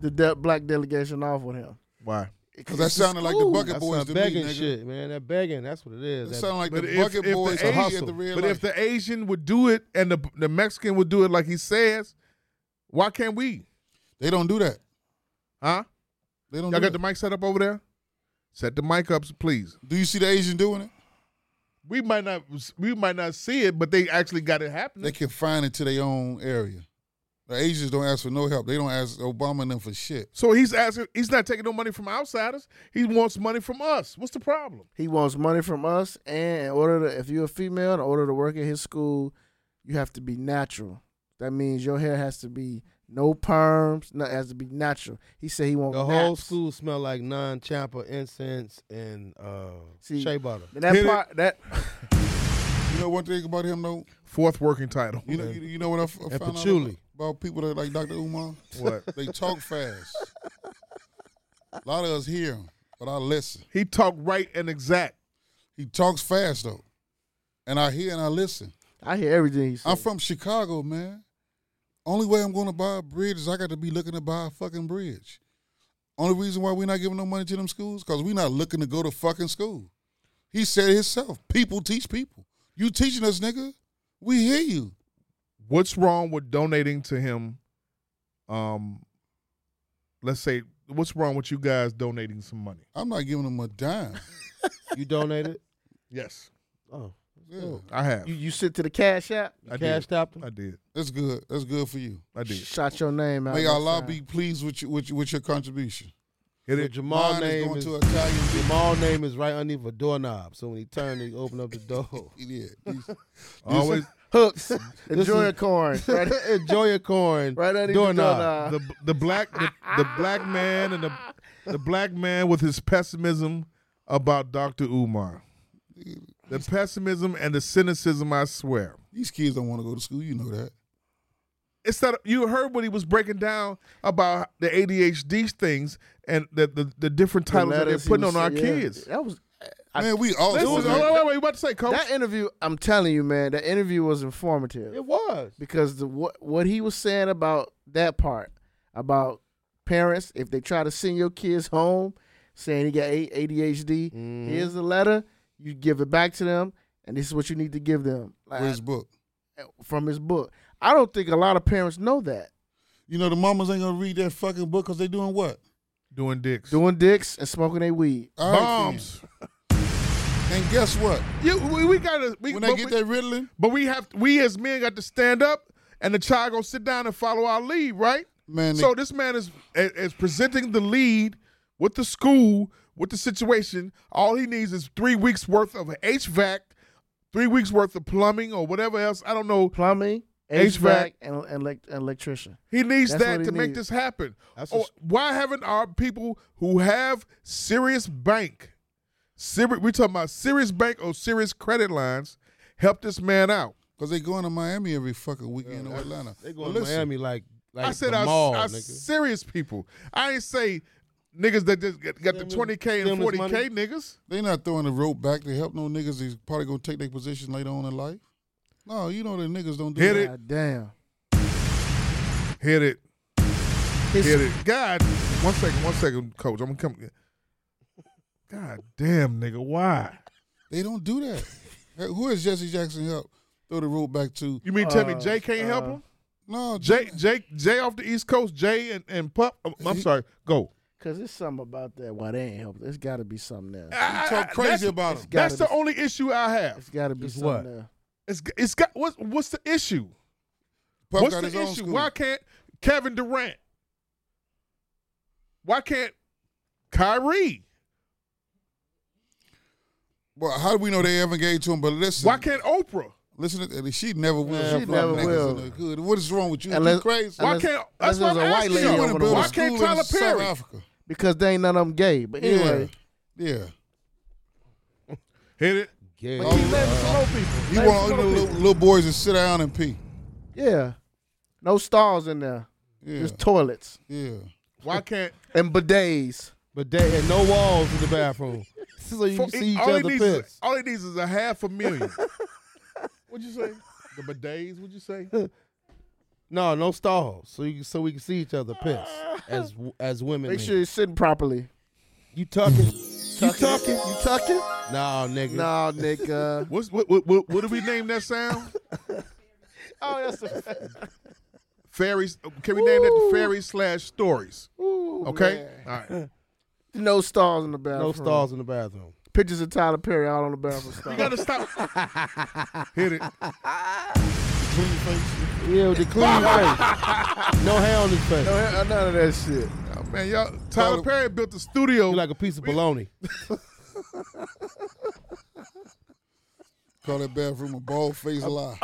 Speaker 6: the de- black delegation off with him.
Speaker 11: Why?
Speaker 5: because that sounded like the
Speaker 6: Ooh,
Speaker 5: bucket
Speaker 2: That's
Speaker 5: boys
Speaker 2: that
Speaker 5: to me,
Speaker 2: begging
Speaker 5: nigga.
Speaker 2: shit, man. That begging. That's what it is.
Speaker 5: That
Speaker 2: That-
Speaker 5: sounded like
Speaker 11: But
Speaker 5: the
Speaker 11: if,
Speaker 5: bucket
Speaker 11: if
Speaker 5: boys
Speaker 11: the
Speaker 5: to
Speaker 11: Asian,
Speaker 5: hustle. at the red
Speaker 11: but
Speaker 5: light.
Speaker 11: if the Asian would do it and the the Mexican would do it like he says, why can't we?
Speaker 5: they don't do that.
Speaker 11: Huh?
Speaker 5: They don't.
Speaker 11: Y'all
Speaker 5: do, that.
Speaker 11: got the mic set up over there? Set the mic up, please.
Speaker 5: do you see the Asian doing it?
Speaker 11: We might not we might not see it, but they actually got it
Speaker 5: They
Speaker 11: happening.
Speaker 5: confine it to their own area. The Asians don't ask for no help. They don't ask Obama and them for shit.
Speaker 11: So he's asking he's not taking no money from outsiders. He wants money from us. What's the problem?
Speaker 6: He wants money from us, and in order to, if you're a female, in order to work at his school, you have to be natural. That means your hair has to be no perms, no, it has to be natural. He said he wants
Speaker 2: The whole
Speaker 6: naps.
Speaker 2: school smell like non champa incense and uh,
Speaker 6: See,
Speaker 2: shea butter.
Speaker 6: And that
Speaker 11: Hit it.
Speaker 6: part, that
Speaker 5: You know one thing about him though.
Speaker 11: <laughs> Fourth working title.
Speaker 5: You know, you, you know what I f- I
Speaker 2: and
Speaker 5: found out
Speaker 2: patchouli.
Speaker 5: about people that like Dr. Umar?
Speaker 11: What?
Speaker 5: They talk fast. A lot of us hear him, but I listen.
Speaker 11: He talked right and exact.
Speaker 5: He talks fast though, and I hear and I listen.
Speaker 6: I hear everything he said.
Speaker 5: I'm from Chicago, man. Only way I'm going to buy a bridge is I got to be looking to buy a fucking bridge. Only reason why we're not giving no money to them schools because we're not looking to go to fucking school. He said it himself. People teach people. You teaching us, nigga. We hear you.
Speaker 11: What's wrong with donating to him? Um let's say what's wrong with you guys donating some money?
Speaker 5: I'm not giving them a
Speaker 6: <laughs>
Speaker 5: dime.
Speaker 2: You donated?
Speaker 11: Yes.
Speaker 2: Oh,
Speaker 5: Yeah,
Speaker 11: I have.
Speaker 6: you, you sit to the cash app,
Speaker 2: you
Speaker 11: I did.
Speaker 2: cashed out them?
Speaker 11: I did.
Speaker 5: that's good. That's good for you.
Speaker 11: I did.
Speaker 6: shot your name out.
Speaker 5: May
Speaker 6: next
Speaker 5: Allah
Speaker 6: time.
Speaker 5: be pleased with you with, you, with your contribution.
Speaker 11: Hit
Speaker 2: So
Speaker 11: it.
Speaker 2: Jamal
Speaker 5: Mine is
Speaker 2: name
Speaker 5: going
Speaker 2: is,
Speaker 5: to
Speaker 2: <laughs>
Speaker 5: Italian. <laughs> bitch.
Speaker 2: Jamal name is right underneath a doorknob. So when he turned, he opened up the door.
Speaker 5: Yeah,
Speaker 2: <laughs>
Speaker 5: these-
Speaker 11: Always
Speaker 6: hooks.
Speaker 2: This
Speaker 6: Enjoy
Speaker 2: is-
Speaker 6: your corn. Right,
Speaker 2: Enjoy your corn.
Speaker 6: right underneath the
Speaker 2: doorknob.
Speaker 6: doorknob.
Speaker 11: the the black the, the black man and the the black man with his pessimism about Dr. Umar. The pessimism and the cynicism, I swear.
Speaker 5: these kids don't want to go to school. You know that.
Speaker 11: It's not, you heard what he was breaking down about the ADHD things and the the, the different titles that they're
Speaker 6: letters he
Speaker 11: putting
Speaker 6: was-
Speaker 11: on our
Speaker 6: yeah,
Speaker 11: kids.
Speaker 6: That was
Speaker 5: Man, we all.
Speaker 11: Listen,
Speaker 5: doing
Speaker 11: hold
Speaker 5: that.
Speaker 11: on, wait, wait, wait, you about to say, coach?
Speaker 6: that interview. I'm telling you, man, that interview was informative.
Speaker 2: It was.
Speaker 6: because the what what he was saying about that part about parents if they try to send your kids home saying he got A- ADHD,
Speaker 2: Mm-hmm.
Speaker 6: here's the letter, you give it back to them, and this is what you need to give them Like,
Speaker 5: Where's book?
Speaker 6: from his book. I don't think a lot of parents know that
Speaker 5: You know the mamas ain't gonna read that fucking book because they doing what?
Speaker 11: Doing dicks.
Speaker 6: doing dicks and smoking their weed.
Speaker 5: All right,
Speaker 11: Bombs.
Speaker 5: then. And guess what?
Speaker 11: You, we, we gotta. We,
Speaker 5: When
Speaker 11: but
Speaker 5: they get
Speaker 11: we-
Speaker 5: that riddling,
Speaker 11: But we have we as men got to stand up and the child gonna sit down and follow our lead, right?
Speaker 5: Man,
Speaker 11: so this man is is presenting the lead with the school, with the situation. All he needs is three weeks worth of HVAC, three weeks worth of plumbing or whatever else. I don't know.
Speaker 6: Plumbing, HVAC,
Speaker 11: HVAC.
Speaker 6: and, and elect- and electrician.
Speaker 11: He needs
Speaker 6: That's
Speaker 11: that
Speaker 6: what he
Speaker 11: to make
Speaker 6: needs.
Speaker 11: this happen.
Speaker 2: That's
Speaker 11: Or
Speaker 2: a-
Speaker 11: why haven't our people who have serious bank, serious, we're talking about serious bank or serious credit lines, help this man out?
Speaker 5: because they going to Miami every fucking weekend to Atlanta.
Speaker 2: They
Speaker 5: Well,
Speaker 2: going to
Speaker 5: listen,
Speaker 2: Miami like
Speaker 11: I said
Speaker 2: the
Speaker 11: our,
Speaker 2: mall,
Speaker 11: our
Speaker 2: nigga.
Speaker 11: serious people. I ain't say niggas that just got, got the twenty k and forty k niggas.
Speaker 5: They not throwing the rope back to help no niggas. He's probably gonna take their position later on in life. No, you know the niggas don't do
Speaker 11: Hit
Speaker 5: that.
Speaker 11: it. God
Speaker 6: damn.
Speaker 11: Hit it.
Speaker 6: His-
Speaker 11: Hit it. God. One second. One second, coach. I'm gonna come. God damn, nigga. Why?
Speaker 5: They don't do that.
Speaker 11: <laughs>
Speaker 5: Hey, Who is Jesse Jackson help throw the rope back to?
Speaker 11: You mean tell me Jay can't help him?
Speaker 5: No,
Speaker 11: Jay, Jay, Jay off the East Coast. Jay and and Pup. I'm, I'm sorry. Go.
Speaker 6: Cause it's something about that. Why they ain't helping? There's got to be something else.
Speaker 11: talk crazy
Speaker 5: about
Speaker 6: him.
Speaker 11: Ah, That's the
Speaker 6: Gotta be-
Speaker 11: only issue I have.
Speaker 6: It's got to be
Speaker 11: It's
Speaker 6: something
Speaker 11: what?
Speaker 6: there.
Speaker 11: It's it's got what's what's the issue?
Speaker 5: Puff
Speaker 11: what's
Speaker 5: got
Speaker 11: the
Speaker 5: his own
Speaker 11: issue?
Speaker 5: school.
Speaker 11: Why can't Kevin Durant? Why can't Kyrie?
Speaker 5: Well, how do we know they haven't gave to him? But listen,
Speaker 11: Why can't Oprah?
Speaker 5: listen, to, she never will.
Speaker 11: She
Speaker 5: help black
Speaker 11: never
Speaker 5: niggas in
Speaker 11: will.
Speaker 5: the hood. What is wrong with you? you
Speaker 6: Unless-
Speaker 5: crazy?
Speaker 11: Why
Speaker 6: unless-
Speaker 11: can't
Speaker 6: unless
Speaker 11: that's what
Speaker 6: there's
Speaker 11: I'm
Speaker 6: a white
Speaker 11: asking
Speaker 6: lady
Speaker 11: you.
Speaker 6: over there.
Speaker 11: Why can't Tyler Perry?
Speaker 6: Because they ain't none of them gay. But anyway,
Speaker 5: Yeah.
Speaker 11: Hit it.
Speaker 2: Gay.
Speaker 6: But keep naming some old people.
Speaker 5: You
Speaker 6: Name
Speaker 5: want all
Speaker 6: some
Speaker 5: the
Speaker 6: old
Speaker 5: little,
Speaker 6: people.
Speaker 5: little boys to sit down and pee?
Speaker 6: yeah, no stars in there.
Speaker 5: Yeah.
Speaker 6: Just toilets
Speaker 5: Yeah.
Speaker 11: Why can't
Speaker 6: and bidets.
Speaker 2: But they and no walls in the bathroom.
Speaker 6: <laughs>
Speaker 2: so you
Speaker 11: for-
Speaker 2: can see each
Speaker 11: all, he
Speaker 2: other
Speaker 11: needs is-
Speaker 2: piss.
Speaker 11: all he needs is a half a million? What'd you say? The bidets? What'd you say?
Speaker 2: No, no stalls. So you can, so we can see each other
Speaker 6: <laughs>
Speaker 2: piss as as women.
Speaker 6: Make
Speaker 2: here.
Speaker 6: sure you're sitting properly.
Speaker 2: you tucking.
Speaker 6: You tucking? You tucking?
Speaker 2: Nah, nigga.
Speaker 6: Nah, nigga.
Speaker 11: What's what what what, what do we name that sound?
Speaker 6: <laughs> oh, that's a
Speaker 11: Fairies? Can we name that the fairy slash stories? okay. All right.
Speaker 6: no stars in the bathroom.
Speaker 2: No stalls in the bathroom.
Speaker 6: Pictures of Tyler Perry out on the bathroom <laughs> stall.
Speaker 11: You gotta stop. Hit it.
Speaker 2: Yeah, with the clean face. No hair on his face.
Speaker 6: No, hell, none of that shit.
Speaker 11: Oh, man, y'all. Tyler Perry built a studio.
Speaker 2: You like a piece of bologna.
Speaker 5: Call that bathroom a bald face lie.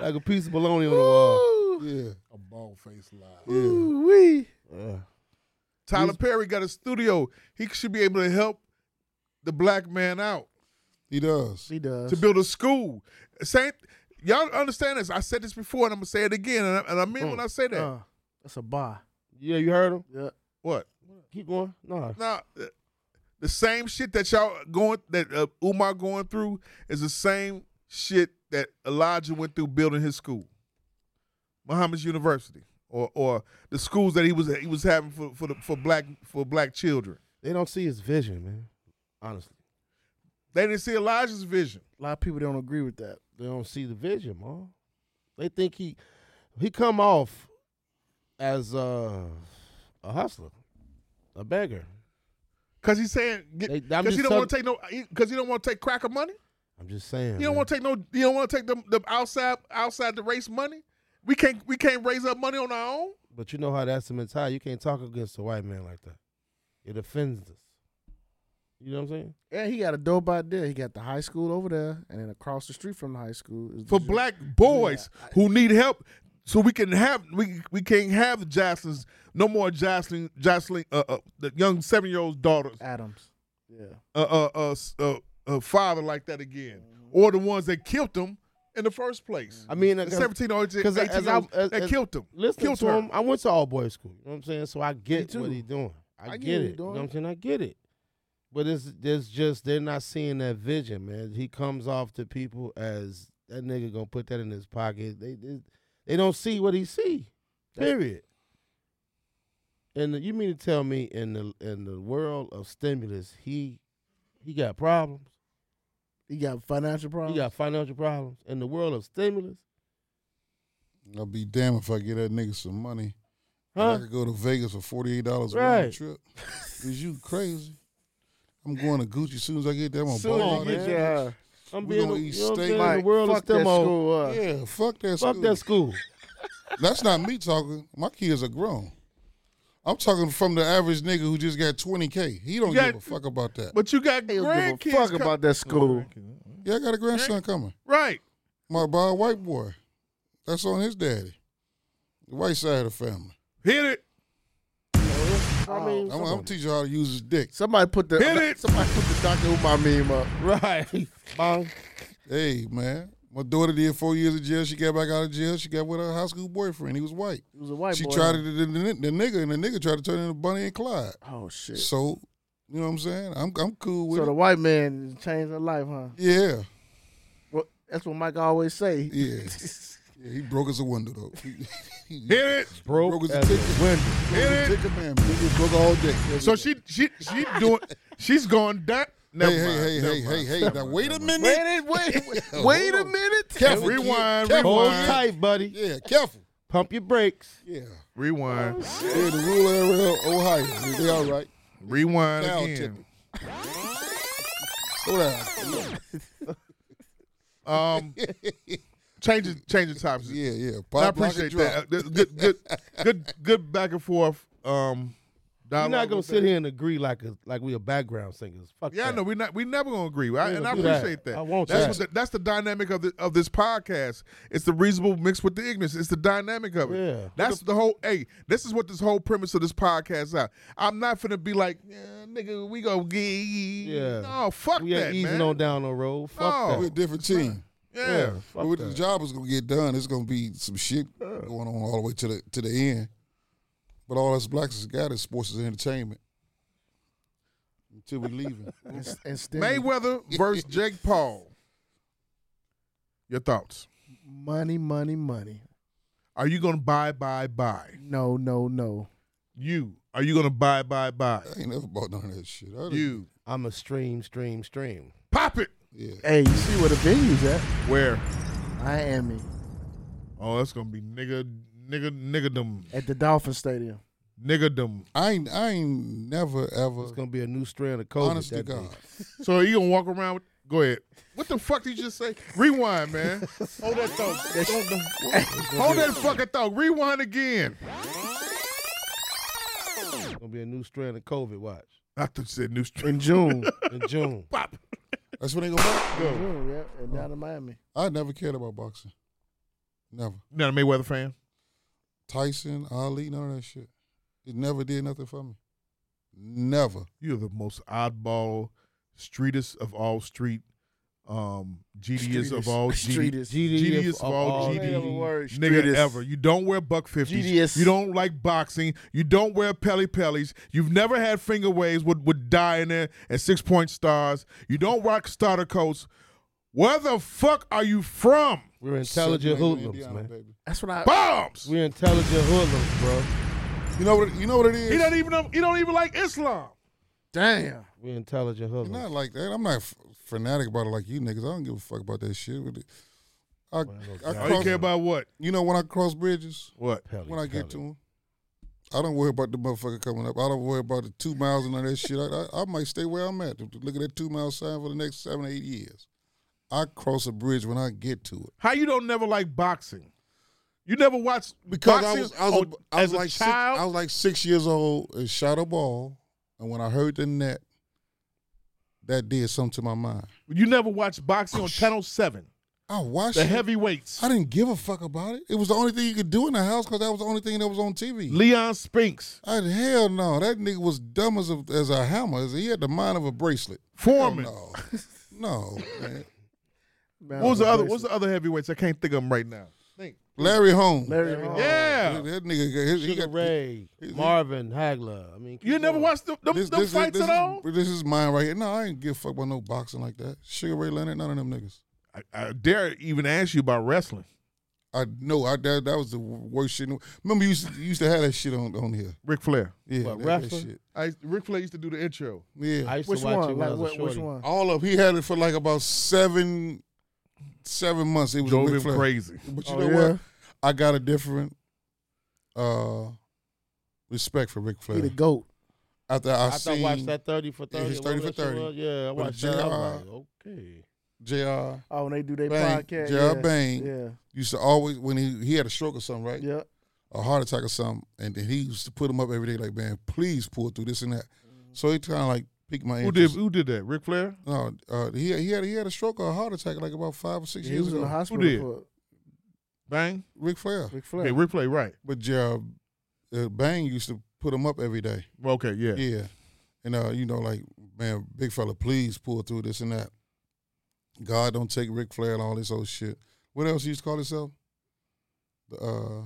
Speaker 2: Like a piece of bologna on the wall.
Speaker 5: Yeah.
Speaker 12: A bald face lie.
Speaker 6: Ooh wee.
Speaker 11: Tyler Perry got a studio. He should be able to help the black man out
Speaker 5: He does.
Speaker 6: He does.
Speaker 11: to build a school. Same. Y'all understand this? I said this before, and I'm gonna say it again, and I, and I mean when I say that.
Speaker 6: Uh, that's a bar.
Speaker 2: Yeah, you heard him.
Speaker 6: Yeah.
Speaker 11: what?
Speaker 2: Keep going. Nah.
Speaker 11: Now, uh, the same shit that y'all going that uh, Umar going through is the same shit that Elijah went through building his school, Muhammad's University, or or the schools that he was he was having for for the, for black for black children.
Speaker 2: They don't see his vision, man. Honestly,
Speaker 11: They didn't see Elijah's vision.
Speaker 6: A lot of people don't agree with that.
Speaker 2: they don't see the vision, man. They think he he come off as uh, a hustler, a beggar.
Speaker 11: Cause he's saying
Speaker 2: They- I'm
Speaker 11: because
Speaker 2: just
Speaker 11: he don't
Speaker 2: tell-
Speaker 11: want to take no because he don't want to take cracker money.
Speaker 2: I'm just saying.
Speaker 11: He don't
Speaker 2: man.
Speaker 11: want to take no. He don't want to take the the outside outside the race money. We can't we can't raise up money on our own.
Speaker 2: But you know how that's the mentality. You can't talk against a white man like that. It offends us. You know what I'm saying?
Speaker 6: Yeah, he got a dope idea. He got the high school over there, and then across the street from the high school is the
Speaker 11: for
Speaker 6: zoo.
Speaker 11: black boys who need help so we can have we we can't have the Jocelyns no more Jocelyn Jocelyn uh, uh the young seven year old's daughters
Speaker 6: Adams. Yeah.
Speaker 11: uh uh uh, s- uh uh father like that again or the ones that killed them in the first place
Speaker 2: Mm-hmm. I mean,
Speaker 11: the oh 17 or 18
Speaker 2: because as I
Speaker 11: year olds that killed him
Speaker 2: Listen
Speaker 11: killed
Speaker 2: to
Speaker 11: her.
Speaker 2: him. I went to all boys school. You know what I'm saying? So I get
Speaker 6: too.
Speaker 2: what he's doing. I,
Speaker 6: I get
Speaker 2: get
Speaker 6: what
Speaker 2: it.
Speaker 6: he
Speaker 2: You know
Speaker 6: doing.
Speaker 2: what I'm saying? I get it. But it's there's just they're not seeing that vision, man. He comes off to people as that nigga gonna put that in his pocket. They they, they don't see what he see. Period. And you mean to tell me in the in the world of stimulus, he he got problems.
Speaker 6: He got financial problems.
Speaker 2: He got financial problems. In the world of stimulus,
Speaker 5: I'll be damned if I get that nigga some money. and I
Speaker 2: huh?
Speaker 5: could go to Vegas for forty eight dollars
Speaker 2: Right.
Speaker 5: round trip. Is you crazy? I'm going to Gucci as soon as I get there. I'm gonna
Speaker 2: Soon as
Speaker 5: ball
Speaker 2: you
Speaker 5: out
Speaker 2: get
Speaker 5: there.
Speaker 2: there. I'm
Speaker 5: We
Speaker 2: being
Speaker 5: gonna
Speaker 2: the,
Speaker 5: eat
Speaker 2: you know what I'm
Speaker 5: steak.
Speaker 2: saying,
Speaker 5: Mike,
Speaker 2: the world of
Speaker 6: fuck that
Speaker 2: stimulus.
Speaker 6: school up.
Speaker 5: Yeah, fuck that
Speaker 2: Fuck
Speaker 5: school.
Speaker 2: that school.
Speaker 5: That's not me talking. My kids are grown. I'm talking from the average nigga who just got 20K. He don't
Speaker 11: You got-
Speaker 5: give a fuck about that.
Speaker 11: but you got
Speaker 6: He don't
Speaker 11: grandkids
Speaker 6: give a fuck
Speaker 11: co-
Speaker 6: about that school.
Speaker 5: yeah, I got a grandson coming.
Speaker 11: right
Speaker 5: My by a white boy. That's on his daddy. The white side of the family.
Speaker 11: hit it
Speaker 2: I mean,
Speaker 5: I'm, I'm gonna teach you how to use his dick.
Speaker 6: Somebody put the
Speaker 11: Hit
Speaker 2: <laughs>
Speaker 11: it.
Speaker 6: somebody put the Dr. Umar meme up.
Speaker 2: right. Bong.
Speaker 5: Hey man, My daughter did four years of jail. She got back out of jail. She got with her high school boyfriend. He was white.
Speaker 6: It was a white
Speaker 5: she
Speaker 6: boy.
Speaker 5: tried it to the, the, the nigga, and the nigga tried to turn into Bunny and Clyde.
Speaker 6: Oh shit!
Speaker 5: So, you know what I'm saying? I'm I'm cool with
Speaker 6: So
Speaker 5: it.
Speaker 6: the white man changed her life, huh?
Speaker 5: yeah,
Speaker 6: Well, that's what Mike always say.
Speaker 5: yeah.
Speaker 6: <laughs>
Speaker 5: yeah he broke us a window though. He, he
Speaker 11: Hit it.
Speaker 5: broke, us a ticket. Window. Hit it. Ticket man. Nigga broke all day.
Speaker 11: So she she she doing she's going down. Never
Speaker 5: hey,
Speaker 11: mind,
Speaker 5: hey,
Speaker 11: never
Speaker 5: hey,
Speaker 11: mind,
Speaker 5: hey, hey,
Speaker 11: never
Speaker 5: Now
Speaker 11: mind.
Speaker 5: wait a minute.
Speaker 6: Wait, wait, wait, wait a
Speaker 5: hold on.
Speaker 6: minute.
Speaker 5: Careful, kid.
Speaker 11: Rewind,
Speaker 5: Careful,
Speaker 11: rewind.
Speaker 5: kid.
Speaker 11: Hold
Speaker 2: tight, buddy.
Speaker 5: Yeah, careful.
Speaker 2: Pump your brakes.
Speaker 5: Yeah.
Speaker 11: Rewind.
Speaker 5: Yeah, the rural area of Ohio. They all right.
Speaker 11: Rewind
Speaker 5: Cow
Speaker 11: again.
Speaker 5: tipping. Slow down. <laughs>
Speaker 11: Um, changing changing topics.
Speaker 5: Yeah, yeah.
Speaker 11: I
Speaker 5: Pop, lock, and
Speaker 11: appreciate
Speaker 5: drop.
Speaker 11: that. Uh, Good good good good back and forth. Um,
Speaker 2: We're
Speaker 11: dialogue
Speaker 2: not gonna
Speaker 11: with
Speaker 2: sit
Speaker 11: that.
Speaker 2: here and agree like a like we a background singers. Fuck
Speaker 11: Yeah,
Speaker 2: that.
Speaker 11: no, we not we never gonna agree, right?
Speaker 2: We
Speaker 11: and I
Speaker 2: gonna do that.
Speaker 11: appreciate that.
Speaker 2: I want
Speaker 11: that's
Speaker 2: that.
Speaker 11: What the, that's the dynamic of the of this podcast. It's the reasonable mixed with the ignorance. It's the dynamic of it.
Speaker 2: Yeah.
Speaker 11: that's the, whole. Hey, this is what this whole premise of this podcast out. I'm not finna be like, yeah, nigga, we gonna get.
Speaker 2: Yeah.
Speaker 11: No, fuck
Speaker 2: we ain't
Speaker 11: that,
Speaker 2: easing
Speaker 11: man.
Speaker 2: on down the road. Fuck
Speaker 5: We're
Speaker 11: No.
Speaker 5: a
Speaker 2: that.
Speaker 5: different team.
Speaker 11: yeah.
Speaker 2: Yeah, fuck
Speaker 5: But when
Speaker 2: that.
Speaker 5: the job is gonna get done, it's gonna be some shit going on all the way to the to the end. But all us blacks has got is sports and entertainment. Until we
Speaker 11: <laughs>
Speaker 5: leaving.
Speaker 6: And, and
Speaker 2: <laughs>
Speaker 6: still
Speaker 11: Mayweather versus Jake Paul. Your thoughts?
Speaker 6: money, money, money.
Speaker 11: Are you gonna buy, buy, buy?
Speaker 6: No, no, no.
Speaker 11: You are you gonna buy, buy, buy?
Speaker 5: I ain't never bought none of that shit. I done-
Speaker 11: You
Speaker 2: I'm a stream, stream, stream.
Speaker 11: pop it.
Speaker 5: Yeah.
Speaker 6: Hey, you see where the venue's at?
Speaker 11: Where?
Speaker 6: Miami
Speaker 11: Oh, that's gonna be nigga, nigga, niggerdom,
Speaker 6: at the Dolphin Stadium.
Speaker 11: niggerdom.
Speaker 5: I ain't I ain't never ever
Speaker 2: It's gonna be a new strand of COVID.
Speaker 5: honest to
Speaker 2: that day.
Speaker 5: God.
Speaker 11: So you gonna walk around with? Go ahead. What the fuck did you just say? Rewind, man. Hold that thought. Hold that fucking thought. Rewind again.
Speaker 2: It's gonna be a new strand of COVID. Watch
Speaker 11: I thought you said new
Speaker 6: In
Speaker 11: stream.
Speaker 6: June.
Speaker 2: in
Speaker 6: <laughs>
Speaker 2: June.
Speaker 11: Pop.
Speaker 5: That's when they go back.
Speaker 6: In June, yeah. And down in Miami.
Speaker 5: I never cared about boxing. Never.
Speaker 11: Not a Mayweather fan.
Speaker 5: Tyson, Ali, none of that shit. It never did nothing for me. Never.
Speaker 11: You're the most oddball streetist of all street. Um, GDist of
Speaker 6: Streetist.
Speaker 11: all GD.
Speaker 6: Streetist.
Speaker 11: GDist of all
Speaker 6: Play
Speaker 11: GD
Speaker 6: them words.
Speaker 11: nigga
Speaker 6: Streetist.
Speaker 11: ever. You don't wear buck fifties.
Speaker 6: GDS.
Speaker 11: You don't like boxing. You don't wear pelly pellies. You've never had finger waves with with dye in there and six point stars. You don't rock starter coats. Where the fuck are you from?
Speaker 2: We're intelligent
Speaker 5: Sitting in
Speaker 2: hoodlums,
Speaker 5: Indiana,
Speaker 2: man.
Speaker 5: baby.
Speaker 6: That's what
Speaker 11: Uh,
Speaker 6: I.
Speaker 11: Bombs.
Speaker 2: We're intelligent hoodlums, bro.
Speaker 5: You know what? You know what it is.
Speaker 11: He don't even he don't even like Islam.
Speaker 6: Damn.
Speaker 2: We're intelligent
Speaker 5: I'm
Speaker 2: hoodlums.
Speaker 5: not like that. I'm not f- fanatic about it like you niggas. I don't give a fuck about that shit. With it. I, I
Speaker 11: All you
Speaker 5: cross,
Speaker 11: care about what?
Speaker 5: you know when I cross bridges,
Speaker 11: What?
Speaker 2: Pelly,
Speaker 5: when I get to
Speaker 2: pelly.
Speaker 5: them, I don't worry about the motherfucker coming up. I don't worry about the two miles and all that shit. I, I, I might stay where I'm at. Look at that two mile sign for the next seven, eight years. I cross a bridge when I get to it.
Speaker 11: How you don't never like boxing? You never watch
Speaker 5: Because I
Speaker 11: boxing
Speaker 5: was, I was,
Speaker 11: or-
Speaker 5: I was
Speaker 11: as
Speaker 5: like
Speaker 11: a
Speaker 5: six,
Speaker 11: child.
Speaker 5: I was like six years old in shadow ball, and when I heard the net, that did something to my mind.
Speaker 11: you never watched boxing on Channel Seven,
Speaker 5: I watched
Speaker 11: the
Speaker 5: it.
Speaker 11: heavyweights.
Speaker 5: Oh, I didn't give a fuck about it. It was the only thing you could do in the house because that was the only thing that was on TV.
Speaker 11: Leon Spinks,
Speaker 5: I, hell no, that nigga was dumb as a, as a hammer. As he had the mind of a bracelet.
Speaker 11: Foreman.
Speaker 5: Oh, No, no. man.
Speaker 6: Man,
Speaker 11: What was the
Speaker 6: I'm
Speaker 11: other? What's the other heavyweights? I can't think of them right now. Think.
Speaker 5: Larry Holmes.
Speaker 6: Larry
Speaker 11: Oh.
Speaker 6: Hall.
Speaker 11: Yeah,
Speaker 5: That nigga, got- his- he
Speaker 2: Sugar
Speaker 5: got,
Speaker 2: Ray,
Speaker 5: he- he-
Speaker 2: Marvin Hagler. I mean,
Speaker 11: you
Speaker 2: keep
Speaker 11: never
Speaker 2: going.
Speaker 11: watched them, them,
Speaker 5: this,
Speaker 11: them
Speaker 5: this is-
Speaker 11: fights
Speaker 5: this
Speaker 11: at all.
Speaker 5: Is, this is mine right here. No, I ain't give a fuck about no boxing like that. Sugar Ray Leonard, none of them niggas.
Speaker 11: I, I dare even ask you about wrestling.
Speaker 5: I know. I that, that was the worst shit. in the- Remember, you used, to, you used to have that shit on on here.
Speaker 11: Ric Flair.
Speaker 5: Yeah,
Speaker 2: What,
Speaker 5: that, that
Speaker 2: wrestling?
Speaker 5: shit.
Speaker 11: I Ric Flair used to do the intro.
Speaker 5: Yeah,
Speaker 2: I used
Speaker 6: Which
Speaker 2: to watch it
Speaker 6: one?
Speaker 2: when I was
Speaker 6: Like,
Speaker 2: a
Speaker 6: what, which
Speaker 2: shorty.
Speaker 6: one?
Speaker 5: all of he had it for like about seven seven months. It was
Speaker 11: Drove
Speaker 5: Ric
Speaker 11: him
Speaker 5: Flair.
Speaker 11: crazy.
Speaker 5: But you
Speaker 6: Oh,
Speaker 5: know
Speaker 6: yeah?
Speaker 5: what? I got a different uh respect for Ric
Speaker 6: He
Speaker 5: Flair.
Speaker 6: the GOAT.
Speaker 5: After I,
Speaker 2: I thought I
Speaker 5: seen
Speaker 2: watched that 30 for
Speaker 5: Yeah,
Speaker 2: 30.
Speaker 5: his 30 for
Speaker 2: whatever that shit
Speaker 5: 30.
Speaker 2: was. Yeah, I
Speaker 5: With
Speaker 2: watched that. I was
Speaker 5: JR.
Speaker 2: like, okay.
Speaker 5: JR
Speaker 6: Oh, when they do their
Speaker 5: Bang.
Speaker 6: podcast.
Speaker 5: Gerald
Speaker 6: yeah.
Speaker 5: Bang.
Speaker 6: Yeah.
Speaker 5: used to always when he he had a stroke or something, right?
Speaker 6: Yeah.
Speaker 5: A heart attack or something, and then he used to put him up every day like, man, please pull through this and that. So he kind of like piqued my
Speaker 11: Who did
Speaker 5: interest.
Speaker 11: who did that? Ric Flair.
Speaker 5: No, uh, he he had he had a stroke or a heart attack like about five or six
Speaker 6: He
Speaker 5: years
Speaker 6: was in the
Speaker 5: ago.
Speaker 11: did?
Speaker 6: hospital
Speaker 11: Bang.
Speaker 5: Ric Flair,
Speaker 6: for Ric Flair.
Speaker 11: Okay, Ric Flair. Right.
Speaker 5: but Gerald uh, Bang used to put him up every day.
Speaker 11: Well, Okay. Yeah.
Speaker 5: Yeah. And uh, you know, like, man, big fella, please pull through this and that. God don't take Ric Flair and all this old shit. What else he used to call himself? The uh,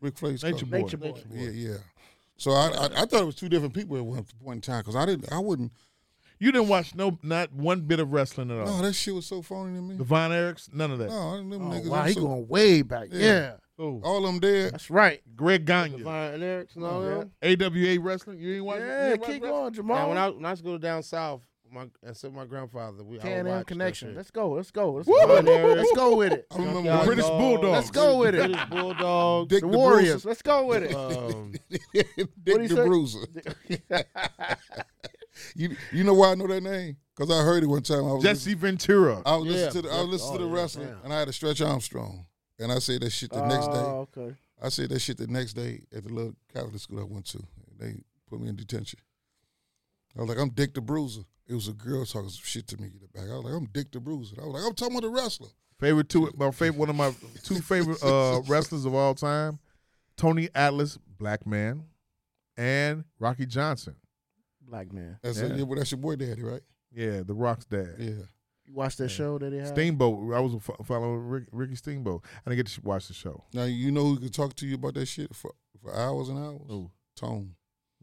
Speaker 5: Ric Flair. used to
Speaker 12: Nature
Speaker 5: call-
Speaker 12: Boy. Nature Boy. Nature Boy.
Speaker 5: Yeah, yeah. So I, I I thought it was two different people at one point in time because I didn't I wouldn't.
Speaker 11: You didn't watch no not one bit of wrestling at all.
Speaker 5: No, that shit was so phony to me.
Speaker 11: The Von Erichs, none of that.
Speaker 5: No, I didn't them
Speaker 11: Oh,
Speaker 5: niggas.
Speaker 11: wow,
Speaker 5: I'm
Speaker 11: he
Speaker 5: so-
Speaker 11: going way back. Yeah.
Speaker 2: Oh.
Speaker 5: All them dead.
Speaker 6: That's right.
Speaker 11: Greg Gagne.
Speaker 2: Divine Eric's and all them.
Speaker 11: AWA wrestling. You ain't watch. you ain't watch wrestling?
Speaker 2: Now, when I when I used to go down south, my and so my grandfather, we I
Speaker 6: Can
Speaker 2: would watch
Speaker 6: Am
Speaker 2: that
Speaker 6: Connection.
Speaker 2: shit.
Speaker 6: Let's go. Let's go. Let's
Speaker 2: Woo!
Speaker 6: go. Let's go
Speaker 2: <laughs>
Speaker 6: with it.
Speaker 2: I remember Junkyard British Dog. Bulldog.
Speaker 6: Let's go with it.
Speaker 2: British Bulldog.
Speaker 6: The,
Speaker 2: Dick the
Speaker 6: Warriors.
Speaker 2: Bruiser.
Speaker 6: Let's go with it. <laughs>
Speaker 2: Um,
Speaker 6: What'd he
Speaker 5: Dick the
Speaker 6: say?
Speaker 5: Bruiser. <laughs> you you know why I know that name? Because I heard it one time. I was
Speaker 11: Jesse Ventura.
Speaker 5: I was
Speaker 11: Yeah,
Speaker 5: listening to the, I was
Speaker 11: yeah.
Speaker 5: listening to
Speaker 11: Oh,
Speaker 5: the
Speaker 11: yeah,
Speaker 5: wrestling,
Speaker 11: damn.
Speaker 5: and I had a Stretch Armstrong, and I said that shit the next day.
Speaker 6: Oh, okay.
Speaker 5: I said that shit the next day at the little Catholic school I went to. They put me in detention. I was like, I'm Dick the Bruiser. It was a girl talking some shit to me in the back. I was like, I'm Dick the Bruiser. I was like, I'm talking about the wrestler.
Speaker 11: Favorite two, my favorite, one of my two favorite uh, <laughs> wrestlers of all time, Tony Atlas, black man, and Rocky Johnson.
Speaker 6: Black man.
Speaker 5: That's
Speaker 11: Yeah.
Speaker 5: yeah. well, that's your boy daddy, right?
Speaker 11: Yeah, The Rock's dad.
Speaker 5: Yeah.
Speaker 6: You watch that show that he had?
Speaker 11: Steamboat. I was a fo- following Rick, Ricky Steamboat. I didn't get to watch the show.
Speaker 5: Now you know who could talk to you about that shit for, for hours and hours.
Speaker 11: Who?
Speaker 5: Tone.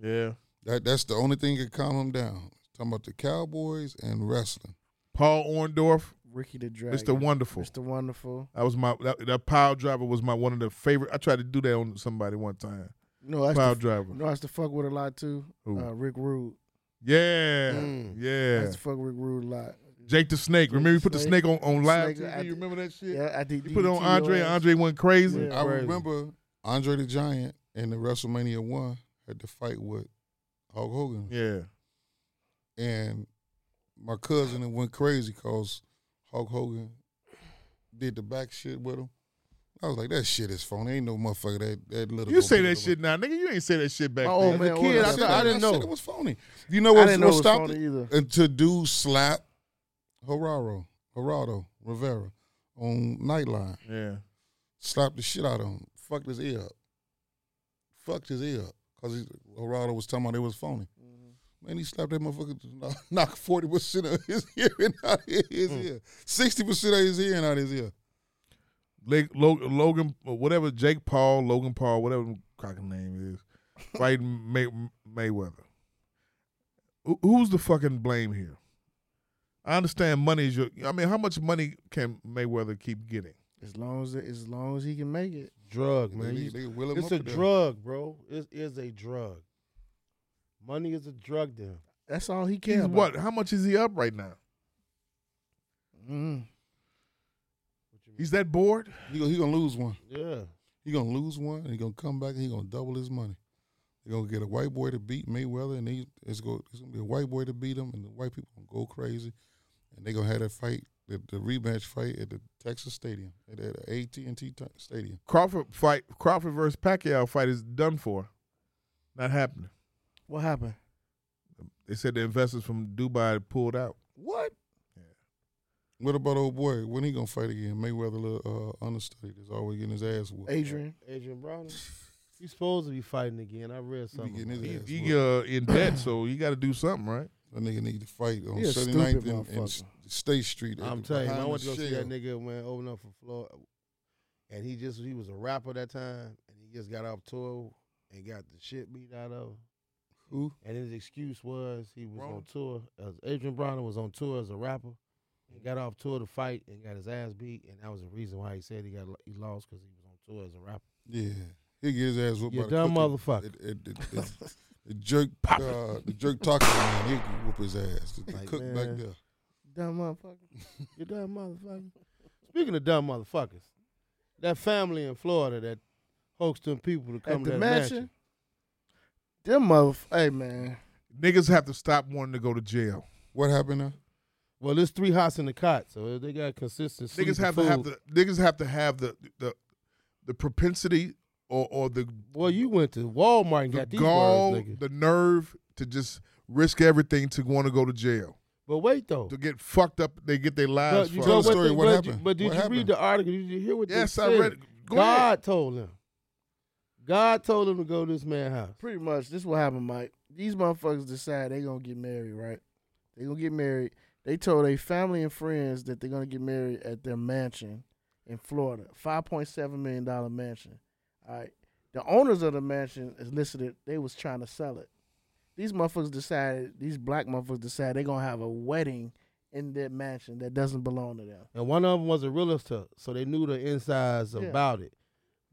Speaker 11: Yeah.
Speaker 5: That that's the only thing that calm him down. Talking about the Cowboys and wrestling.
Speaker 11: Paul Orndorff.
Speaker 6: Ricky the Dragon.
Speaker 11: Mr. Wonderful.
Speaker 6: Mr. Wonderful.
Speaker 11: That was my that, that pile driver was my one of the favorite. I tried to do that on somebody one time.
Speaker 6: No, that's
Speaker 11: pile
Speaker 6: the,
Speaker 11: driver.
Speaker 6: No, I used to fuck with a lot too.
Speaker 11: Who?
Speaker 6: Uh, Rick Rude.
Speaker 11: Yeah,
Speaker 6: I
Speaker 11: yeah.
Speaker 6: used to fuck with Rick Rude a lot.
Speaker 11: Jake the Snake. Remember you put the snake on on live.
Speaker 6: Snake,
Speaker 11: TV?
Speaker 6: I-
Speaker 11: you remember that shit?
Speaker 6: Yeah, I did.
Speaker 11: You
Speaker 2: E
Speaker 11: put it on Andre. Andre went crazy.
Speaker 6: Yeah.
Speaker 5: I
Speaker 6: Crazy.
Speaker 5: remember Andre the Giant in the WrestleMania one had to fight with Hulk Hogan.
Speaker 11: Yeah.
Speaker 5: And my cousin went crazy because Hulk Hogan did the back shit with him. I was like, that shit is phony. Ain't no motherfucker that that little.
Speaker 11: You
Speaker 5: gonna
Speaker 11: say
Speaker 5: be
Speaker 11: that
Speaker 5: able to
Speaker 11: shit now, nigga. You ain't say that shit back
Speaker 6: My
Speaker 11: then.
Speaker 6: old man
Speaker 11: As a
Speaker 6: ordered
Speaker 11: kid, I,
Speaker 6: that
Speaker 11: thought- I
Speaker 6: back.
Speaker 11: didn't
Speaker 5: I
Speaker 11: know.
Speaker 5: said it was phony. You know what,
Speaker 6: I didn't know
Speaker 5: what
Speaker 6: it was
Speaker 5: stopped
Speaker 6: phony
Speaker 5: it?
Speaker 6: either.
Speaker 5: Until dude slapped Gerardo, Gerardo Rivera on Nightline.
Speaker 11: Yeah.
Speaker 5: Slapped the shit out of him. Fucked his ear up. Fucked his ear up. Because Gerardo was talking about it was phony.
Speaker 11: Mm-hmm.
Speaker 5: Man, he slapped that motherfucker, to knock- <laughs> knock 40% of his <laughs> hearing out of his
Speaker 11: Mm.
Speaker 5: ear. 60% of his hearing out of his ear.
Speaker 11: Leg, Lo- Logan, or whatever Jake Paul, Logan Paul, whatever the cracking
Speaker 6: <laughs>
Speaker 11: name is, fighting May- Mayweather. Who- Who's the fucking blame here? I understand money is your. I mean, how much money can Mayweather keep getting?
Speaker 6: As long as as long as he can make it.
Speaker 2: drug,
Speaker 5: They-
Speaker 2: man.
Speaker 5: they-
Speaker 2: You-
Speaker 5: they will 'em
Speaker 2: it's
Speaker 5: up
Speaker 2: a
Speaker 5: for that.
Speaker 2: drug, bro. It is a drug. Money is a drug to him.
Speaker 6: That's all he
Speaker 11: He's
Speaker 6: cares about.
Speaker 11: what? How much is he up right now?
Speaker 6: Mm.
Speaker 11: He's that bored.
Speaker 5: He gonna, he gonna lose one.
Speaker 2: Yeah.
Speaker 5: He gonna lose one, and he gonna come back, and he gonna double his money. They gonna get a white boy to beat Mayweather, and he, it's gonna it's gonna be a white boy to beat him, and the white people gonna go crazy, and they gonna have that fight, the, the rematch fight at the Texas Stadium, at the AT and T Stadium.
Speaker 11: Crawford fight. Crawford versus Pacquiao fight is done for. Not happening.
Speaker 6: What happened?
Speaker 11: They said the investors from Dubai pulled out.
Speaker 6: What?
Speaker 5: What about old boy? When he gonna fight again? Mayweather, little uh, understudy, is always getting his ass whooped.
Speaker 6: Adrian.
Speaker 2: Adrian Brown. He's supposed to be fighting again. I read something.
Speaker 5: getting his
Speaker 2: about it.
Speaker 5: ass
Speaker 11: He he, uh, in debt, so you got to do something, right?
Speaker 5: That nigga need to fight on
Speaker 6: He a stupid
Speaker 5: 79th and, and
Speaker 6: motherfucker.
Speaker 5: State Street. at
Speaker 2: I'm
Speaker 5: the-
Speaker 2: telling you, man, I
Speaker 5: behind
Speaker 2: went
Speaker 5: the
Speaker 2: to go see
Speaker 5: shell.
Speaker 2: that nigga man open up for Florida, and he just he was a rapper that time, and he just got off tour and got the shit beat out of him.
Speaker 5: Who?
Speaker 2: And his excuse was he was
Speaker 11: Broner?
Speaker 2: on tour as Adrian Bronner was on tour as a rapper, and got off tour to fight and got his ass beat, and that was the reason why he said he got lo- he lost because he was on tour as a rapper.
Speaker 5: Yeah, he get his ass whooped.
Speaker 2: You
Speaker 5: by
Speaker 2: dumb
Speaker 5: the cookie.
Speaker 2: motherfucker.
Speaker 5: It, it, it, it,
Speaker 2: <laughs>
Speaker 5: the jerk, uh, the jerk talking man, he can whoop his ass. The, the
Speaker 2: Like,
Speaker 5: cook back
Speaker 2: man.
Speaker 5: there.
Speaker 6: Dumb motherfucker.
Speaker 2: You dumb motherfucker. Speaking of dumb motherfuckers, that family in Florida that hoaxed them people to come
Speaker 6: At
Speaker 2: to
Speaker 6: the
Speaker 2: that
Speaker 6: mansion. Them motherf Hey man.
Speaker 11: Niggas have to stop wanting to go to jail.
Speaker 5: What happened now?
Speaker 2: Well, there's three hots in the cot, so they got consistent. sleep
Speaker 11: Niggas
Speaker 2: and
Speaker 11: have to have
Speaker 2: food.
Speaker 11: the niggas have to have the the the propensity or or the
Speaker 2: Well, you went to Walmart and
Speaker 11: the
Speaker 2: got these
Speaker 11: gall,
Speaker 2: words, nigga.
Speaker 11: the nerve to just risk everything to want to go to jail.
Speaker 2: But wait though.
Speaker 11: To get fucked up, they get their
Speaker 2: But
Speaker 11: lives
Speaker 2: you
Speaker 11: fucked.
Speaker 2: know
Speaker 5: the story,
Speaker 2: they-
Speaker 5: what
Speaker 2: but you-
Speaker 5: happened?
Speaker 2: But did
Speaker 5: What
Speaker 2: you read
Speaker 5: happened?
Speaker 2: the article? Did you hear what they
Speaker 11: Yes, I
Speaker 2: said?
Speaker 11: read it. Go
Speaker 2: God
Speaker 11: ahead.
Speaker 2: told him. God told him to go to this man's house.
Speaker 6: Pretty much, this what happened, Mike. These motherfuckers decide they gonna get married, right? They gonna get married. They told a family and friends that they're gonna get married at their mansion in Florida, five point seven million dollar mansion. All right, the owners of the mansion is listed. They was trying to sell it. These motherfuckers decided. These black motherfuckers decided they're gonna have a wedding in that mansion that doesn't belong to them.
Speaker 2: And one of them was a real estate, so they knew the insides
Speaker 6: Yeah.
Speaker 2: about it.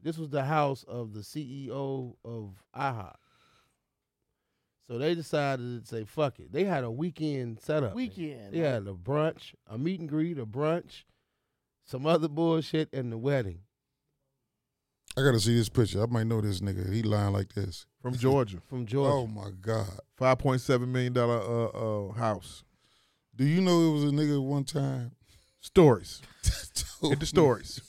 Speaker 2: This was the house of the CEO of IHOP. So they decided to say, fuck it. They had a weekend setup.
Speaker 6: Weekend,
Speaker 2: They
Speaker 6: like-
Speaker 2: had a brunch, a meet and greet, a brunch, some other bullshit, and the wedding.
Speaker 5: I gotta see this picture. I might know this nigga. He lying like this.
Speaker 11: From Georgia.
Speaker 2: From
Speaker 11: Georgia.
Speaker 5: Oh my God.
Speaker 11: Five point seven million dollar uh, uh, house.
Speaker 5: Do you know it was a nigga <laughs> one time?
Speaker 11: Stories. Get the stories.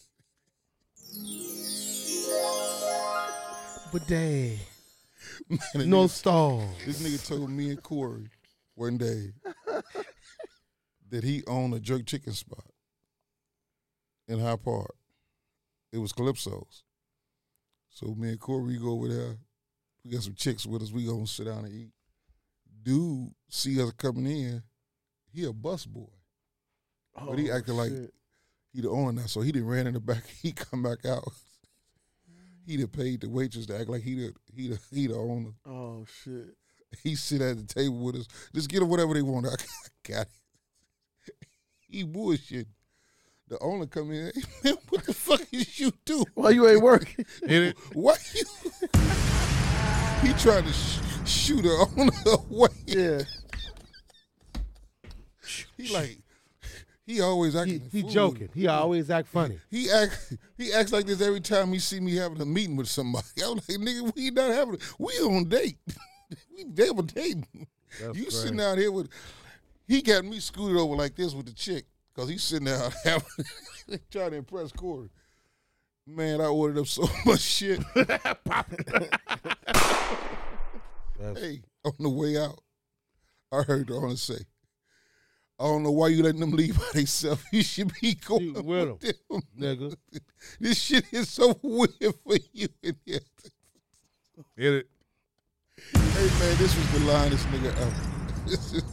Speaker 2: But they
Speaker 5: And
Speaker 2: No
Speaker 5: nigga-
Speaker 2: stalls.
Speaker 5: This nigga told me and Corey one day that he owned a jerk chicken spot in High Park. It was Calypso's. So me and Corey we go over there. We got some chicks with us. We gonna sit down and eat. Dude see us coming in. He a bus boy, but he
Speaker 6: Oh,
Speaker 5: acted like
Speaker 6: shit.
Speaker 5: he the owner now. So he done ran in the back. <laughs> He come back out. He done paid the waitress to act like he the he the he the owner.
Speaker 6: Oh shit!
Speaker 5: He sit at the table with us. Just get them whatever they want. <laughs> I got it. He bullshit. The owner come in. <laughs> "Hey, man, what the fuck is you do?
Speaker 6: Why you
Speaker 5: <laughs>
Speaker 6: ain't working?
Speaker 11: In it.
Speaker 5: What you? he trying to sh- shoot <laughs> the owner away.
Speaker 6: Yeah.
Speaker 5: He like. He always acting.
Speaker 2: He
Speaker 5: the fool.
Speaker 2: joking. He always act funny.
Speaker 5: He act he acts like this every time he see me having a meeting with somebody. <laughs> I'm like, nigga, we not having a, we on date. <laughs> we double dating.
Speaker 2: That's
Speaker 5: you
Speaker 2: crazy.
Speaker 5: sitting out here with he got me scooted over like this with the chick because he's sitting out <laughs> having trying to impress Corey. Man, I ordered up so <laughs> much shit. hey, on the way out, I heard the owner say, I don't know why you letting them leave by themselves. <laughs> You should be going
Speaker 2: with
Speaker 5: them,
Speaker 2: nigga.
Speaker 5: <laughs> This shit is so weird for you. in here."
Speaker 11: Hit it.
Speaker 5: Hey man, this was the linest nigga ever. This
Speaker 2: <laughs>
Speaker 5: is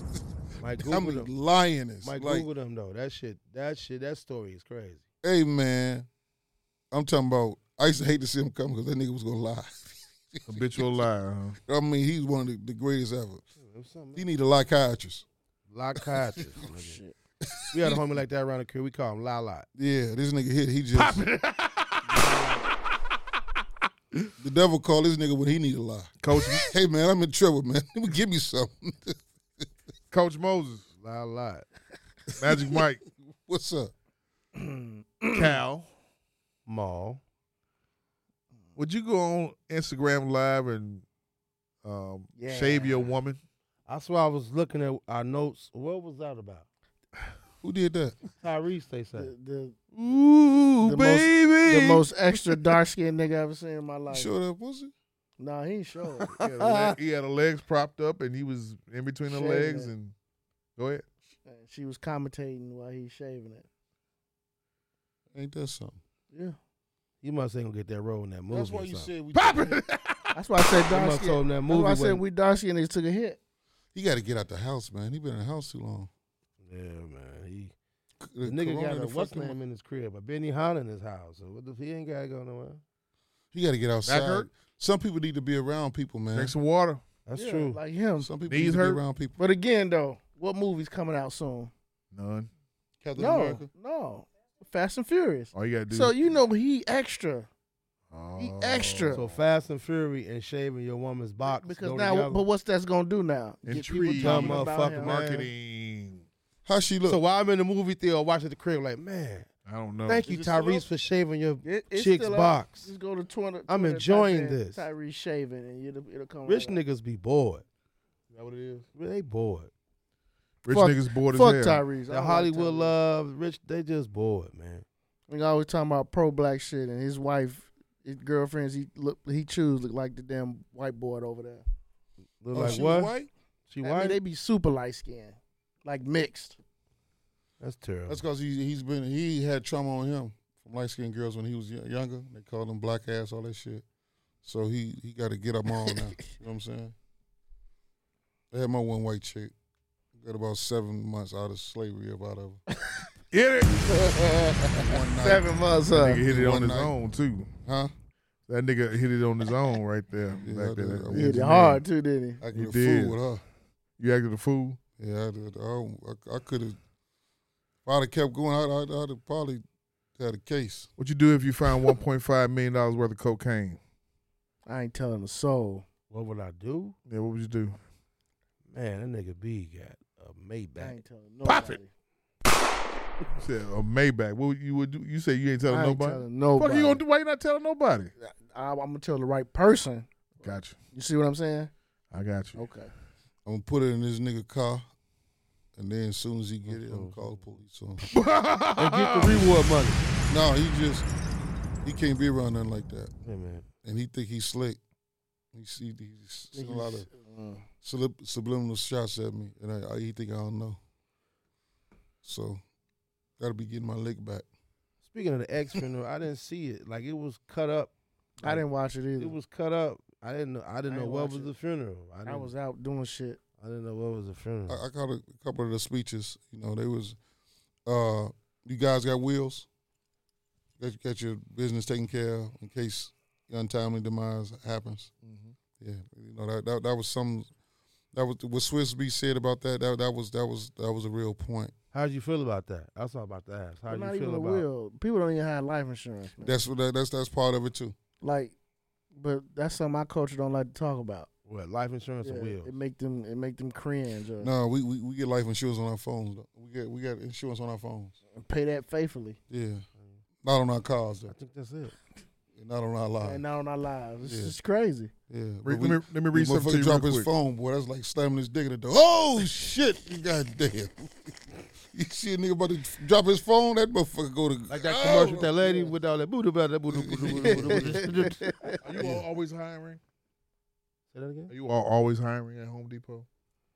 Speaker 2: My
Speaker 5: <laughs> I'm
Speaker 2: Google them.
Speaker 5: lioness.
Speaker 2: My
Speaker 5: like,
Speaker 2: Google them though. That shit. That shit. That story is crazy.
Speaker 5: hey man, I'm talking about. I used to hate to see him come because that nigga was gonna lie.
Speaker 11: Habitual liar. Huh?
Speaker 5: I mean, he's one of the, the greatest ever.
Speaker 2: something
Speaker 5: He need a psychiatrist. <laughs>
Speaker 2: Psychiatrist. nigga. We had a homie like that around the crib. We call him La
Speaker 5: <laughs>
Speaker 2: La.
Speaker 5: Yeah, this nigga hit. He just. <laughs> the devil called this nigga when he need a lie.
Speaker 11: Coach,
Speaker 5: hey man, I'm in trouble, man. <laughs> Give me something. <laughs>
Speaker 11: Coach Moses.
Speaker 2: La La.
Speaker 6: <laughs>
Speaker 11: Magic Mike.
Speaker 5: What's up?
Speaker 11: Cal.
Speaker 2: Mall.
Speaker 11: Would you go on Instagram Live and um, shave your woman?
Speaker 2: That's why I was looking at our notes. What was that about?
Speaker 5: Who did that?
Speaker 2: Tyrese, they said.
Speaker 6: The,
Speaker 11: Ooh,
Speaker 6: the most
Speaker 11: baby.
Speaker 6: the most extra dark skinned nigga I ever seen in my life.
Speaker 5: Showed up, was it?
Speaker 6: Nah, he ain't show <laughs> up.
Speaker 11: He had, a leg, he had a legs propped up and he was in between the
Speaker 6: Shaving
Speaker 11: legs
Speaker 6: it.
Speaker 11: and go ahead.
Speaker 6: she was commentating while he's shaving it.
Speaker 5: Ain't that something?
Speaker 6: Yeah,
Speaker 2: You must ain't gonna get that role in that movie.
Speaker 5: That's why
Speaker 2: or
Speaker 5: you
Speaker 2: something.
Speaker 5: said we.
Speaker 6: <laughs> that's why I said
Speaker 2: They
Speaker 6: dark
Speaker 2: must told
Speaker 6: skin.
Speaker 2: him that
Speaker 6: That's
Speaker 2: movie
Speaker 6: why I said
Speaker 2: wasn't-
Speaker 6: we dark skinned. They took a hit.
Speaker 5: He got to get out the house, man. He been in the house too long.
Speaker 2: Yeah, man. He
Speaker 5: C- uh,
Speaker 2: the nigga
Speaker 5: corona
Speaker 2: got
Speaker 5: in
Speaker 2: a
Speaker 5: the
Speaker 2: what's
Speaker 5: fucking-
Speaker 2: name in his crib. A Benny Hahn in his house. So what the he ain't gotta go nowhere.
Speaker 5: He got to get outside.
Speaker 11: hurt?
Speaker 5: Some people need to be around people, man.
Speaker 11: Drink some water.
Speaker 2: That's
Speaker 6: Yeah,
Speaker 2: true.
Speaker 6: Like him.
Speaker 5: Some people
Speaker 11: Knees
Speaker 5: need to
Speaker 11: hurt?
Speaker 5: be around people.
Speaker 6: But again, though, what movie's coming out soon?
Speaker 11: None.
Speaker 5: Captain
Speaker 6: no,
Speaker 5: America.
Speaker 6: no, Fast and Furious.
Speaker 11: All you gotta do.
Speaker 6: So you know he extra he
Speaker 11: Oh.
Speaker 6: extra.
Speaker 2: So Fast and Fury and shaving your woman's box.
Speaker 6: because
Speaker 2: go
Speaker 6: now,
Speaker 2: together.
Speaker 6: but what's that's gonna do now? Get people
Speaker 11: Intrigue.
Speaker 6: talking
Speaker 2: Dumb
Speaker 6: about
Speaker 2: motherfucker, man.
Speaker 6: him.
Speaker 11: marketing.
Speaker 5: How she look?
Speaker 2: so while I'm in the movie theater watching at the crib, like man,
Speaker 11: I don't know.
Speaker 2: thank you
Speaker 6: it still
Speaker 2: Tyrese
Speaker 6: up?
Speaker 2: for shaving your
Speaker 6: It- it's
Speaker 2: chick's
Speaker 6: still up.
Speaker 2: box.
Speaker 6: Just go to Twitter.
Speaker 2: I'm
Speaker 6: Twitter,
Speaker 2: enjoying
Speaker 6: type in
Speaker 2: this.
Speaker 6: Tyrese shaving, and it'll, it'll come.
Speaker 2: Rich
Speaker 6: right up.
Speaker 2: niggas be bored.
Speaker 5: that what it is?
Speaker 2: They bored.
Speaker 11: Rich
Speaker 6: fuck-
Speaker 11: niggas bored as
Speaker 6: Fuck
Speaker 11: hell.
Speaker 6: Tyrese. I
Speaker 2: The
Speaker 6: don't
Speaker 2: Hollywood
Speaker 6: like Tyrese.
Speaker 2: love, rich. They just bored, man.
Speaker 6: Nigga always talking about pro black shit, and his wife, his girlfriends, he look, he choose look like the damn white boy over there.
Speaker 2: Look
Speaker 5: Oh,
Speaker 2: like
Speaker 5: she
Speaker 2: what?
Speaker 5: white?
Speaker 2: She
Speaker 6: I mean,
Speaker 2: white.
Speaker 6: they be super light skinned, like mixed.
Speaker 2: That's terrible.
Speaker 5: That's because he he's been he had trauma on him from light skinned girls when he was y- younger. They called him black ass, all that shit. So he he got to get them all now. you know what I'm saying? I had my one white chick. Got about seven months out of slavery up out of her. <laughs>
Speaker 11: Hit it.
Speaker 2: Seven months,
Speaker 11: That
Speaker 2: huh?
Speaker 11: nigga hit it on
Speaker 2: One
Speaker 11: his
Speaker 2: night.
Speaker 11: own too.
Speaker 5: Huh?
Speaker 11: That nigga hit it
Speaker 5: <laughs>
Speaker 11: on his own right there. back there.
Speaker 5: did. I
Speaker 6: Hit it hard too, didn't he?
Speaker 5: Acting
Speaker 11: You
Speaker 5: a
Speaker 11: did.
Speaker 5: fool with her.
Speaker 11: You acted a fool.
Speaker 5: Yeah, I did. I, don't- I, could have. If I'd have kept going, I'd, I'd, I'd have probably had a case.
Speaker 11: What you do if you find one point five million dollars worth of cocaine?
Speaker 6: I ain't telling a soul.
Speaker 2: What would I do?
Speaker 11: Yeah, what would you do?
Speaker 2: Man, that nigga B got a Maybach.
Speaker 11: Pop it. You said a Maybach. What would you would do? You say you ain't telling
Speaker 6: I ain't
Speaker 11: nobody.
Speaker 6: telling
Speaker 11: Fuck you
Speaker 6: nobody.
Speaker 11: gonna do? Why you not telling nobody?
Speaker 6: I, I'm gonna tell the right person.
Speaker 11: Gotcha.
Speaker 6: You see what I'm saying?
Speaker 11: I got you.
Speaker 6: Okay.
Speaker 5: I'm gonna put it in this nigga car, and then as soon as he get it,
Speaker 11: Oh.
Speaker 5: I'm gonna call the police on him.
Speaker 2: And get the
Speaker 11: <laughs>
Speaker 2: reward money.
Speaker 5: No, he just he can't be around nothing like that.
Speaker 2: Hey, man.
Speaker 5: And he think he's slick. He see he's
Speaker 2: Think
Speaker 5: a lot of
Speaker 2: he's-
Speaker 5: slip, subliminal shots at me, and I, I he think I don't know. So, gotta be getting my lick back.
Speaker 2: Speaking of the X funeral, I didn't see it. Like it was cut up.
Speaker 6: I didn't watch it either.
Speaker 2: It was cut up. I didn't know. I didn't
Speaker 6: I
Speaker 2: know
Speaker 6: ain't
Speaker 2: what
Speaker 6: watch
Speaker 2: was
Speaker 6: it.
Speaker 2: the funeral. I,
Speaker 6: I
Speaker 2: didn't,
Speaker 6: was out doing shit.
Speaker 2: I didn't know what was the funeral.
Speaker 5: I, I caught a couple of the speeches. You know, they was, uh, you guys got wheels. Got, got your business taken care of in case untimely demise happens.
Speaker 2: Mm-hmm.
Speaker 5: Yeah, you know that, that that was some. That was what Swiss B said about that. That that was that was that was a real point.
Speaker 2: How'd you feel about that? That's all about to ask. How'd
Speaker 6: But
Speaker 2: you
Speaker 6: not
Speaker 2: feel
Speaker 6: even a
Speaker 2: about
Speaker 6: will. People don't even have life insurance, man.
Speaker 5: That's what that, that's that's part of it too.
Speaker 6: like, but that's something my culture don't like to talk about.
Speaker 2: what life insurance
Speaker 6: Yeah,
Speaker 2: or will?
Speaker 6: It make them it make them uh, cringe or
Speaker 5: No, we, we, we get life insurance on our phones. Though. We get we got insurance on our phones.
Speaker 6: pay that faithfully.
Speaker 5: Yeah, not on our cars though.
Speaker 2: I think that's it.
Speaker 5: Not on our lives.
Speaker 6: And not on our lives. It's
Speaker 5: Yeah.
Speaker 6: just crazy.
Speaker 5: Yeah.
Speaker 11: Re-
Speaker 5: but
Speaker 11: let me- let me read
Speaker 5: the
Speaker 11: something
Speaker 5: motherfucker
Speaker 11: to you
Speaker 5: drop
Speaker 11: real
Speaker 5: his
Speaker 11: quick.
Speaker 5: phone, boy. That's like slamming his dick in the door. Oh shit! <laughs> God damn. you see a nigga about to drop his phone? That motherfucker go to
Speaker 2: Like that
Speaker 5: oh,
Speaker 2: commercial with that
Speaker 5: <laughs>
Speaker 2: lady with all that booty about that booty.
Speaker 11: Are you all, always hiring?
Speaker 2: Say that again.
Speaker 11: Are you all, always hiring at Home Depot?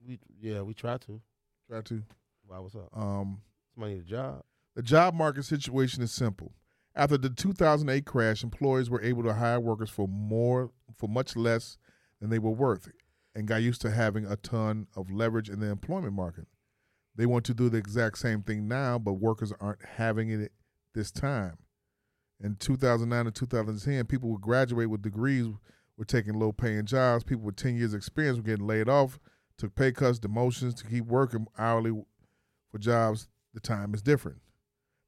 Speaker 2: We, yeah, we try to.
Speaker 11: Try to.
Speaker 2: Why? What's up?
Speaker 11: Um,
Speaker 2: Somebody need a job.
Speaker 11: The job market situation is simple. After the 2008 crash, employers were able to hire workers for more for much less than they were worth and got used to having a ton of leverage in the employment market. They want to do the exact same thing now, but workers aren't having it this time. In 2009 and 2010, people would graduate with degrees, were taking low paying jobs. People with 10 years' experience were getting laid off, took pay cuts, demotions to keep working hourly for jobs. The time is different.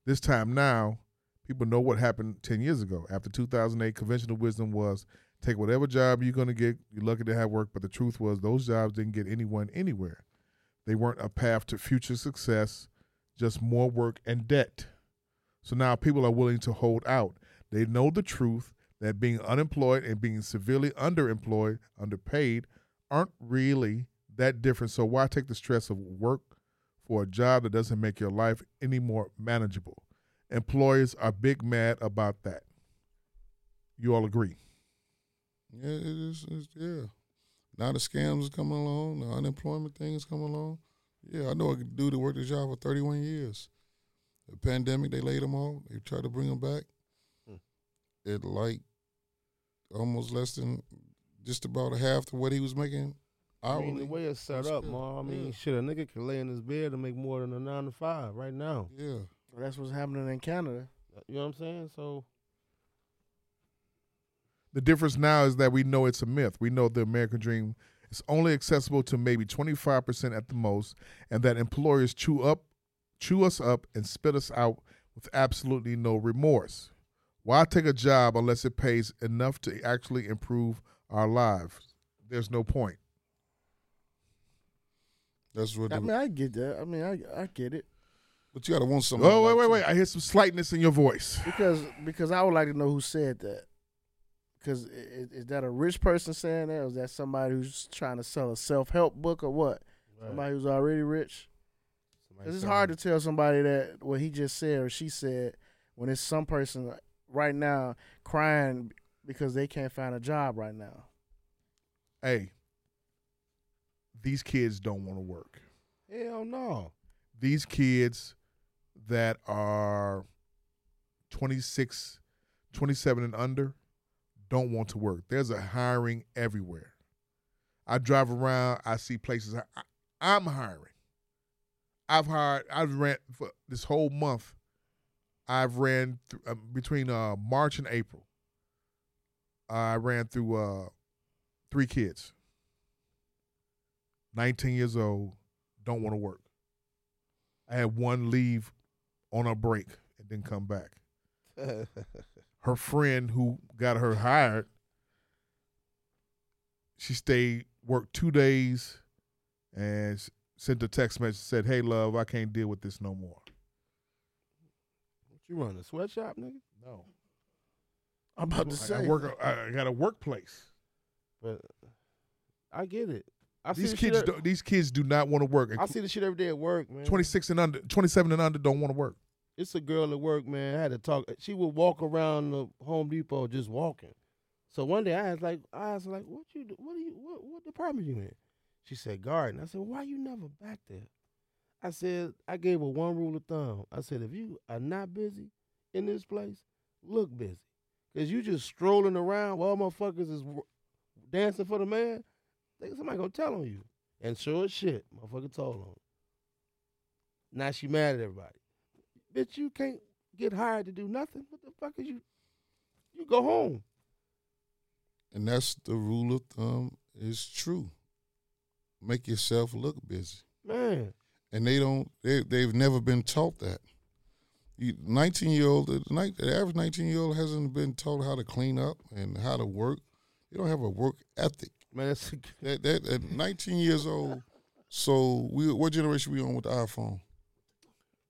Speaker 11: This time now, people know what happened 10 years ago. After 2008, conventional wisdom was take whatever job you're going to get. You're lucky to have work, but the truth was those jobs didn't get anyone anywhere. They weren't a path to future success, just more work and debt. So now people are willing to hold out. They know the truth that being unemployed and being severely underemployed, underpaid, aren't really that different. So why take the stress of work for a job that doesn't make your life any more manageable? Employers are big mad about that. You all agree?
Speaker 5: Yeah, it is, it's, yeah. Now the scams is coming along. The unemployment thing is coming along. Yeah, I know a dude that worked a job for 31 years. The pandemic, they laid him off. They tried to bring him back.
Speaker 2: Hmm.
Speaker 5: It like almost less than just about a half to what he was making
Speaker 2: I
Speaker 5: hourly.
Speaker 2: mean, the way it's set
Speaker 5: That's
Speaker 2: up,
Speaker 5: good.
Speaker 2: ma. I mean,
Speaker 5: Yeah.
Speaker 2: shit, a nigga can lay in his bed and make more than a nine to five right now.
Speaker 5: yeah.
Speaker 6: That's what's happening in Canada.
Speaker 2: You know what I'm saying? So
Speaker 11: The difference now is that we know it's a myth. We know the American dream is only accessible to maybe 25% at the most, and that employers chew up, chew us up and spit us out with absolutely no remorse. Why take a job unless it pays enough to actually improve our lives? There's no point.
Speaker 5: That's what.
Speaker 6: I
Speaker 5: The,
Speaker 6: mean, I get that. I mean, I I get it
Speaker 5: but you gotta want something.
Speaker 11: Oh, wait, wait, wait. I hear some slightness in your voice.
Speaker 6: because because I would like to know who said that. Because is, is that a rich person saying that, or is that somebody who's trying to sell a self help book, or what? Somebody who's already rich. 'Cause it's hard to tell somebody that what he just said or she said when it's some person right now crying because they can't find a job right now.
Speaker 11: Hey, these kids don't want to work.
Speaker 2: hell no.
Speaker 11: these kids that are 26, 27 and under don't want to work. There's a hiring everywhere. I drive around, I see places I, I, am hiring. I've hired, I've ran for this whole month. I've ran through, uh, between uh, March and April. I ran through uh, three kids, 19 years old, don't want to work. I had one leave on a break and then come back. her friend who got her hired, she stayed, worked two days, and s- sent a text message said, "Hey, love, I can't deal with this no more."
Speaker 2: You run a sweatshop, nigga?
Speaker 11: No.
Speaker 2: I'm about to
Speaker 11: Like,
Speaker 2: say.
Speaker 11: I work. I I got a workplace.
Speaker 2: But I get it. I see
Speaker 11: these
Speaker 2: the shit
Speaker 11: kids,
Speaker 2: every-
Speaker 11: do, these kids do not want to work.
Speaker 2: I see the shit every day at work, man.
Speaker 11: Twenty six and under, twenty seven and under don't want to work.
Speaker 2: It's a girl at work, man. I had to talk. She would walk around the Home Depot just walking. So one day I asked, like, I asked, her, like, what you, do, what do you, what, what department you in? She said garden. I said, why you never back there? I said, I gave her one rule of thumb. I said, if you are not busy in this place, look busy, cause you just strolling around while motherfuckers is wo- dancing for the man. They, somebody gonna tell on you. And sure as shit, motherfucker told on. her. Now she mad at everybody. Bitch, you can't get hired to do nothing. What the fuck is you? You go home.
Speaker 5: And that's the rule of thumb is true. Make yourself look busy.
Speaker 2: Man.
Speaker 5: And they don't they they've never been taught that. You, nineteen year old the, ni- the average nineteen year old hasn't been taught how to clean up and how to work. They don't have a work ethic.
Speaker 2: Man, that's
Speaker 5: that, that at nineteen years old. So we what generation we on with the iPhone?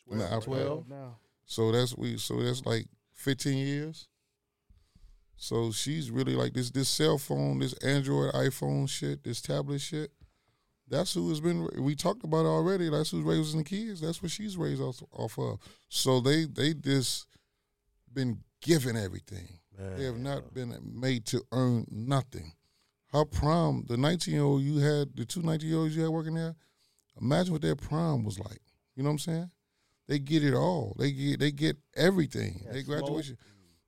Speaker 5: And the iPad.
Speaker 2: Twelve now.
Speaker 5: So that's we. So that's like fifteen years. So she's really like this. This cell phone, this Android, iPhone shit, this tablet shit. That's who has been. We talked about it already. That's who's raising the kids. That's what she's raised off, off of. So they they just been given everything. they have not been made to earn nothing. Her prom, the nineteen year old you had, the two 19 year olds you had working there. Imagine what their prom was like. You know what I'm saying? They get it all. They get they get everything. they graduation.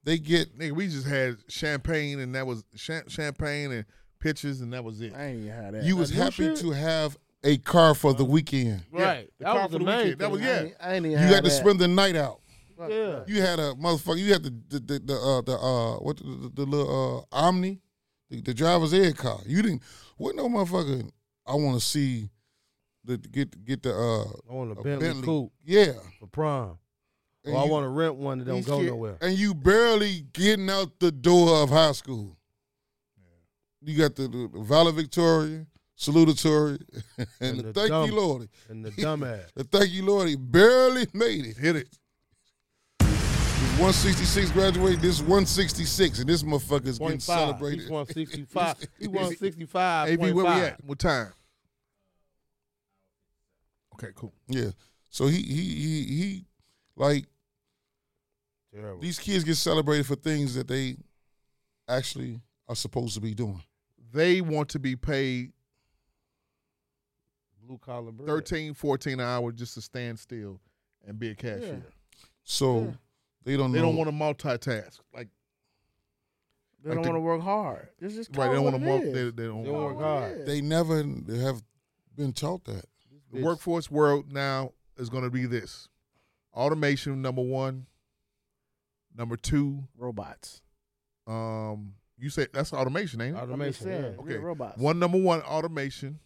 Speaker 5: They get
Speaker 11: nigga. We just had champagne and that was cha- champagne and pictures and that was it.
Speaker 6: I ain't had
Speaker 5: You was happy to have a car for the weekend.
Speaker 2: Right.
Speaker 11: the
Speaker 2: That
Speaker 11: car
Speaker 2: was the
Speaker 11: for the
Speaker 2: main
Speaker 11: weekend. That was
Speaker 2: thing.
Speaker 11: yeah.
Speaker 2: I ain't- I ain't
Speaker 5: You
Speaker 2: even
Speaker 5: had to
Speaker 2: that.
Speaker 5: spend the night out.
Speaker 2: Yeah.
Speaker 5: You had a motherfucker. You had the the the, the uh the uh what the, the, the little uh Omni, the, the driver's ed car. You didn't. What no motherfucker. I want to see the get get the uh.
Speaker 2: I want a
Speaker 5: a
Speaker 2: Bentley, coupe.
Speaker 5: Yeah.
Speaker 2: For prom.
Speaker 5: And
Speaker 2: or I
Speaker 5: you-
Speaker 2: want to rent one that don't
Speaker 5: These
Speaker 2: go
Speaker 5: kid-
Speaker 2: nowhere.
Speaker 5: And you barely getting out the door of high school. You got the, the valedictorian, salutatory, <laughs> and,
Speaker 2: And
Speaker 5: the,
Speaker 2: the
Speaker 5: thank
Speaker 2: dumb-
Speaker 5: you Lordy.
Speaker 2: and the dumbass.
Speaker 5: the thank you Lordy barely made it.
Speaker 11: Hit it.
Speaker 5: This 166 graduated. This 166, and this motherfucker's getting
Speaker 2: Point five.
Speaker 5: celebrated.
Speaker 2: He's 165.
Speaker 5: <laughs>
Speaker 2: he 165.
Speaker 11: AB, where we at? What time? Okay, cool.
Speaker 5: Yeah. So he he he he like
Speaker 2: Terrible.
Speaker 5: these kids get celebrated for things that they actually are supposed to be doing.
Speaker 11: They want to be paid
Speaker 2: Blue collar bread.
Speaker 11: 13, 14 an hour just to stand still and be a cashier.
Speaker 5: So they don't
Speaker 11: They
Speaker 5: know.
Speaker 11: don't want to multitask. Like
Speaker 6: They
Speaker 11: Like
Speaker 6: don't
Speaker 11: the-
Speaker 6: want to work hard. This is
Speaker 11: right, they
Speaker 2: Oh,
Speaker 11: don't
Speaker 6: want
Speaker 11: wanna
Speaker 6: to
Speaker 11: walk- they- they don't They wanna- work hard.
Speaker 5: They never have been taught that.
Speaker 11: the workforce world now is going to be this automation number one number two
Speaker 6: robots
Speaker 11: um you say that's automation ain't it
Speaker 2: Automation, I'm just yeah. saying,
Speaker 11: okay
Speaker 2: yeah, robots.
Speaker 11: one number one automation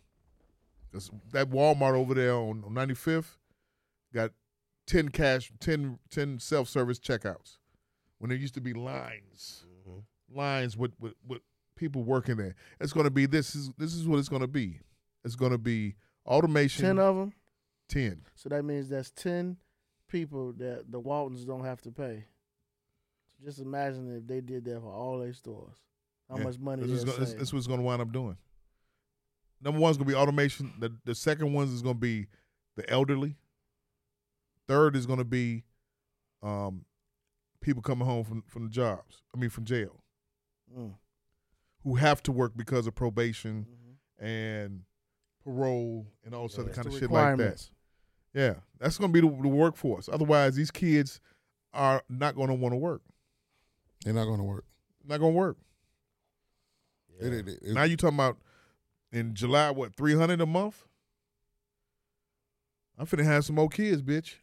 Speaker 11: that's that walmart over there on, on 95th got 10 cash 10 10 self-service checkouts when there used to be lines lines with, with with people working there it's going to be this is this is what it's going to be it's going to be automation
Speaker 6: Ten of them.
Speaker 11: 10
Speaker 6: So that means that's ten people that the Waltons don't have to pay. So just imagine if they did that for all their stores. How
Speaker 11: Yeah.
Speaker 6: much money
Speaker 11: This is
Speaker 6: is
Speaker 11: gonna, this, this what's going to wind up doing. Number one's going to be automation. The, the second one is going to be the elderly. Third is going to be um, people coming home from from jobs. I mean, from jail,
Speaker 6: Mm.
Speaker 11: who have to work because of probation and parole and all this other
Speaker 6: it's
Speaker 11: kind of
Speaker 6: Mm-hmm. the
Speaker 11: shit like that.
Speaker 6: requirements.
Speaker 11: Yeah, that's going to be the, the workforce. Otherwise, these kids are not going to want to work.
Speaker 5: They're not going to work.
Speaker 11: Not going to work.
Speaker 5: It- it- it-
Speaker 11: now you talking about in July what three hundred a month? I'm finna have some more kids, bitch.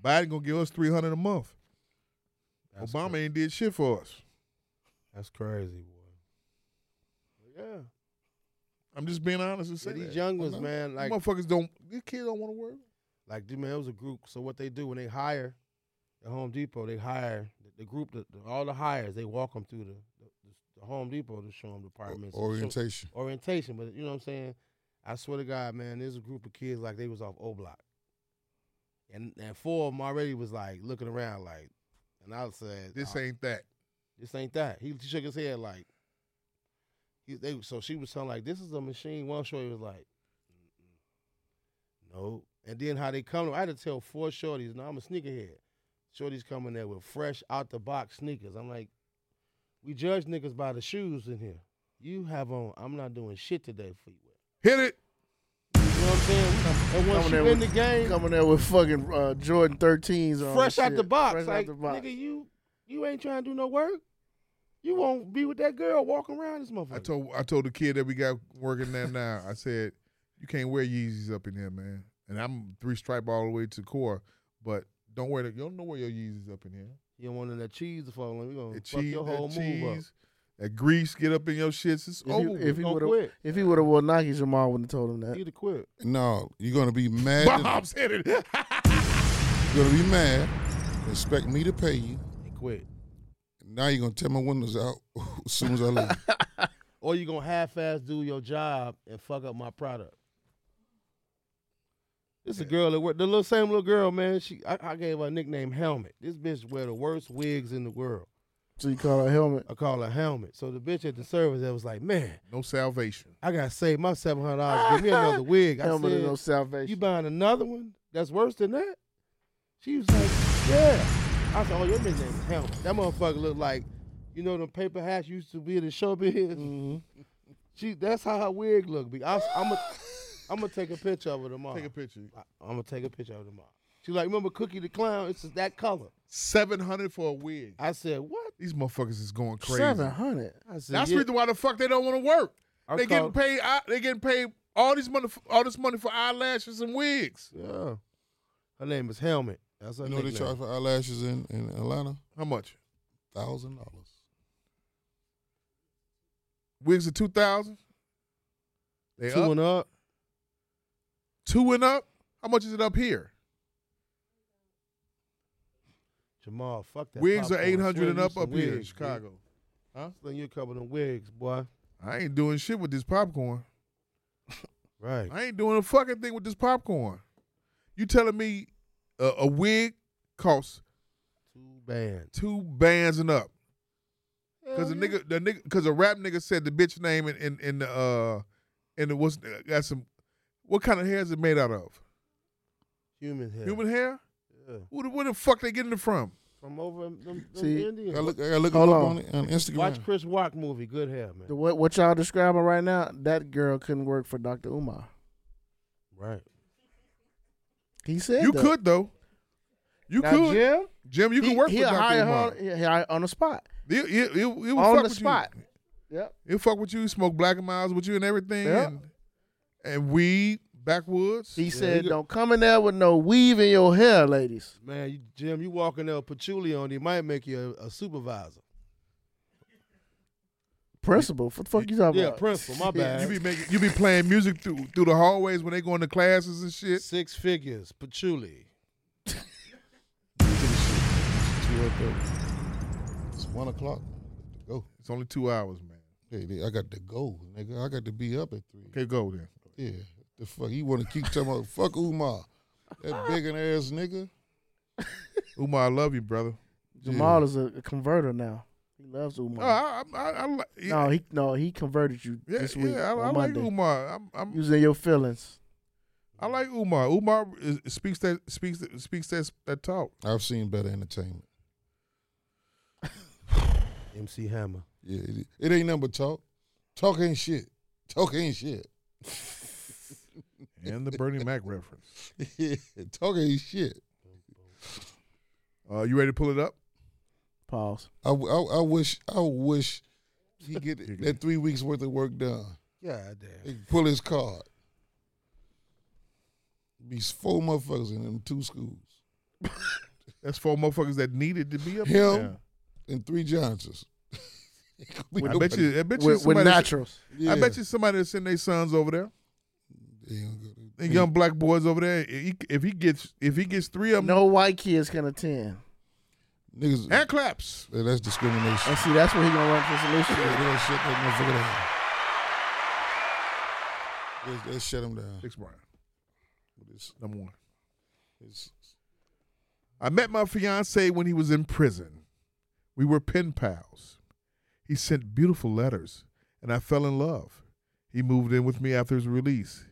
Speaker 11: Biden gonna give us three hundred a month. Obama ain't did shit for us.
Speaker 2: That's crazy, boy.
Speaker 11: Yeah. I'm just being honest and saying
Speaker 2: these young ones, man, like-
Speaker 11: motherfuckers don't. These kids don't want to work.
Speaker 2: Like, dude, man, it was a group. So what they do when they hire at Home Depot, they hire the, the group, the, the- all the hires, they walk them through the, the, the Home Depot to show them the apartments. and show-
Speaker 5: orientation.
Speaker 2: orientation, but you know what I'm saying? I swear to God, man, there's a group of kids like they was off O Block. And, and four of them already was like looking around like, and I said,
Speaker 11: This
Speaker 2: "Oh,
Speaker 11: ain't that.
Speaker 2: this ain't that. He shook his head like, he, they, so she was telling like, this is a machine. One shorty was like, "Mm-mm." no. And then how they come, I had to tell four shorties, no, I'm a sneakerhead. Shorties coming there with fresh out the box sneakers. I'm like, we judge niggas by the shoes in here. You have on, I'm not doing shit today for you.
Speaker 11: Hit it.
Speaker 2: You know what I'm saying? We- And once
Speaker 6: Coming there
Speaker 2: you in the
Speaker 6: with-
Speaker 2: game,
Speaker 6: coming there with fucking uh, Jordan 13s on.
Speaker 2: fresh
Speaker 6: and
Speaker 2: out the
Speaker 6: shit.
Speaker 2: box.
Speaker 6: Fresh out
Speaker 2: like,
Speaker 6: the box.
Speaker 2: nigga, you you ain't trying to do no work. You won't be with that girl walking around this
Speaker 11: I
Speaker 2: motherfucker.
Speaker 11: told I told the kid that we got working there now. I said, "You can't wear Yeezys up in here, man." And I'm three stripe all the way to core, but don't wear the, You don't know where your Yeezys up in here.
Speaker 2: You don't want none of that cheese to fall on. We gonna
Speaker 11: The
Speaker 2: fuck
Speaker 11: cheese,
Speaker 2: your whole
Speaker 11: that
Speaker 2: move up. Oh,
Speaker 11: cheese, that grease get up in your shits. It's
Speaker 6: If
Speaker 11: over.
Speaker 6: he,
Speaker 11: with.
Speaker 6: if he
Speaker 11: Don't
Speaker 6: would have,
Speaker 11: quit.
Speaker 6: if he would have wore Nike, Jamal wouldn't have told him that.
Speaker 2: He'd have
Speaker 11: <laughs>
Speaker 2: quit.
Speaker 5: No, you're gonna be mad.
Speaker 11: Bob's hit
Speaker 2: <laughs>
Speaker 11: it.
Speaker 5: You're gonna be mad. Expect me to pay you.
Speaker 2: Quit.
Speaker 5: Now you're gonna tear my windows
Speaker 11: <laughs>
Speaker 5: out as soon as I leave.
Speaker 2: Or you gonna half ass do your job and fuck up my product. This a girl that work the little same little girl, man. She I, I gave her a nickname Helmet. This bitch wear the worst wigs in the world.
Speaker 6: <laughs> So you call her helmet.
Speaker 2: I call her helmet. So the bitch at the service that was like, man,
Speaker 11: no salvation.
Speaker 2: I gotta save my seven hundred dollars. Give me
Speaker 6: <laughs>
Speaker 2: another wig. I
Speaker 6: Helmet
Speaker 2: said,
Speaker 6: and no salvation.
Speaker 2: You buying another one that's worse than that? She was like, yeah. I said, oh, your nickname is helmet. That motherfucker looked like, you know, them paper hats used to be in the showbiz. She, that's how her wig looked. I, I'm gonna, I'm gonna take a picture of her tomorrow.
Speaker 11: Take a picture.
Speaker 2: I'm gonna take a picture of her tomorrow. She like, remember Cookie the Clown? It's just that color.
Speaker 11: Seven hundred for a wig.
Speaker 2: I said, what?
Speaker 11: These motherfuckers is going crazy.
Speaker 6: Seven hundred.
Speaker 2: I said,
Speaker 11: That's
Speaker 2: yeah.
Speaker 11: the reason why the fuck they don't want to work.
Speaker 2: I
Speaker 11: they
Speaker 2: call-
Speaker 11: getting paid. I, they getting paid all these money, all this money for eyelashes and wigs.
Speaker 2: Yeah. Her name is Helmet. That's her
Speaker 5: you know what they
Speaker 2: nickname.
Speaker 5: charge for eyelashes in, in Atlanta?
Speaker 11: How much?
Speaker 5: Thousand dollars.
Speaker 11: Wigs are two thousand. They
Speaker 2: Two
Speaker 11: up?
Speaker 2: and up.
Speaker 11: Two and up. How much is it up here?
Speaker 2: Jamal, fuck that.
Speaker 11: Wigs are
Speaker 2: popcorn.
Speaker 11: eight hundred
Speaker 2: Swear
Speaker 11: and
Speaker 2: you
Speaker 11: up
Speaker 2: some
Speaker 11: up here in
Speaker 2: wigs,
Speaker 11: Chicago. Huh?
Speaker 2: Sling you a couple of them wigs, boy.
Speaker 11: I ain't doing shit with this popcorn.
Speaker 2: Right.
Speaker 11: I ain't doing a fucking thing with this popcorn. You telling me a, a wig costs
Speaker 2: Band.
Speaker 11: two bands and up? Cause
Speaker 6: Mm-hmm.
Speaker 11: the nigga, the nigga, cause a rap nigga said the bitch name in in, in the uh, and it was got some. What kind of hair is it made out of?
Speaker 2: Human hair.
Speaker 11: Human hair?
Speaker 2: Yeah.
Speaker 11: Who the, where the fuck they getting it from?
Speaker 2: From over in them, them
Speaker 6: See,
Speaker 2: Indians.
Speaker 5: I look, I look
Speaker 6: Hold
Speaker 5: them up
Speaker 6: on.
Speaker 5: on, it- on Instagram.
Speaker 2: Watch Chris Rock movie. Good hair, man.
Speaker 6: The, what what y'all describing right now? That girl couldn't work for Dr. Umar.
Speaker 2: Right.
Speaker 6: He said
Speaker 11: You
Speaker 6: that.
Speaker 11: could though. You
Speaker 6: Now,
Speaker 11: could,
Speaker 6: Jim,
Speaker 11: Jim. You
Speaker 6: he,
Speaker 11: can work for
Speaker 6: he'll hire her
Speaker 11: Dr. Umar.
Speaker 6: on- he'll hire her on the spot.
Speaker 11: He'll, he'll, he'll, he'll
Speaker 6: on
Speaker 11: fuck
Speaker 6: the
Speaker 11: with
Speaker 6: spot.
Speaker 11: You.
Speaker 6: Yep.
Speaker 11: He'll fuck with you. Smoke black and miles with you and everything.
Speaker 6: Yeah.
Speaker 11: And, and weed backwoods.
Speaker 6: He said,
Speaker 2: he-
Speaker 6: "Don't come in there with no weave in your hair, ladies."
Speaker 2: Man, you, Jim, you walking there with patchouli on, he might make you a, a supervisor.
Speaker 6: Principal, what the fuck you talking
Speaker 2: Yeah,
Speaker 6: about?
Speaker 2: principal, my bad.
Speaker 11: <laughs> You be making, you be playing music through through the hallways when they go into classes and shit.
Speaker 2: Six figures, patchouli.
Speaker 5: It's one o'clock. Go.
Speaker 11: It's only two hours, man.
Speaker 5: Hey, they- I got to go, nigga. I got to be up at three.
Speaker 11: Okay, go then.
Speaker 5: Yeah. The fuck you want to keep talking about? Fuck Umar, that begging ass nigga.
Speaker 11: Umar, I love you, brother.
Speaker 6: Jamal is a, a converter now. He loves
Speaker 11: No,
Speaker 6: Umar.
Speaker 11: Oh,
Speaker 2: Oh,
Speaker 11: I, I, I, I li- yeah,
Speaker 6: Oh. No, he no he converted you
Speaker 11: yeah,
Speaker 6: this week
Speaker 11: yeah, I,
Speaker 6: on
Speaker 11: I like
Speaker 6: Monday.
Speaker 11: Umar. I'm, I'm,
Speaker 6: Using your feelings.
Speaker 11: I like Umar. Umar is, speaks that speaks that, speaks that that talk.
Speaker 5: I've seen better entertainment.
Speaker 2: MC Hammer.
Speaker 5: Yeah, it, it ain't nothing but talk. Talk ain't shit. Talk ain't shit. <laughs>
Speaker 11: And the Bernie Mac reference.
Speaker 5: yeah, talk ain't shit.
Speaker 11: Uh, you ready to pull it up?
Speaker 6: Pause.
Speaker 11: <laughs>
Speaker 5: I, w- I w- I wish I wish he get that three weeks worth of work done.
Speaker 2: God damn.
Speaker 5: He can pull his card. Be four motherfuckers in them two schools.
Speaker 11: That's four motherfuckers that needed to be up
Speaker 5: Him
Speaker 11: there.
Speaker 5: and three Johnsons. <laughs>
Speaker 11: I bet you. I bet
Speaker 5: With-
Speaker 11: you.
Speaker 5: with
Speaker 11: somebody-
Speaker 5: naturals.
Speaker 11: I bet
Speaker 5: Yeah.
Speaker 11: you somebody that send their sons over there. The young black boys over there. he- If he gets, if he gets three of them,
Speaker 6: no white kids can attend.
Speaker 5: Niggas
Speaker 11: and claps.
Speaker 5: Yeah, <laughs> that's discrimination.
Speaker 6: And see, that's where he gonna run for solution.
Speaker 2: <laughs>
Speaker 5: Yeah, <laughs> they gonna shut that motherfucker down. They, they shut him down.
Speaker 11: Six Brian.
Speaker 5: Number
Speaker 11: one.
Speaker 5: It's,
Speaker 11: I met my fiance when he was in prison. We were pen pals. He sent beautiful letters, and I fell in love. He moved in with me after his release.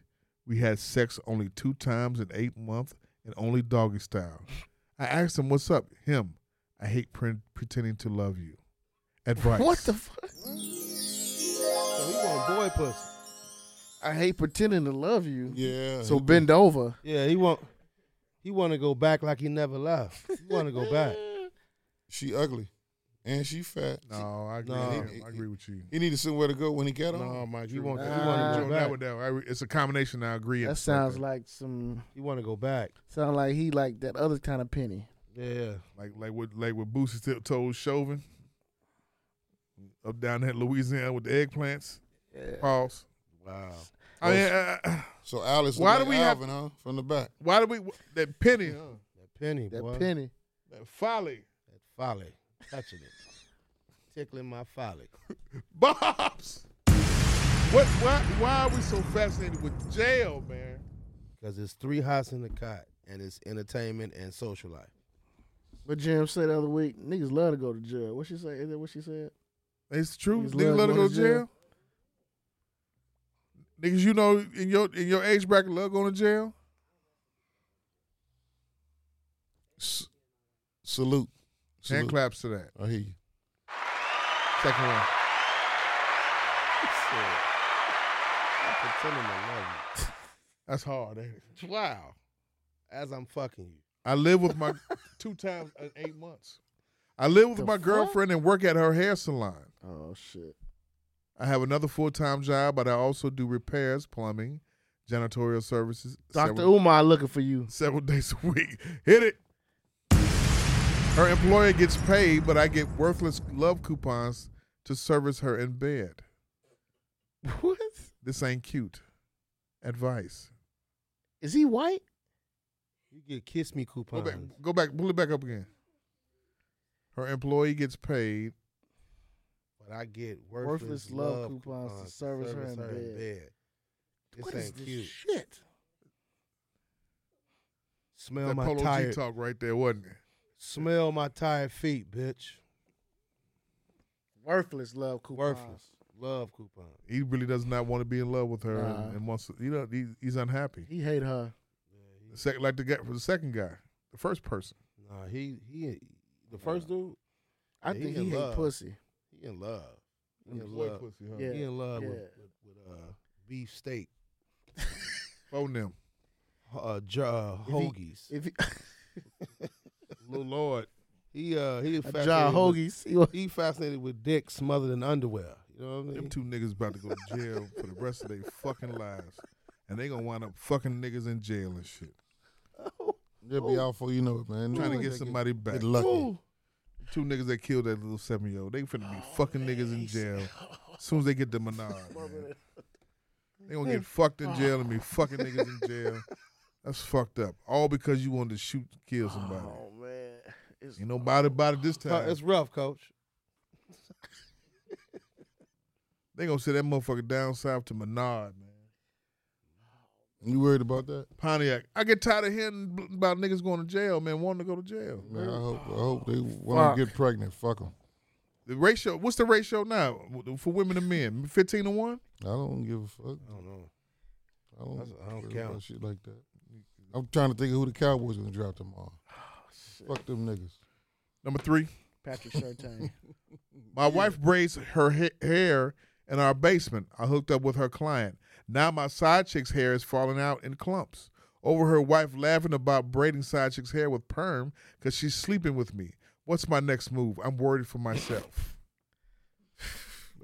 Speaker 11: We had sex only two times in eight months and only doggy style. I asked him, What's up? Him, I hate pre- pretending to love you. Advice.
Speaker 6: What the fuck?
Speaker 2: So he want boy pussy.
Speaker 6: I hate pretending to love you.
Speaker 5: Yeah.
Speaker 6: So bend over.
Speaker 2: Yeah, he want he want to go back like he never left. He want to go
Speaker 6: <laughs>
Speaker 2: back.
Speaker 5: she ugly, and she fat.
Speaker 11: No, I agree.
Speaker 2: No.
Speaker 11: with him. I agree with you.
Speaker 5: He needed somewhere to go when he got on.
Speaker 2: No, Mike, you want
Speaker 11: I
Speaker 2: you
Speaker 11: agree
Speaker 2: want to
Speaker 11: with
Speaker 2: go
Speaker 11: you on that
Speaker 2: back.
Speaker 11: one, that one. I agree. It's a combination. I agree.
Speaker 6: That sounds like some.
Speaker 2: You want to go back?
Speaker 6: Sound like he like that other kind of penny.
Speaker 2: Yeah.
Speaker 11: Like like what like what Boosie still told Chauvin up down there in Louisiana with the eggplants. Pause.
Speaker 2: Wow.
Speaker 11: I mean, uh, uh,
Speaker 5: So Alice,
Speaker 11: why
Speaker 5: look
Speaker 11: do we
Speaker 5: like
Speaker 11: have
Speaker 5: Alvin, huh? From the back.
Speaker 11: why do we that penny?
Speaker 2: Penny, boy.
Speaker 6: penny.
Speaker 11: That folly.
Speaker 2: That folly. Touching it. Tickling my folly.
Speaker 11: Bobs. What why why are we so fascinated with jail, man?
Speaker 2: Because it's three hots in the cot and it's entertainment and social life.
Speaker 6: But Jim said the other week, niggas love to go to jail. What she say? Is that what she said?
Speaker 11: It's true.
Speaker 6: Niggas
Speaker 11: Niggas
Speaker 6: love
Speaker 11: love to go to
Speaker 6: to
Speaker 11: jail.
Speaker 6: jail.
Speaker 11: Niggas, you know in your in your age bracket love going to jail.
Speaker 5: S- salute.
Speaker 11: Hand
Speaker 5: Salute.
Speaker 11: claps to that.
Speaker 5: I hear you.
Speaker 11: Second one.
Speaker 2: Pretending I <laughs> love
Speaker 11: That's hard, ain't it?
Speaker 2: you. Wow. As I'm fucking you.
Speaker 11: I live with my two times in eight months. I live with
Speaker 2: The
Speaker 11: my
Speaker 2: fuck?
Speaker 11: girlfriend and work at her hair salon.
Speaker 6: Oh shit.
Speaker 11: I have another full time job, but I also do repairs, plumbing, janitorial services.
Speaker 6: Doctor
Speaker 11: several-
Speaker 6: Umar looking for you.
Speaker 11: Several <laughs> days a week. Hit it. Her employer gets paid, but I get worthless love coupons to service her in bed.
Speaker 6: What?
Speaker 11: This ain't cute. Advice.
Speaker 6: Is he white?
Speaker 2: You get kiss me
Speaker 11: Go back,
Speaker 2: coupons.
Speaker 11: go back, pull it back up again. Her employee gets paid,
Speaker 2: But I get worthless,
Speaker 6: Worthless love coupons to service her in bed.
Speaker 2: This
Speaker 6: What
Speaker 2: ain't
Speaker 6: is this
Speaker 2: cute.
Speaker 6: shit?
Speaker 2: Smell
Speaker 11: that
Speaker 2: my
Speaker 11: Polo G
Speaker 2: tired.
Speaker 11: talk right there, wasn't it?
Speaker 2: Smell my tired feet, bitch.
Speaker 6: Worthless love coupons.
Speaker 2: Worthless love coupon.
Speaker 11: He really does not want to be in love with her,
Speaker 6: Nah.
Speaker 11: and, and wants to, you know he, he's unhappy.
Speaker 6: He hate her.
Speaker 11: Second, like the guy for the second guy, the first person.
Speaker 2: Nah, he he the first dude.
Speaker 6: I
Speaker 2: yeah,
Speaker 6: think
Speaker 2: in
Speaker 6: he hate
Speaker 2: love.
Speaker 6: pussy.
Speaker 2: He in love. He in
Speaker 11: Boy
Speaker 2: love.
Speaker 11: pussy, huh?
Speaker 2: He
Speaker 6: Yeah,
Speaker 2: in love with,
Speaker 6: yeah.
Speaker 2: with, with uh, beef steak,
Speaker 11: Phone them.
Speaker 2: uh, j- uh
Speaker 6: he-
Speaker 2: hoagies. <laughs>
Speaker 6: If he, <laughs>
Speaker 11: Little Lord.
Speaker 2: He uh he
Speaker 6: John
Speaker 2: fascinated
Speaker 6: Hoagies. He wa-
Speaker 2: With, he fascinated with dick smothered in underwear. You know what I
Speaker 11: Them
Speaker 2: mean?
Speaker 11: two niggas about to go to jail for the rest of their fucking lives. And they gonna wind up fucking niggas in jail and shit.
Speaker 5: They'll be out before you know it, man.
Speaker 11: Trying to
Speaker 5: They
Speaker 11: get somebody back.
Speaker 5: Get lucky.
Speaker 11: Two niggas that killed that little seven year old. They finna
Speaker 5: Oh,
Speaker 11: be fucking niggas in jail. As soon as they get
Speaker 5: <laughs>
Speaker 11: the Menard. man. They gonna get fucked in jail and be fucking niggas
Speaker 5: <laughs>
Speaker 11: in jail. That's fucked up. All because you wanted to shoot kill somebody.
Speaker 6: oh man, it's
Speaker 11: Ain't nobody about it this
Speaker 2: Uh,
Speaker 11: time.
Speaker 2: it's rough,
Speaker 6: <laughs>
Speaker 2: coach.
Speaker 11: They gonna send that motherfucker down south to Menard, man.
Speaker 5: You worried about that?
Speaker 11: Pontiac. I get tired of hearing bl- about niggas going to jail, man, wanting to go to jail.
Speaker 5: Man, I hope I hope they want to get pregnant. Fuck them.
Speaker 11: The ratio, what's the ratio now for women and men? 15 to 1?
Speaker 5: I don't give a fuck.
Speaker 2: I don't know.
Speaker 5: I don't,
Speaker 2: That's- I don't
Speaker 5: care about
Speaker 2: count.
Speaker 5: shit like that. I'm trying to think of who the Cowboys gonna drop tomorrow.
Speaker 11: Oh,
Speaker 5: Fuck them niggas.
Speaker 11: Number three,
Speaker 6: Patrick Sertain.
Speaker 11: <laughs> my wife braids her ha- hair in our basement. I hooked up with her client. Now my side chick's hair is falling out in clumps. Over her wife laughing about braiding side chick's hair with perm because she's sleeping with me. What's my next move? I'm worried for myself.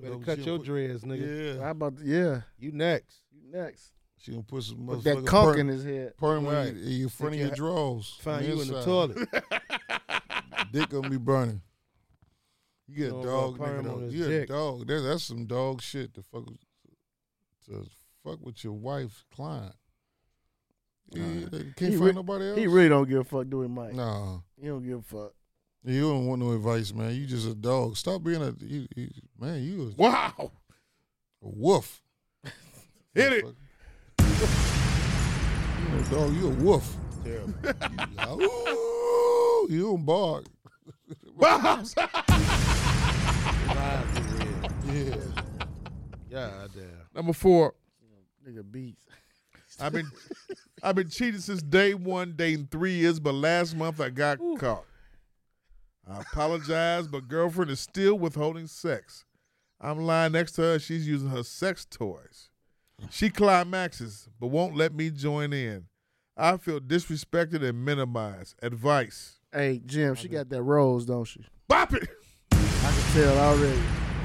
Speaker 2: Better cut your dreads, nigga.
Speaker 6: Yeah. How about yeah?
Speaker 2: You next.
Speaker 6: You next.
Speaker 5: She gonna put some
Speaker 6: Put that
Speaker 5: motherfucking
Speaker 6: conk
Speaker 5: perm-
Speaker 6: in his head.
Speaker 5: Perm
Speaker 6: Right.
Speaker 5: in, your- in front of your drawers.
Speaker 2: Find
Speaker 5: on
Speaker 2: you in the
Speaker 5: inside.
Speaker 2: toilet.
Speaker 5: <laughs> dick gonna be burning. You get
Speaker 2: Gonna
Speaker 5: a
Speaker 2: put
Speaker 5: dog,
Speaker 2: perm
Speaker 5: nigga.
Speaker 2: on
Speaker 5: Though.
Speaker 2: his
Speaker 5: You a
Speaker 2: dick.
Speaker 5: dog. That, that's some dog shit to fuck with, to fuck with your wife's client. Yeah, they can't
Speaker 6: He
Speaker 5: find
Speaker 6: re-
Speaker 5: nobody else.
Speaker 6: He really don't give a fuck, do he, Mike?
Speaker 5: Nah.
Speaker 6: He don't give a fuck.
Speaker 5: You don't want no advice, man. You just a dog. Stop being a you, you, man. You a,
Speaker 11: <laughs> wow,
Speaker 5: a wolf.
Speaker 11: Hit it.
Speaker 5: You a dog. You a wolf. <laughs>
Speaker 2: Terrible.
Speaker 5: Ooh, you don't bark.
Speaker 11: Bobs.
Speaker 5: Yeah.
Speaker 2: God damn.
Speaker 11: Number four.
Speaker 6: Nigga beats.
Speaker 11: I've been I've been cheating since day one, dating three years, but last month I got caught. I apologize, but girlfriend is still withholding sex. I'm lying next to her. She's using her sex toys. She climaxes, but won't let me join in. I feel disrespected and minimized. Advice.
Speaker 6: Hey Jim, she got that rose, don't she?
Speaker 11: Bop it.
Speaker 6: I can tell already.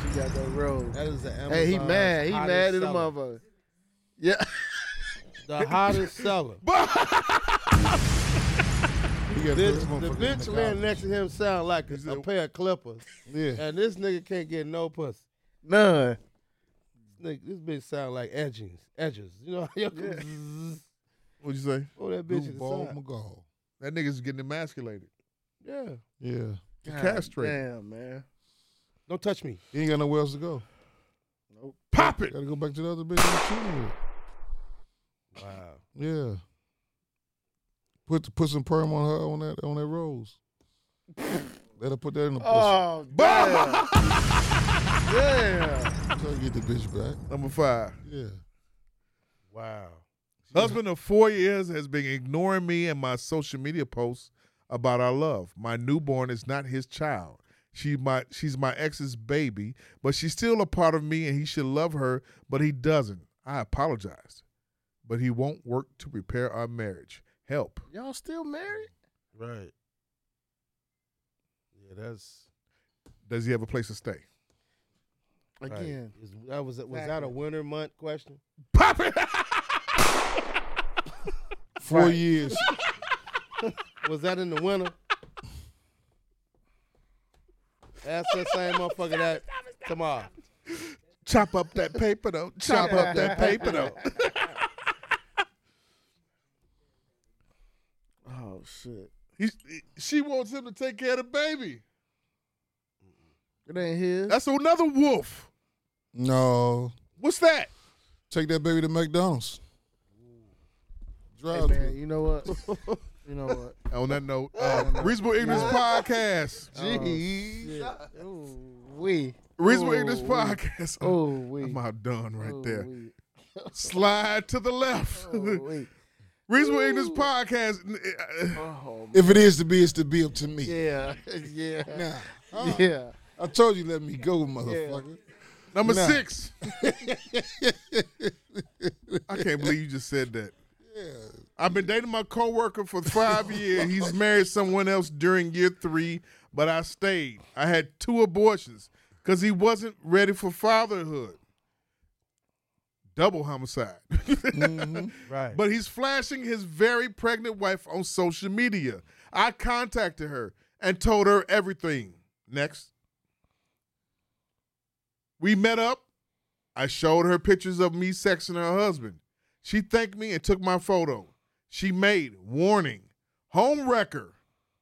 Speaker 6: She got that rose.
Speaker 2: That is the
Speaker 6: Hey, he
Speaker 2: Amazon's
Speaker 6: mad. He
Speaker 2: hottest
Speaker 6: mad at the
Speaker 2: seller.
Speaker 6: motherfucker. Yeah.
Speaker 2: The hottest seller.
Speaker 5: You gotta
Speaker 2: This-
Speaker 5: put this
Speaker 2: the
Speaker 5: motherfucker in
Speaker 2: bitch
Speaker 5: the
Speaker 2: laying
Speaker 5: garbage.
Speaker 2: next to him sound like a, a pair of clippers.
Speaker 5: Yeah.
Speaker 2: And this nigga can't get no pussy.
Speaker 6: None.
Speaker 2: Nigga, this bitch sound like edgings, edges. You know, yeah.
Speaker 11: What'd you say?
Speaker 2: oh that bitch is
Speaker 5: Ball
Speaker 2: the
Speaker 5: McGall.
Speaker 11: That nigga's getting emasculated.
Speaker 2: Yeah,
Speaker 5: Yeah.
Speaker 6: God
Speaker 11: Castrated.
Speaker 6: Damn, man.
Speaker 2: don't touch me.
Speaker 5: You ain't got nowhere else to go.
Speaker 11: Pop it.
Speaker 5: Gotta go back to the other bitch you cheating with.
Speaker 2: Wow,
Speaker 5: Yeah. Put put some perm on her on that on that rose. Let her put that in the pussy.
Speaker 6: Oh damn. damn.
Speaker 5: Try to get the bitch back.
Speaker 11: Number five.
Speaker 5: Yeah.
Speaker 2: wow.
Speaker 11: Husband of four years has been ignoring me and my social media posts about our love. My newborn is not his child. She my she's my ex's baby, but she's still a part of me and he should love her, but he doesn't. I apologize. But he won't work to repair our marriage. Help.
Speaker 6: Y'all still married?
Speaker 2: Right. Yeah, that's
Speaker 11: Does he have a place to stay?
Speaker 6: Again.
Speaker 2: Is, that was was that a
Speaker 6: Exactly.
Speaker 2: winter month question?
Speaker 11: Pop it!
Speaker 5: Four years.
Speaker 2: <laughs> Was that in the winter? Ask that same motherfucker that tomorrow.
Speaker 11: Chop up that paper though. Chop up that paper though.
Speaker 6: Oh shit.
Speaker 11: He's, she wants him to take care of the baby.
Speaker 6: It ain't his.
Speaker 11: That's another wolf.
Speaker 5: No.
Speaker 11: What's that?
Speaker 5: Take that baby to McDonald's.
Speaker 6: hey,
Speaker 5: Drive
Speaker 6: Oh, man,
Speaker 5: through.
Speaker 6: you know
Speaker 2: <laughs>
Speaker 6: what? you know what?
Speaker 11: On that note, uh, Reasonable Ignorance Podcast.
Speaker 5: <laughs>
Speaker 11: Uh,
Speaker 6: Jeez. we.
Speaker 11: Reasonable Ignorance Podcast.
Speaker 6: Oh we.
Speaker 11: <laughs> I'm out done right
Speaker 6: Oh,
Speaker 11: there.
Speaker 6: we.
Speaker 11: Slide to the left.
Speaker 6: Oh, we.
Speaker 11: <laughs> Reasonable Ignorance Podcast. uh,
Speaker 6: Oh,
Speaker 5: If it is to be, it's to be up to me.
Speaker 6: yeah. <laughs> Yeah.
Speaker 5: Nah.
Speaker 6: Yeah.
Speaker 5: I told you let me go, motherfucker.
Speaker 11: Number
Speaker 5: Nah. <laughs>
Speaker 11: six. I can't believe you just said that. I've been dating my coworker for five years. He's married someone else during year three, but I stayed. I had two abortions because he wasn't ready for fatherhood. Double homicide. <laughs>
Speaker 2: Right.
Speaker 11: But he's flashing his very pregnant wife on social media. I contacted her and told her everything. Next. We met up. I showed her pictures of me sexing her husband. She thanked me and took my photo. She made warning, home wrecker,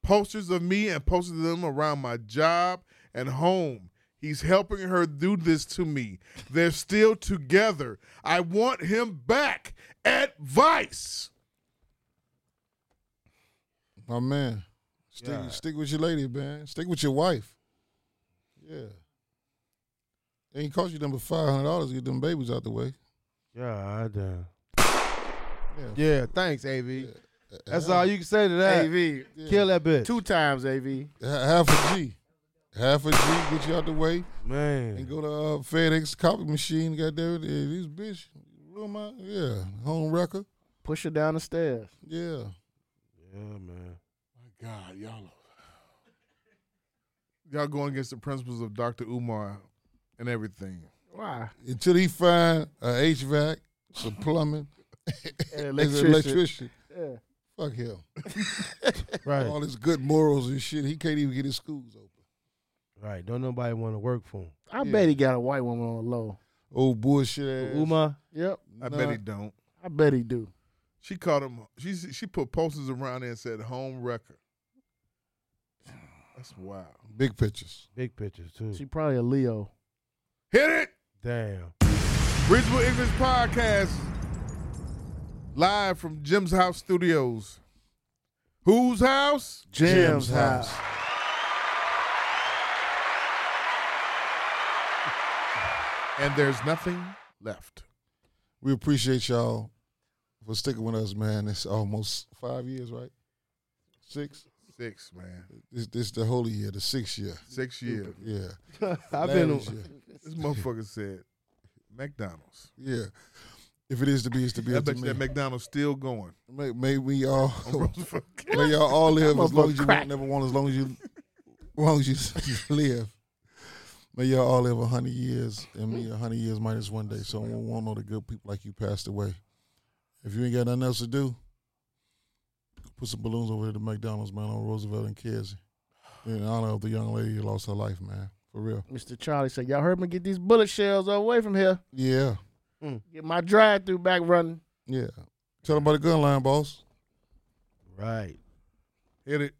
Speaker 11: posters of me and posted them around my job and home. He's helping her do this to me. They're still together. I want him back. Advice.
Speaker 5: My man. Stick,
Speaker 2: Yeah.
Speaker 5: stick with your lady, man. Stick with your wife. Yeah. Ain't cost you them but five hundred dollars to get them babies out the way.
Speaker 2: Yeah, I damn.
Speaker 5: Yeah.
Speaker 2: Yeah, thanks, AV. That's all you can say to that.
Speaker 6: AV.
Speaker 2: Kill that bitch.
Speaker 6: Two times AV.
Speaker 5: Ha- Half a G. Half a G get you out the way
Speaker 2: Man.
Speaker 5: and go to uh, FedEx copy machine. Goddamn it, yeah, this bitch. Real my, yeah, home wrecker.
Speaker 6: Push her down the stairs.
Speaker 5: Yeah.
Speaker 2: Yeah, man.
Speaker 11: My God, y'all. Y'all going against the principles of Dr. Umar and everything.
Speaker 6: Why?
Speaker 5: Until he find a HVAC, some plumbing, <laughs>
Speaker 6: An
Speaker 5: and an
Speaker 6: electrician.
Speaker 5: electrician.
Speaker 6: Yeah.
Speaker 5: Fuck him.
Speaker 6: <laughs>
Speaker 2: Right.
Speaker 5: All his good morals and shit. He can't even get his schools open.
Speaker 2: Right. Don't nobody want to work for him.
Speaker 6: I bet he got a white woman on the low.
Speaker 5: Old bullshit ass.
Speaker 2: Uma.
Speaker 6: Yep.
Speaker 11: I bet he don't.
Speaker 6: I bet he do.
Speaker 11: She called him. She she put posters around there and said home wrecker. That's wild.
Speaker 5: Big pictures.
Speaker 2: Big pictures too.
Speaker 6: She probably a Leo.
Speaker 11: Hit it.
Speaker 2: Damn.
Speaker 11: Reasonable English Podcast, live from Jim's House Studios. Whose house?
Speaker 6: Jim's house.
Speaker 11: And there's nothing left.
Speaker 5: We appreciate y'all for sticking with us, man. It's almost five years, right? Six.
Speaker 11: Six, man.
Speaker 5: This this the holy year, the sixth year.
Speaker 11: Six years.
Speaker 5: Yeah.
Speaker 2: I've been <laughs>
Speaker 5: Last year.
Speaker 11: This motherfucker said McDonald's.
Speaker 5: Yeah. If it is to be, it's to be.
Speaker 11: I
Speaker 5: it's to
Speaker 11: bet you that
Speaker 5: be.
Speaker 11: McDonald's still going.
Speaker 5: May, may we all,
Speaker 11: Roosevelt.
Speaker 5: may y'all all live
Speaker 11: That
Speaker 5: as long as
Speaker 11: motherfucker
Speaker 5: you
Speaker 11: crack.
Speaker 5: want, never want, as long as you, as long as you <laughs> live. May y'all all live a hundred years, and me a hundred years minus one day. So I won't want all the good people like you passed away. If you ain't got nothing else to do, put some balloons over there to McDonald's, man, on Roosevelt and Kesey, in honor of the young lady who lost her life, man, for real.
Speaker 6: Mr. Charlie said, Y'all heard me get these bullet shells away from here.
Speaker 5: Yeah,
Speaker 6: Get my drive through back running.
Speaker 5: yeah. Tell them about the gun line, boss.
Speaker 2: Right.
Speaker 11: Hit it.